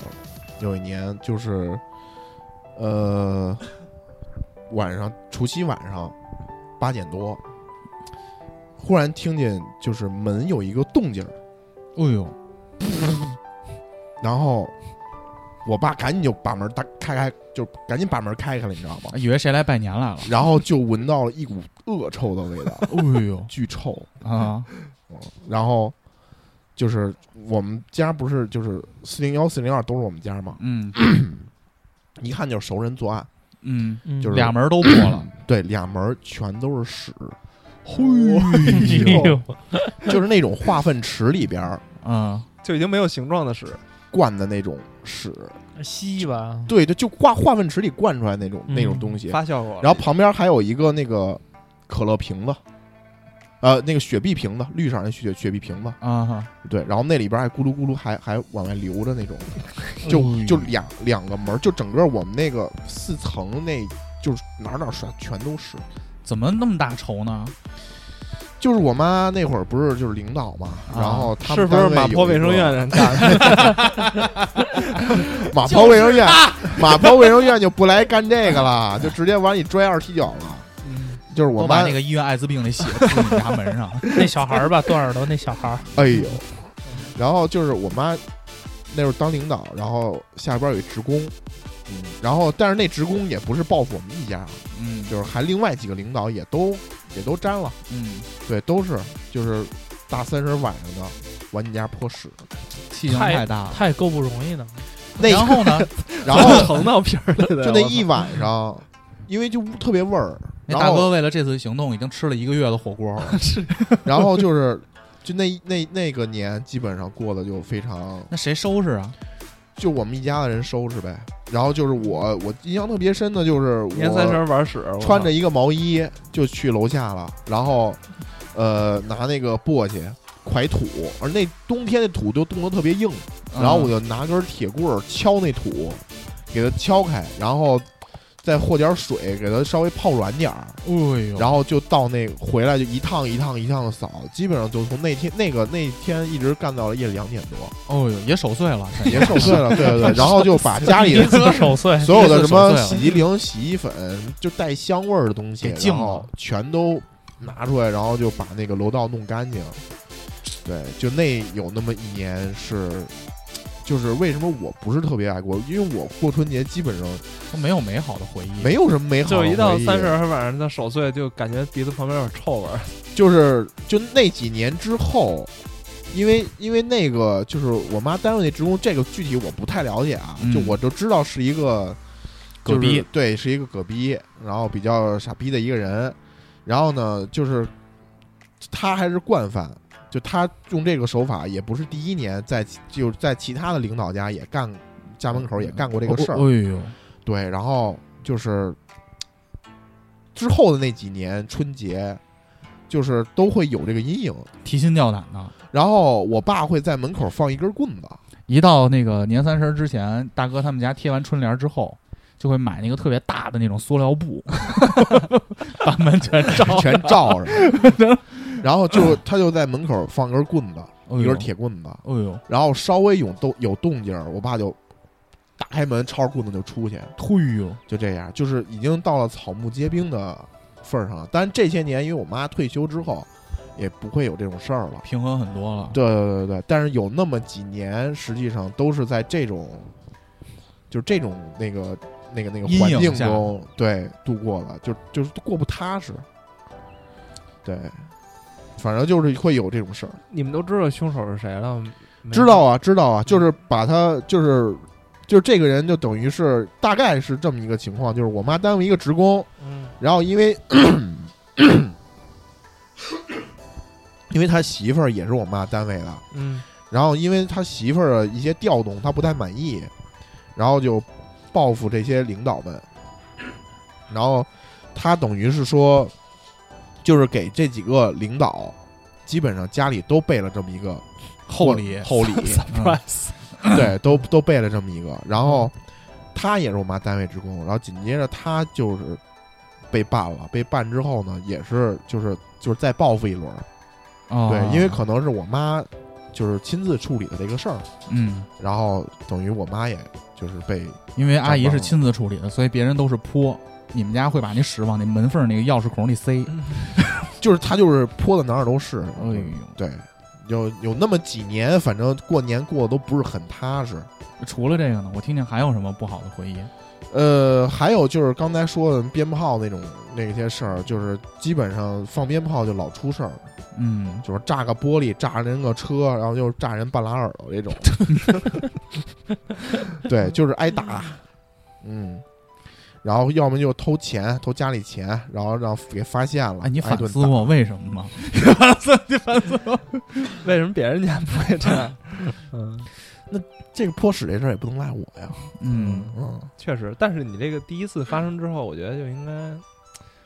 [SPEAKER 4] 有一年就是，呃，晚上除夕晚上八点多，忽然听见就是门有一个动静
[SPEAKER 2] 哎
[SPEAKER 4] 儿，
[SPEAKER 2] 呦，
[SPEAKER 4] 然后我爸赶紧就把门大开开，就赶紧把门开开了，你知道吗？
[SPEAKER 2] 以为谁来拜年来了？
[SPEAKER 4] 然后就闻到了一股恶臭的味道，嗯
[SPEAKER 2] 哎呦
[SPEAKER 4] 巨臭。
[SPEAKER 2] 啊！
[SPEAKER 4] 嗯然后就是我们家不是就是四零幺、四零二都是我们家嘛，
[SPEAKER 2] 嗯
[SPEAKER 4] 一看就是熟人作案，
[SPEAKER 2] 嗯，
[SPEAKER 5] 嗯
[SPEAKER 4] 就是
[SPEAKER 2] 俩门都破了，
[SPEAKER 4] 对，俩门儿全都是 屎，
[SPEAKER 5] 哎 呦，
[SPEAKER 4] 就是那种化粪池里边儿
[SPEAKER 2] 啊，
[SPEAKER 3] 就已经没有形状的屎，
[SPEAKER 4] 灌的那种屎，
[SPEAKER 5] 吸吧，
[SPEAKER 4] 对，就就化化粪池里灌出来那种
[SPEAKER 5] 嗯
[SPEAKER 4] 那种东西。
[SPEAKER 3] 发酵过了。
[SPEAKER 4] 然后旁边还有一个那个可乐瓶子，呃，那个雪碧瓶子，绿色那雪雪碧瓶子，
[SPEAKER 2] 啊哈，
[SPEAKER 4] 对，然后那里边还咕噜咕噜还还往外流着那种，就就两两个门儿，就整个我们那个四层那就是哪儿哪儿全全都是。
[SPEAKER 2] 怎么那么大仇呢？
[SPEAKER 4] 就是我妈那会儿不是就是领导嘛，
[SPEAKER 2] 啊
[SPEAKER 4] 然后他
[SPEAKER 3] 是
[SPEAKER 4] 们
[SPEAKER 3] 不是
[SPEAKER 4] 单位
[SPEAKER 3] 马
[SPEAKER 4] 有
[SPEAKER 3] 坡
[SPEAKER 4] 一
[SPEAKER 3] 卫生
[SPEAKER 4] 个
[SPEAKER 3] 院 人干的？
[SPEAKER 4] 马坡卫生院，马坡卫生院就不来干这个了， 就直接往里拽二踢脚了。
[SPEAKER 3] 嗯
[SPEAKER 4] 就是我
[SPEAKER 2] 我
[SPEAKER 4] 妈
[SPEAKER 2] 把那个医院艾滋病那血吐你家门 上，
[SPEAKER 5] 那小孩儿吧，断耳朵那小孩儿，
[SPEAKER 4] 哎呦，然后就是我妈那时候当领导，然后下边有一职工，嗯，然后但是那职工也不是报复我们一家，
[SPEAKER 2] 嗯
[SPEAKER 4] 就是还另外几个领导也都也都沾了，
[SPEAKER 2] 嗯，
[SPEAKER 4] 对，都是就是大三十晚上的往你家泼屎，
[SPEAKER 2] 气性太大了。
[SPEAKER 5] 太够不容易的。
[SPEAKER 4] 那
[SPEAKER 2] 然后呢，
[SPEAKER 4] 然后
[SPEAKER 3] 疼到皮儿了，
[SPEAKER 4] 就那一晚上，因为就特别味儿，
[SPEAKER 2] 那
[SPEAKER 4] 然
[SPEAKER 2] 大
[SPEAKER 4] 后
[SPEAKER 2] 哥为了这次行动已经吃了一个月的火锅了。
[SPEAKER 4] 然后就是，就那那那个年，基本上过得就非常，
[SPEAKER 2] 那谁收拾啊？
[SPEAKER 4] 就我们一家的人收拾呗。然后就是我，我印象特别深的就是
[SPEAKER 3] 年三十
[SPEAKER 4] 我
[SPEAKER 3] 玩屎，我
[SPEAKER 4] 穿着一个毛衣就去楼下了，然后呃拿那个簸箕蒯土，而那冬天那土就冻得特别硬，嗯
[SPEAKER 2] 嗯
[SPEAKER 4] 然后我就拿根铁棍儿敲那土，给它敲开，然后再和点水给它稍微泡软点儿，
[SPEAKER 2] 哎呦，
[SPEAKER 4] 然后就到那回来就一趟一趟一趟的扫，基本上就从那天那个那天一直干到了夜里两点多，
[SPEAKER 2] 哦呦，也守岁了，肯定
[SPEAKER 4] 哎也受罪了，对 对对，然后就把家里
[SPEAKER 5] 一
[SPEAKER 4] 的
[SPEAKER 5] 次守岁，
[SPEAKER 4] 所有的什么
[SPEAKER 2] 一次手碎
[SPEAKER 4] 洗涤灵、洗衣粉，就带香味儿的东西，
[SPEAKER 2] 给净
[SPEAKER 4] 然后
[SPEAKER 2] 了
[SPEAKER 4] 全都拿出来，然后就把那个楼道弄干净。对，就那有那么一年是，就是为什么我不是特别爱过，因为我过春节基本上
[SPEAKER 2] 都没有美好的回忆。
[SPEAKER 4] 没有什么美好的
[SPEAKER 3] 就
[SPEAKER 4] 回忆，
[SPEAKER 3] 一到三十晚上的守岁，就感觉鼻子旁边有臭味儿。
[SPEAKER 4] 就是就那几年之后，因为因为那个就是我妈单位那职工，这个具体我不太了解啊，
[SPEAKER 2] 嗯
[SPEAKER 4] 就我就知道是一个
[SPEAKER 2] 葛逼
[SPEAKER 4] 就是对，是一个葛逼，然后比较傻逼的一个人，然后呢，就是他还是惯犯。就他用这个手法也不是第一年在，就在其他的领导家也干，家门口也干过这个事儿。
[SPEAKER 2] 哎呦，
[SPEAKER 4] 对，然后就是之后的那几年春节，就是都会有这个阴影。
[SPEAKER 2] 提心吊胆的。
[SPEAKER 4] 然后我爸会在门口放一根棍子，
[SPEAKER 2] 一到那个年三十之前，大哥他们家贴完春联之后，就会买那个特别大的那种塑料布， 把门全罩。
[SPEAKER 4] 全罩上， 然后就他就在门口放根棍子，
[SPEAKER 2] 哎呦
[SPEAKER 4] 一根铁棍子，
[SPEAKER 2] 哎呦，
[SPEAKER 4] 然后稍微有动有动静儿，我爸就打开门，抄着棍子就出去，
[SPEAKER 2] 忒呦，
[SPEAKER 4] 就这样，就是已经到了草木皆兵的份儿上了。但是这些年，因为我妈退休之后，也不会有这种事儿了。
[SPEAKER 2] 平衡很多了。，
[SPEAKER 4] 对对对对，但是有那么几年，实际上都是在这种，就是这种那个那个那个
[SPEAKER 2] 阴
[SPEAKER 4] 环
[SPEAKER 2] 影
[SPEAKER 4] 境
[SPEAKER 2] 下
[SPEAKER 4] 中对度过的，就就是过不踏实。对，反正就是会有这种事儿。
[SPEAKER 3] 你们都知道凶手是谁了？没
[SPEAKER 4] 知道啊，知道啊，就是
[SPEAKER 2] 嗯
[SPEAKER 4] 把他就是。就是这个人就等于是大概是这么一个情况，就是我妈单位一个职工，
[SPEAKER 5] 嗯，
[SPEAKER 4] 然后因为 因为他媳妇儿也是我妈单位的，
[SPEAKER 5] 嗯
[SPEAKER 4] 然后因为他媳妇儿的啊一些调动，他不太满意，然后就报复这些领导们，然后他等于是说，就是给这几个领导，基本上家里都备了这么一个
[SPEAKER 2] 厚礼
[SPEAKER 4] 厚礼，
[SPEAKER 2] 嗯
[SPEAKER 4] 对，都都备了这么一 个，然后他也是我妈单位职工，然后紧接着他就是被办了，被办之后呢，也是就是就是再报复一轮，
[SPEAKER 2] 哦
[SPEAKER 4] 对，因为可能是我妈就是亲自处理的这个事儿。
[SPEAKER 2] 嗯，
[SPEAKER 4] 然后等于我妈也就是被
[SPEAKER 2] 因为阿姨是亲自处理的，所以别人都是泼。你们家会把那屎往那门
[SPEAKER 4] 嗯
[SPEAKER 2] 缝儿那个钥匙孔里塞，
[SPEAKER 4] 就是她就是泼的哪儿都是，
[SPEAKER 2] 哎呦，
[SPEAKER 4] 对，有有那么几年，反正过年过得都不是很踏实。
[SPEAKER 2] 除了这个呢，我听听还有什么不好的回忆？
[SPEAKER 4] 呃，还有就是刚才说的鞭炮那种那些事儿，就是基本上放鞭炮就老出事儿，
[SPEAKER 2] 嗯，
[SPEAKER 4] 就是炸个玻璃、炸人个车，然后又炸人半拉耳朵 这种。对，就是挨打，嗯，然后要么就偷钱，偷家里钱，然后让给发现了，
[SPEAKER 2] 哎，你
[SPEAKER 4] 挨
[SPEAKER 2] 反
[SPEAKER 4] 顿
[SPEAKER 2] 思
[SPEAKER 4] 打
[SPEAKER 2] 过为什么吗？
[SPEAKER 3] 为什么别人家不会 这样？嗯，
[SPEAKER 4] 这个泼屎这事儿也不能赖我呀，
[SPEAKER 2] 嗯，
[SPEAKER 4] 嗯，
[SPEAKER 3] 确实，但是你这个第一次发生之后，我觉得就应该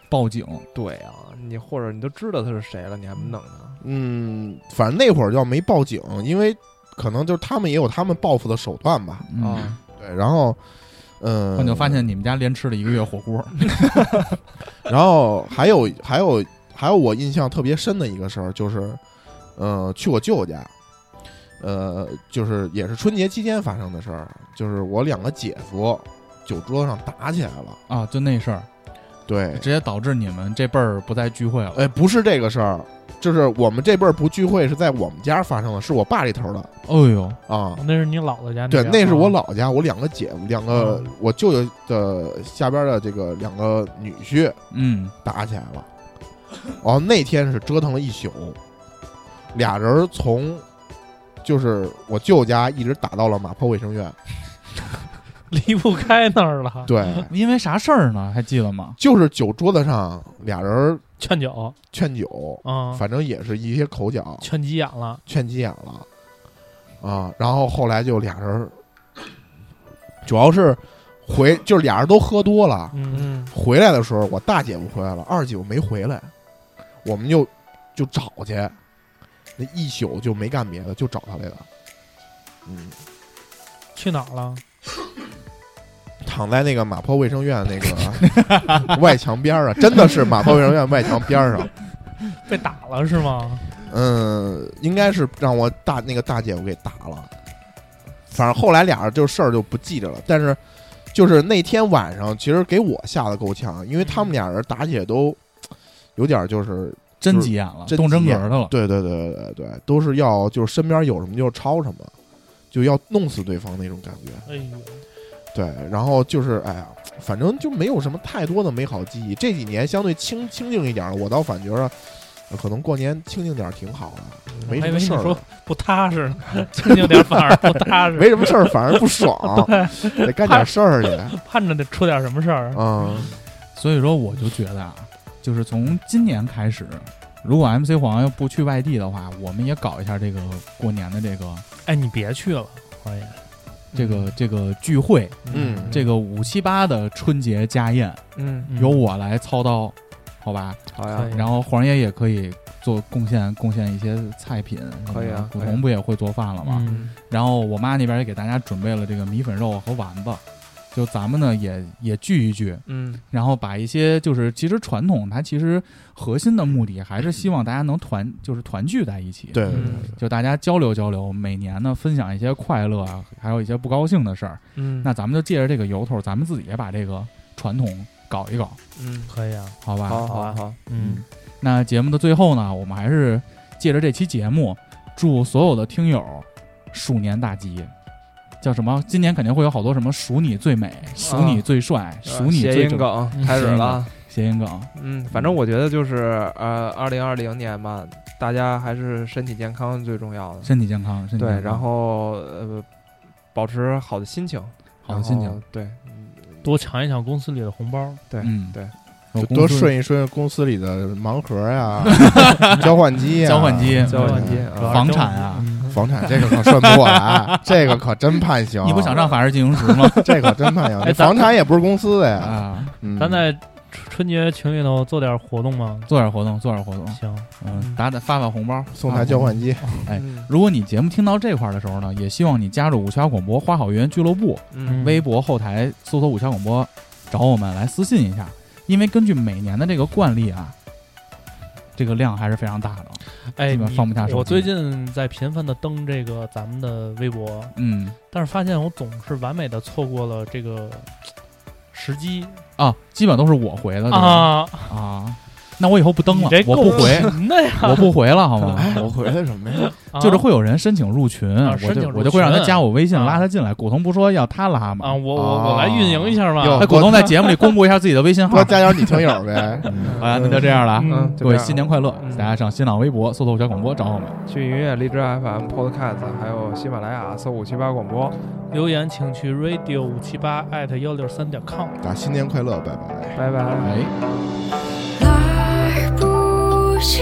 [SPEAKER 2] 报警，
[SPEAKER 3] 对啊，你或者你都知道他是谁了，你还不弄他？
[SPEAKER 4] 嗯，反正那会儿要没报警，因为可能就是他们也有他们报复的手段吧。
[SPEAKER 2] 嗯，
[SPEAKER 3] 啊
[SPEAKER 4] 对，然后，嗯、
[SPEAKER 2] 我就发，现你们家连吃了一个月火锅，
[SPEAKER 4] 然后还有还有还有我印象特别深的一个事儿，就是，呃，去我舅家，呃，就是也是春节期间发生的事儿，就是我两个姐夫酒桌上打起来了。
[SPEAKER 2] 啊，就那事儿，
[SPEAKER 4] 对，
[SPEAKER 2] 直接导致你们这辈儿不再聚会了。
[SPEAKER 4] 哎，不是这个事儿，就是我们这辈儿不聚会是在我们家发生的，是我爸这头的
[SPEAKER 2] 哦呦，
[SPEAKER 4] 啊。
[SPEAKER 5] 那是你姥姥家
[SPEAKER 4] 对，
[SPEAKER 5] 边
[SPEAKER 4] 那是我
[SPEAKER 5] 啊
[SPEAKER 4] 老家，我两个姐夫，两个我舅舅的下边的这个两个女婿
[SPEAKER 2] 嗯，
[SPEAKER 4] 打起来了。然后那天是折腾了一宿，俩人从就是我舅家一直打到了马坡卫生
[SPEAKER 5] 啊
[SPEAKER 4] 院。
[SPEAKER 5] 离不开那儿了。
[SPEAKER 4] 对，
[SPEAKER 2] 因为啥事儿呢？还记得吗？
[SPEAKER 4] 就是酒桌子上俩人
[SPEAKER 5] 劝酒
[SPEAKER 4] 劝酒，
[SPEAKER 5] 啊，
[SPEAKER 4] 反正也是一些口角，
[SPEAKER 5] 劝急眼了，
[SPEAKER 4] 劝急眼了啊。然后后来就俩人，主要是回就是俩人都喝多了。
[SPEAKER 5] 嗯
[SPEAKER 4] 回来的时候，我大姐夫回来了，二姐夫没回来，我们就就找去，那一宿就没干别的，就找他来了。嗯，
[SPEAKER 5] 去哪儿了？
[SPEAKER 4] 躺在那个马坡卫生院那 个外墙边儿啊，真的是马坡卫生院外墙边儿上。
[SPEAKER 5] 被打了是吗？
[SPEAKER 4] 嗯，应该是让我大那个大姐夫给打了。反正后来俩人就事儿就不记着了，但是就是那天晚上，其实给我吓得够呛，因为他们俩人打起来都有点儿就是
[SPEAKER 2] 真急眼了，
[SPEAKER 4] 真
[SPEAKER 2] 动真
[SPEAKER 4] 急
[SPEAKER 2] 格
[SPEAKER 4] 眼
[SPEAKER 2] 的了。
[SPEAKER 4] 对对对对对对，都是要就是身边有什么就抄什么，就要弄死对方那种感觉。
[SPEAKER 5] 哎呦，
[SPEAKER 4] 对，然后就是哎呀，反正就没有什么太多的美好记忆。这几年相对清清静一点了，我倒反觉着呃可能过年清静点儿挺好的，没
[SPEAKER 5] 我还
[SPEAKER 4] 什
[SPEAKER 5] 以为
[SPEAKER 4] 么
[SPEAKER 5] 你
[SPEAKER 4] 事儿
[SPEAKER 5] 说
[SPEAKER 4] 了，
[SPEAKER 5] 不踏 实呢，清静点反而不踏实，
[SPEAKER 4] 没什么事儿反而不爽，啊得干点事儿去。
[SPEAKER 5] 盼着得出点什么 事儿。
[SPEAKER 4] 嗯
[SPEAKER 2] 所以说，我就觉得啊，就是从今年开始，如果 MC 黄要不去外地的话，我们也搞一下这个过年的这个
[SPEAKER 5] 哎，你别去了，黄爷。
[SPEAKER 2] 这
[SPEAKER 3] 嗯
[SPEAKER 2] 个这个聚会，
[SPEAKER 4] 嗯，
[SPEAKER 2] 这个五七八的春节家宴，
[SPEAKER 3] 嗯，
[SPEAKER 5] 嗯
[SPEAKER 2] 由我来操刀，好吧？
[SPEAKER 3] 好
[SPEAKER 5] 可
[SPEAKER 3] 呀
[SPEAKER 5] 以，
[SPEAKER 2] 然后黄爷也可以做贡献贡献一些菜品，
[SPEAKER 3] 可以啊
[SPEAKER 2] 古
[SPEAKER 3] 可以
[SPEAKER 2] 潼不也会做饭了吗？
[SPEAKER 5] 嗯
[SPEAKER 2] 然后我妈那边也给大家准备了这个米粉肉和丸子，就咱们呢也也聚一聚，
[SPEAKER 3] 嗯，
[SPEAKER 2] 然后把一些就是其实传统它其实核心的目的还是希望大家能团就是团聚在一起，，
[SPEAKER 4] 对对对
[SPEAKER 5] 嗯
[SPEAKER 2] 就大家交流交流，每年呢分享一些快乐啊，还有一些不高兴的事儿。
[SPEAKER 5] 嗯，
[SPEAKER 2] 那咱们就借着这个由头，咱们自己也把这个传统搞一搞，
[SPEAKER 3] 嗯，
[SPEAKER 5] 可以啊，
[SPEAKER 2] 好吧？
[SPEAKER 3] 好好啊好，
[SPEAKER 5] 嗯，
[SPEAKER 2] 那节目的最后呢，我们还是借着这期节目，祝所有的听友鼠年大吉。叫什么？今年肯定会有好多什么“数你最美”“数你最帅”“数你
[SPEAKER 3] 啊谐
[SPEAKER 2] 最嗯
[SPEAKER 3] 音
[SPEAKER 2] 正
[SPEAKER 3] 梗开始了啊。
[SPEAKER 2] 谐音梗。
[SPEAKER 3] 嗯，反正我觉得就是呃，二零二零年吧，大家还是身体健康最重要的。
[SPEAKER 2] 身体健康，身体健
[SPEAKER 3] 对，
[SPEAKER 2] 康
[SPEAKER 3] 然后呃，保持好的心情，
[SPEAKER 2] 好的心
[SPEAKER 3] 然
[SPEAKER 2] 情
[SPEAKER 3] 后，。对，
[SPEAKER 5] 多抢一抢公司里的红包。
[SPEAKER 3] 对
[SPEAKER 2] 嗯，
[SPEAKER 3] 对，
[SPEAKER 2] 我
[SPEAKER 4] 就
[SPEAKER 2] 公
[SPEAKER 4] 多
[SPEAKER 2] 司
[SPEAKER 4] 顺一顺公司里的盲盒 呀、交换机呀、
[SPEAKER 2] 交换机
[SPEAKER 3] 交
[SPEAKER 5] 嗯
[SPEAKER 3] 换机
[SPEAKER 5] 主要
[SPEAKER 3] 啊，
[SPEAKER 5] 是
[SPEAKER 2] 房
[SPEAKER 5] 交
[SPEAKER 2] 产啊
[SPEAKER 5] 嗯
[SPEAKER 4] 房产这个可顺不过来，这个可真判刑。
[SPEAKER 2] 你不想上法制进行时 吗？
[SPEAKER 4] 这可真判刑。
[SPEAKER 5] 哎
[SPEAKER 4] 你
[SPEAKER 5] 咱
[SPEAKER 4] 房产也不是公司的呀。
[SPEAKER 2] 啊，
[SPEAKER 4] 嗯
[SPEAKER 5] 咱在春春节群里头做点活动吗？
[SPEAKER 2] 做点活动，做点活动，
[SPEAKER 5] 行，
[SPEAKER 2] 嗯，打打发发红包，
[SPEAKER 4] 送
[SPEAKER 2] 发
[SPEAKER 4] 台
[SPEAKER 2] 红
[SPEAKER 4] 交换机，
[SPEAKER 5] 啊
[SPEAKER 2] 哎
[SPEAKER 3] 嗯
[SPEAKER 2] 如果你节目听到这块儿的时候呢，也希望你加入五七八广播花好园俱乐部，
[SPEAKER 3] 嗯
[SPEAKER 2] 微博后台搜索五七八广播，找我们来私信一下，因为根据每年的这个惯例啊，这个量还是非常大的。哦
[SPEAKER 5] 哎，
[SPEAKER 2] 基本
[SPEAKER 5] 你
[SPEAKER 2] 放不下手机
[SPEAKER 5] 我最近在频繁的登这个咱们的微博，
[SPEAKER 2] 嗯
[SPEAKER 5] 但是发现我总是完美的错过了这个时机
[SPEAKER 2] 啊，基本都是我回的对吧
[SPEAKER 5] 啊，
[SPEAKER 2] 啊，那我以后不登了
[SPEAKER 5] 你这，
[SPEAKER 2] 我不回，
[SPEAKER 5] 那 呀，
[SPEAKER 2] 我不回了，好 吗？
[SPEAKER 4] 哎，我回来什么呀？
[SPEAKER 5] 啊
[SPEAKER 2] 就是会有人申请入群，
[SPEAKER 5] 啊
[SPEAKER 2] 我
[SPEAKER 5] 申请
[SPEAKER 2] 就
[SPEAKER 5] 入
[SPEAKER 2] 我就会让他
[SPEAKER 5] 群
[SPEAKER 2] 加我微信，
[SPEAKER 5] 啊
[SPEAKER 2] 拉他进来。古潼不说要他拉
[SPEAKER 5] 啊，
[SPEAKER 2] 吗？
[SPEAKER 5] 我我我来运营一下嘛。
[SPEAKER 4] 哟
[SPEAKER 2] 哎，古潼在节目里公布一下自己的微信号
[SPEAKER 4] 多。加点你听友呗。
[SPEAKER 2] 好呀，那就这样了啊，
[SPEAKER 3] 嗯，
[SPEAKER 2] 各位新年快乐！
[SPEAKER 3] 嗯
[SPEAKER 2] 大家上新浪微博搜索“小广播”找我们。
[SPEAKER 3] 去音乐、荔枝 FM、Podcast，还有喜马拉雅搜五七八广播。
[SPEAKER 5] 留言请去 radio 五七八 at 幺六三点 com。
[SPEAKER 4] 打新年快乐，拜拜。
[SPEAKER 3] 拜拜。
[SPEAKER 2] 哎。
[SPEAKER 8] 来不及，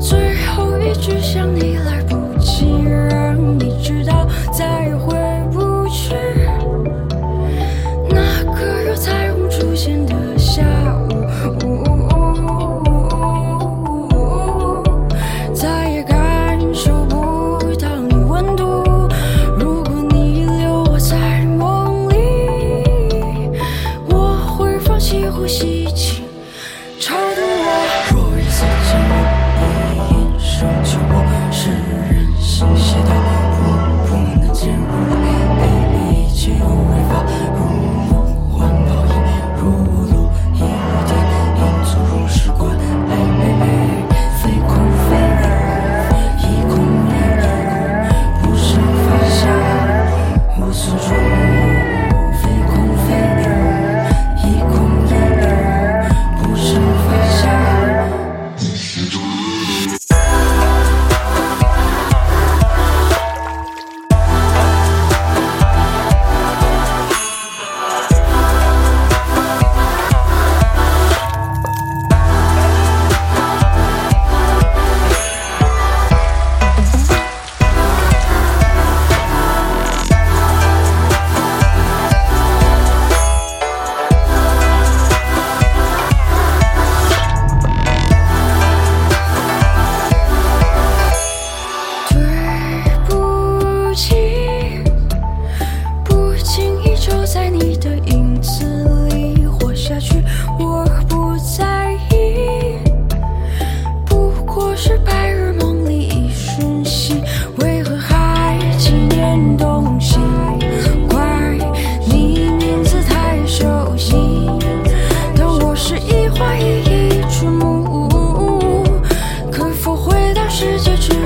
[SPEAKER 8] 最后一句想你来不及，让你知道再也回不去。那个有彩虹出现的下午，再也感受不到你温度。如果你留我在梦里，我会放弃呼吸，请超度我。若一次见面不应手求我，是人心邪道，我不能进入。baby，一切又违法，如梦幻泡影，如露亦如电，影踪如时光。哎哎哎，非空非影，一空一影，不胜反响，无所住。非空非影，一空一影，不胜反响。对不起，不经意就在你的影子里活下去，我不在意。不过是白日梦里一瞬息，为何还纪念东西？怪你名字太熟悉，但我是一花一叶一枝木，可否回到世界之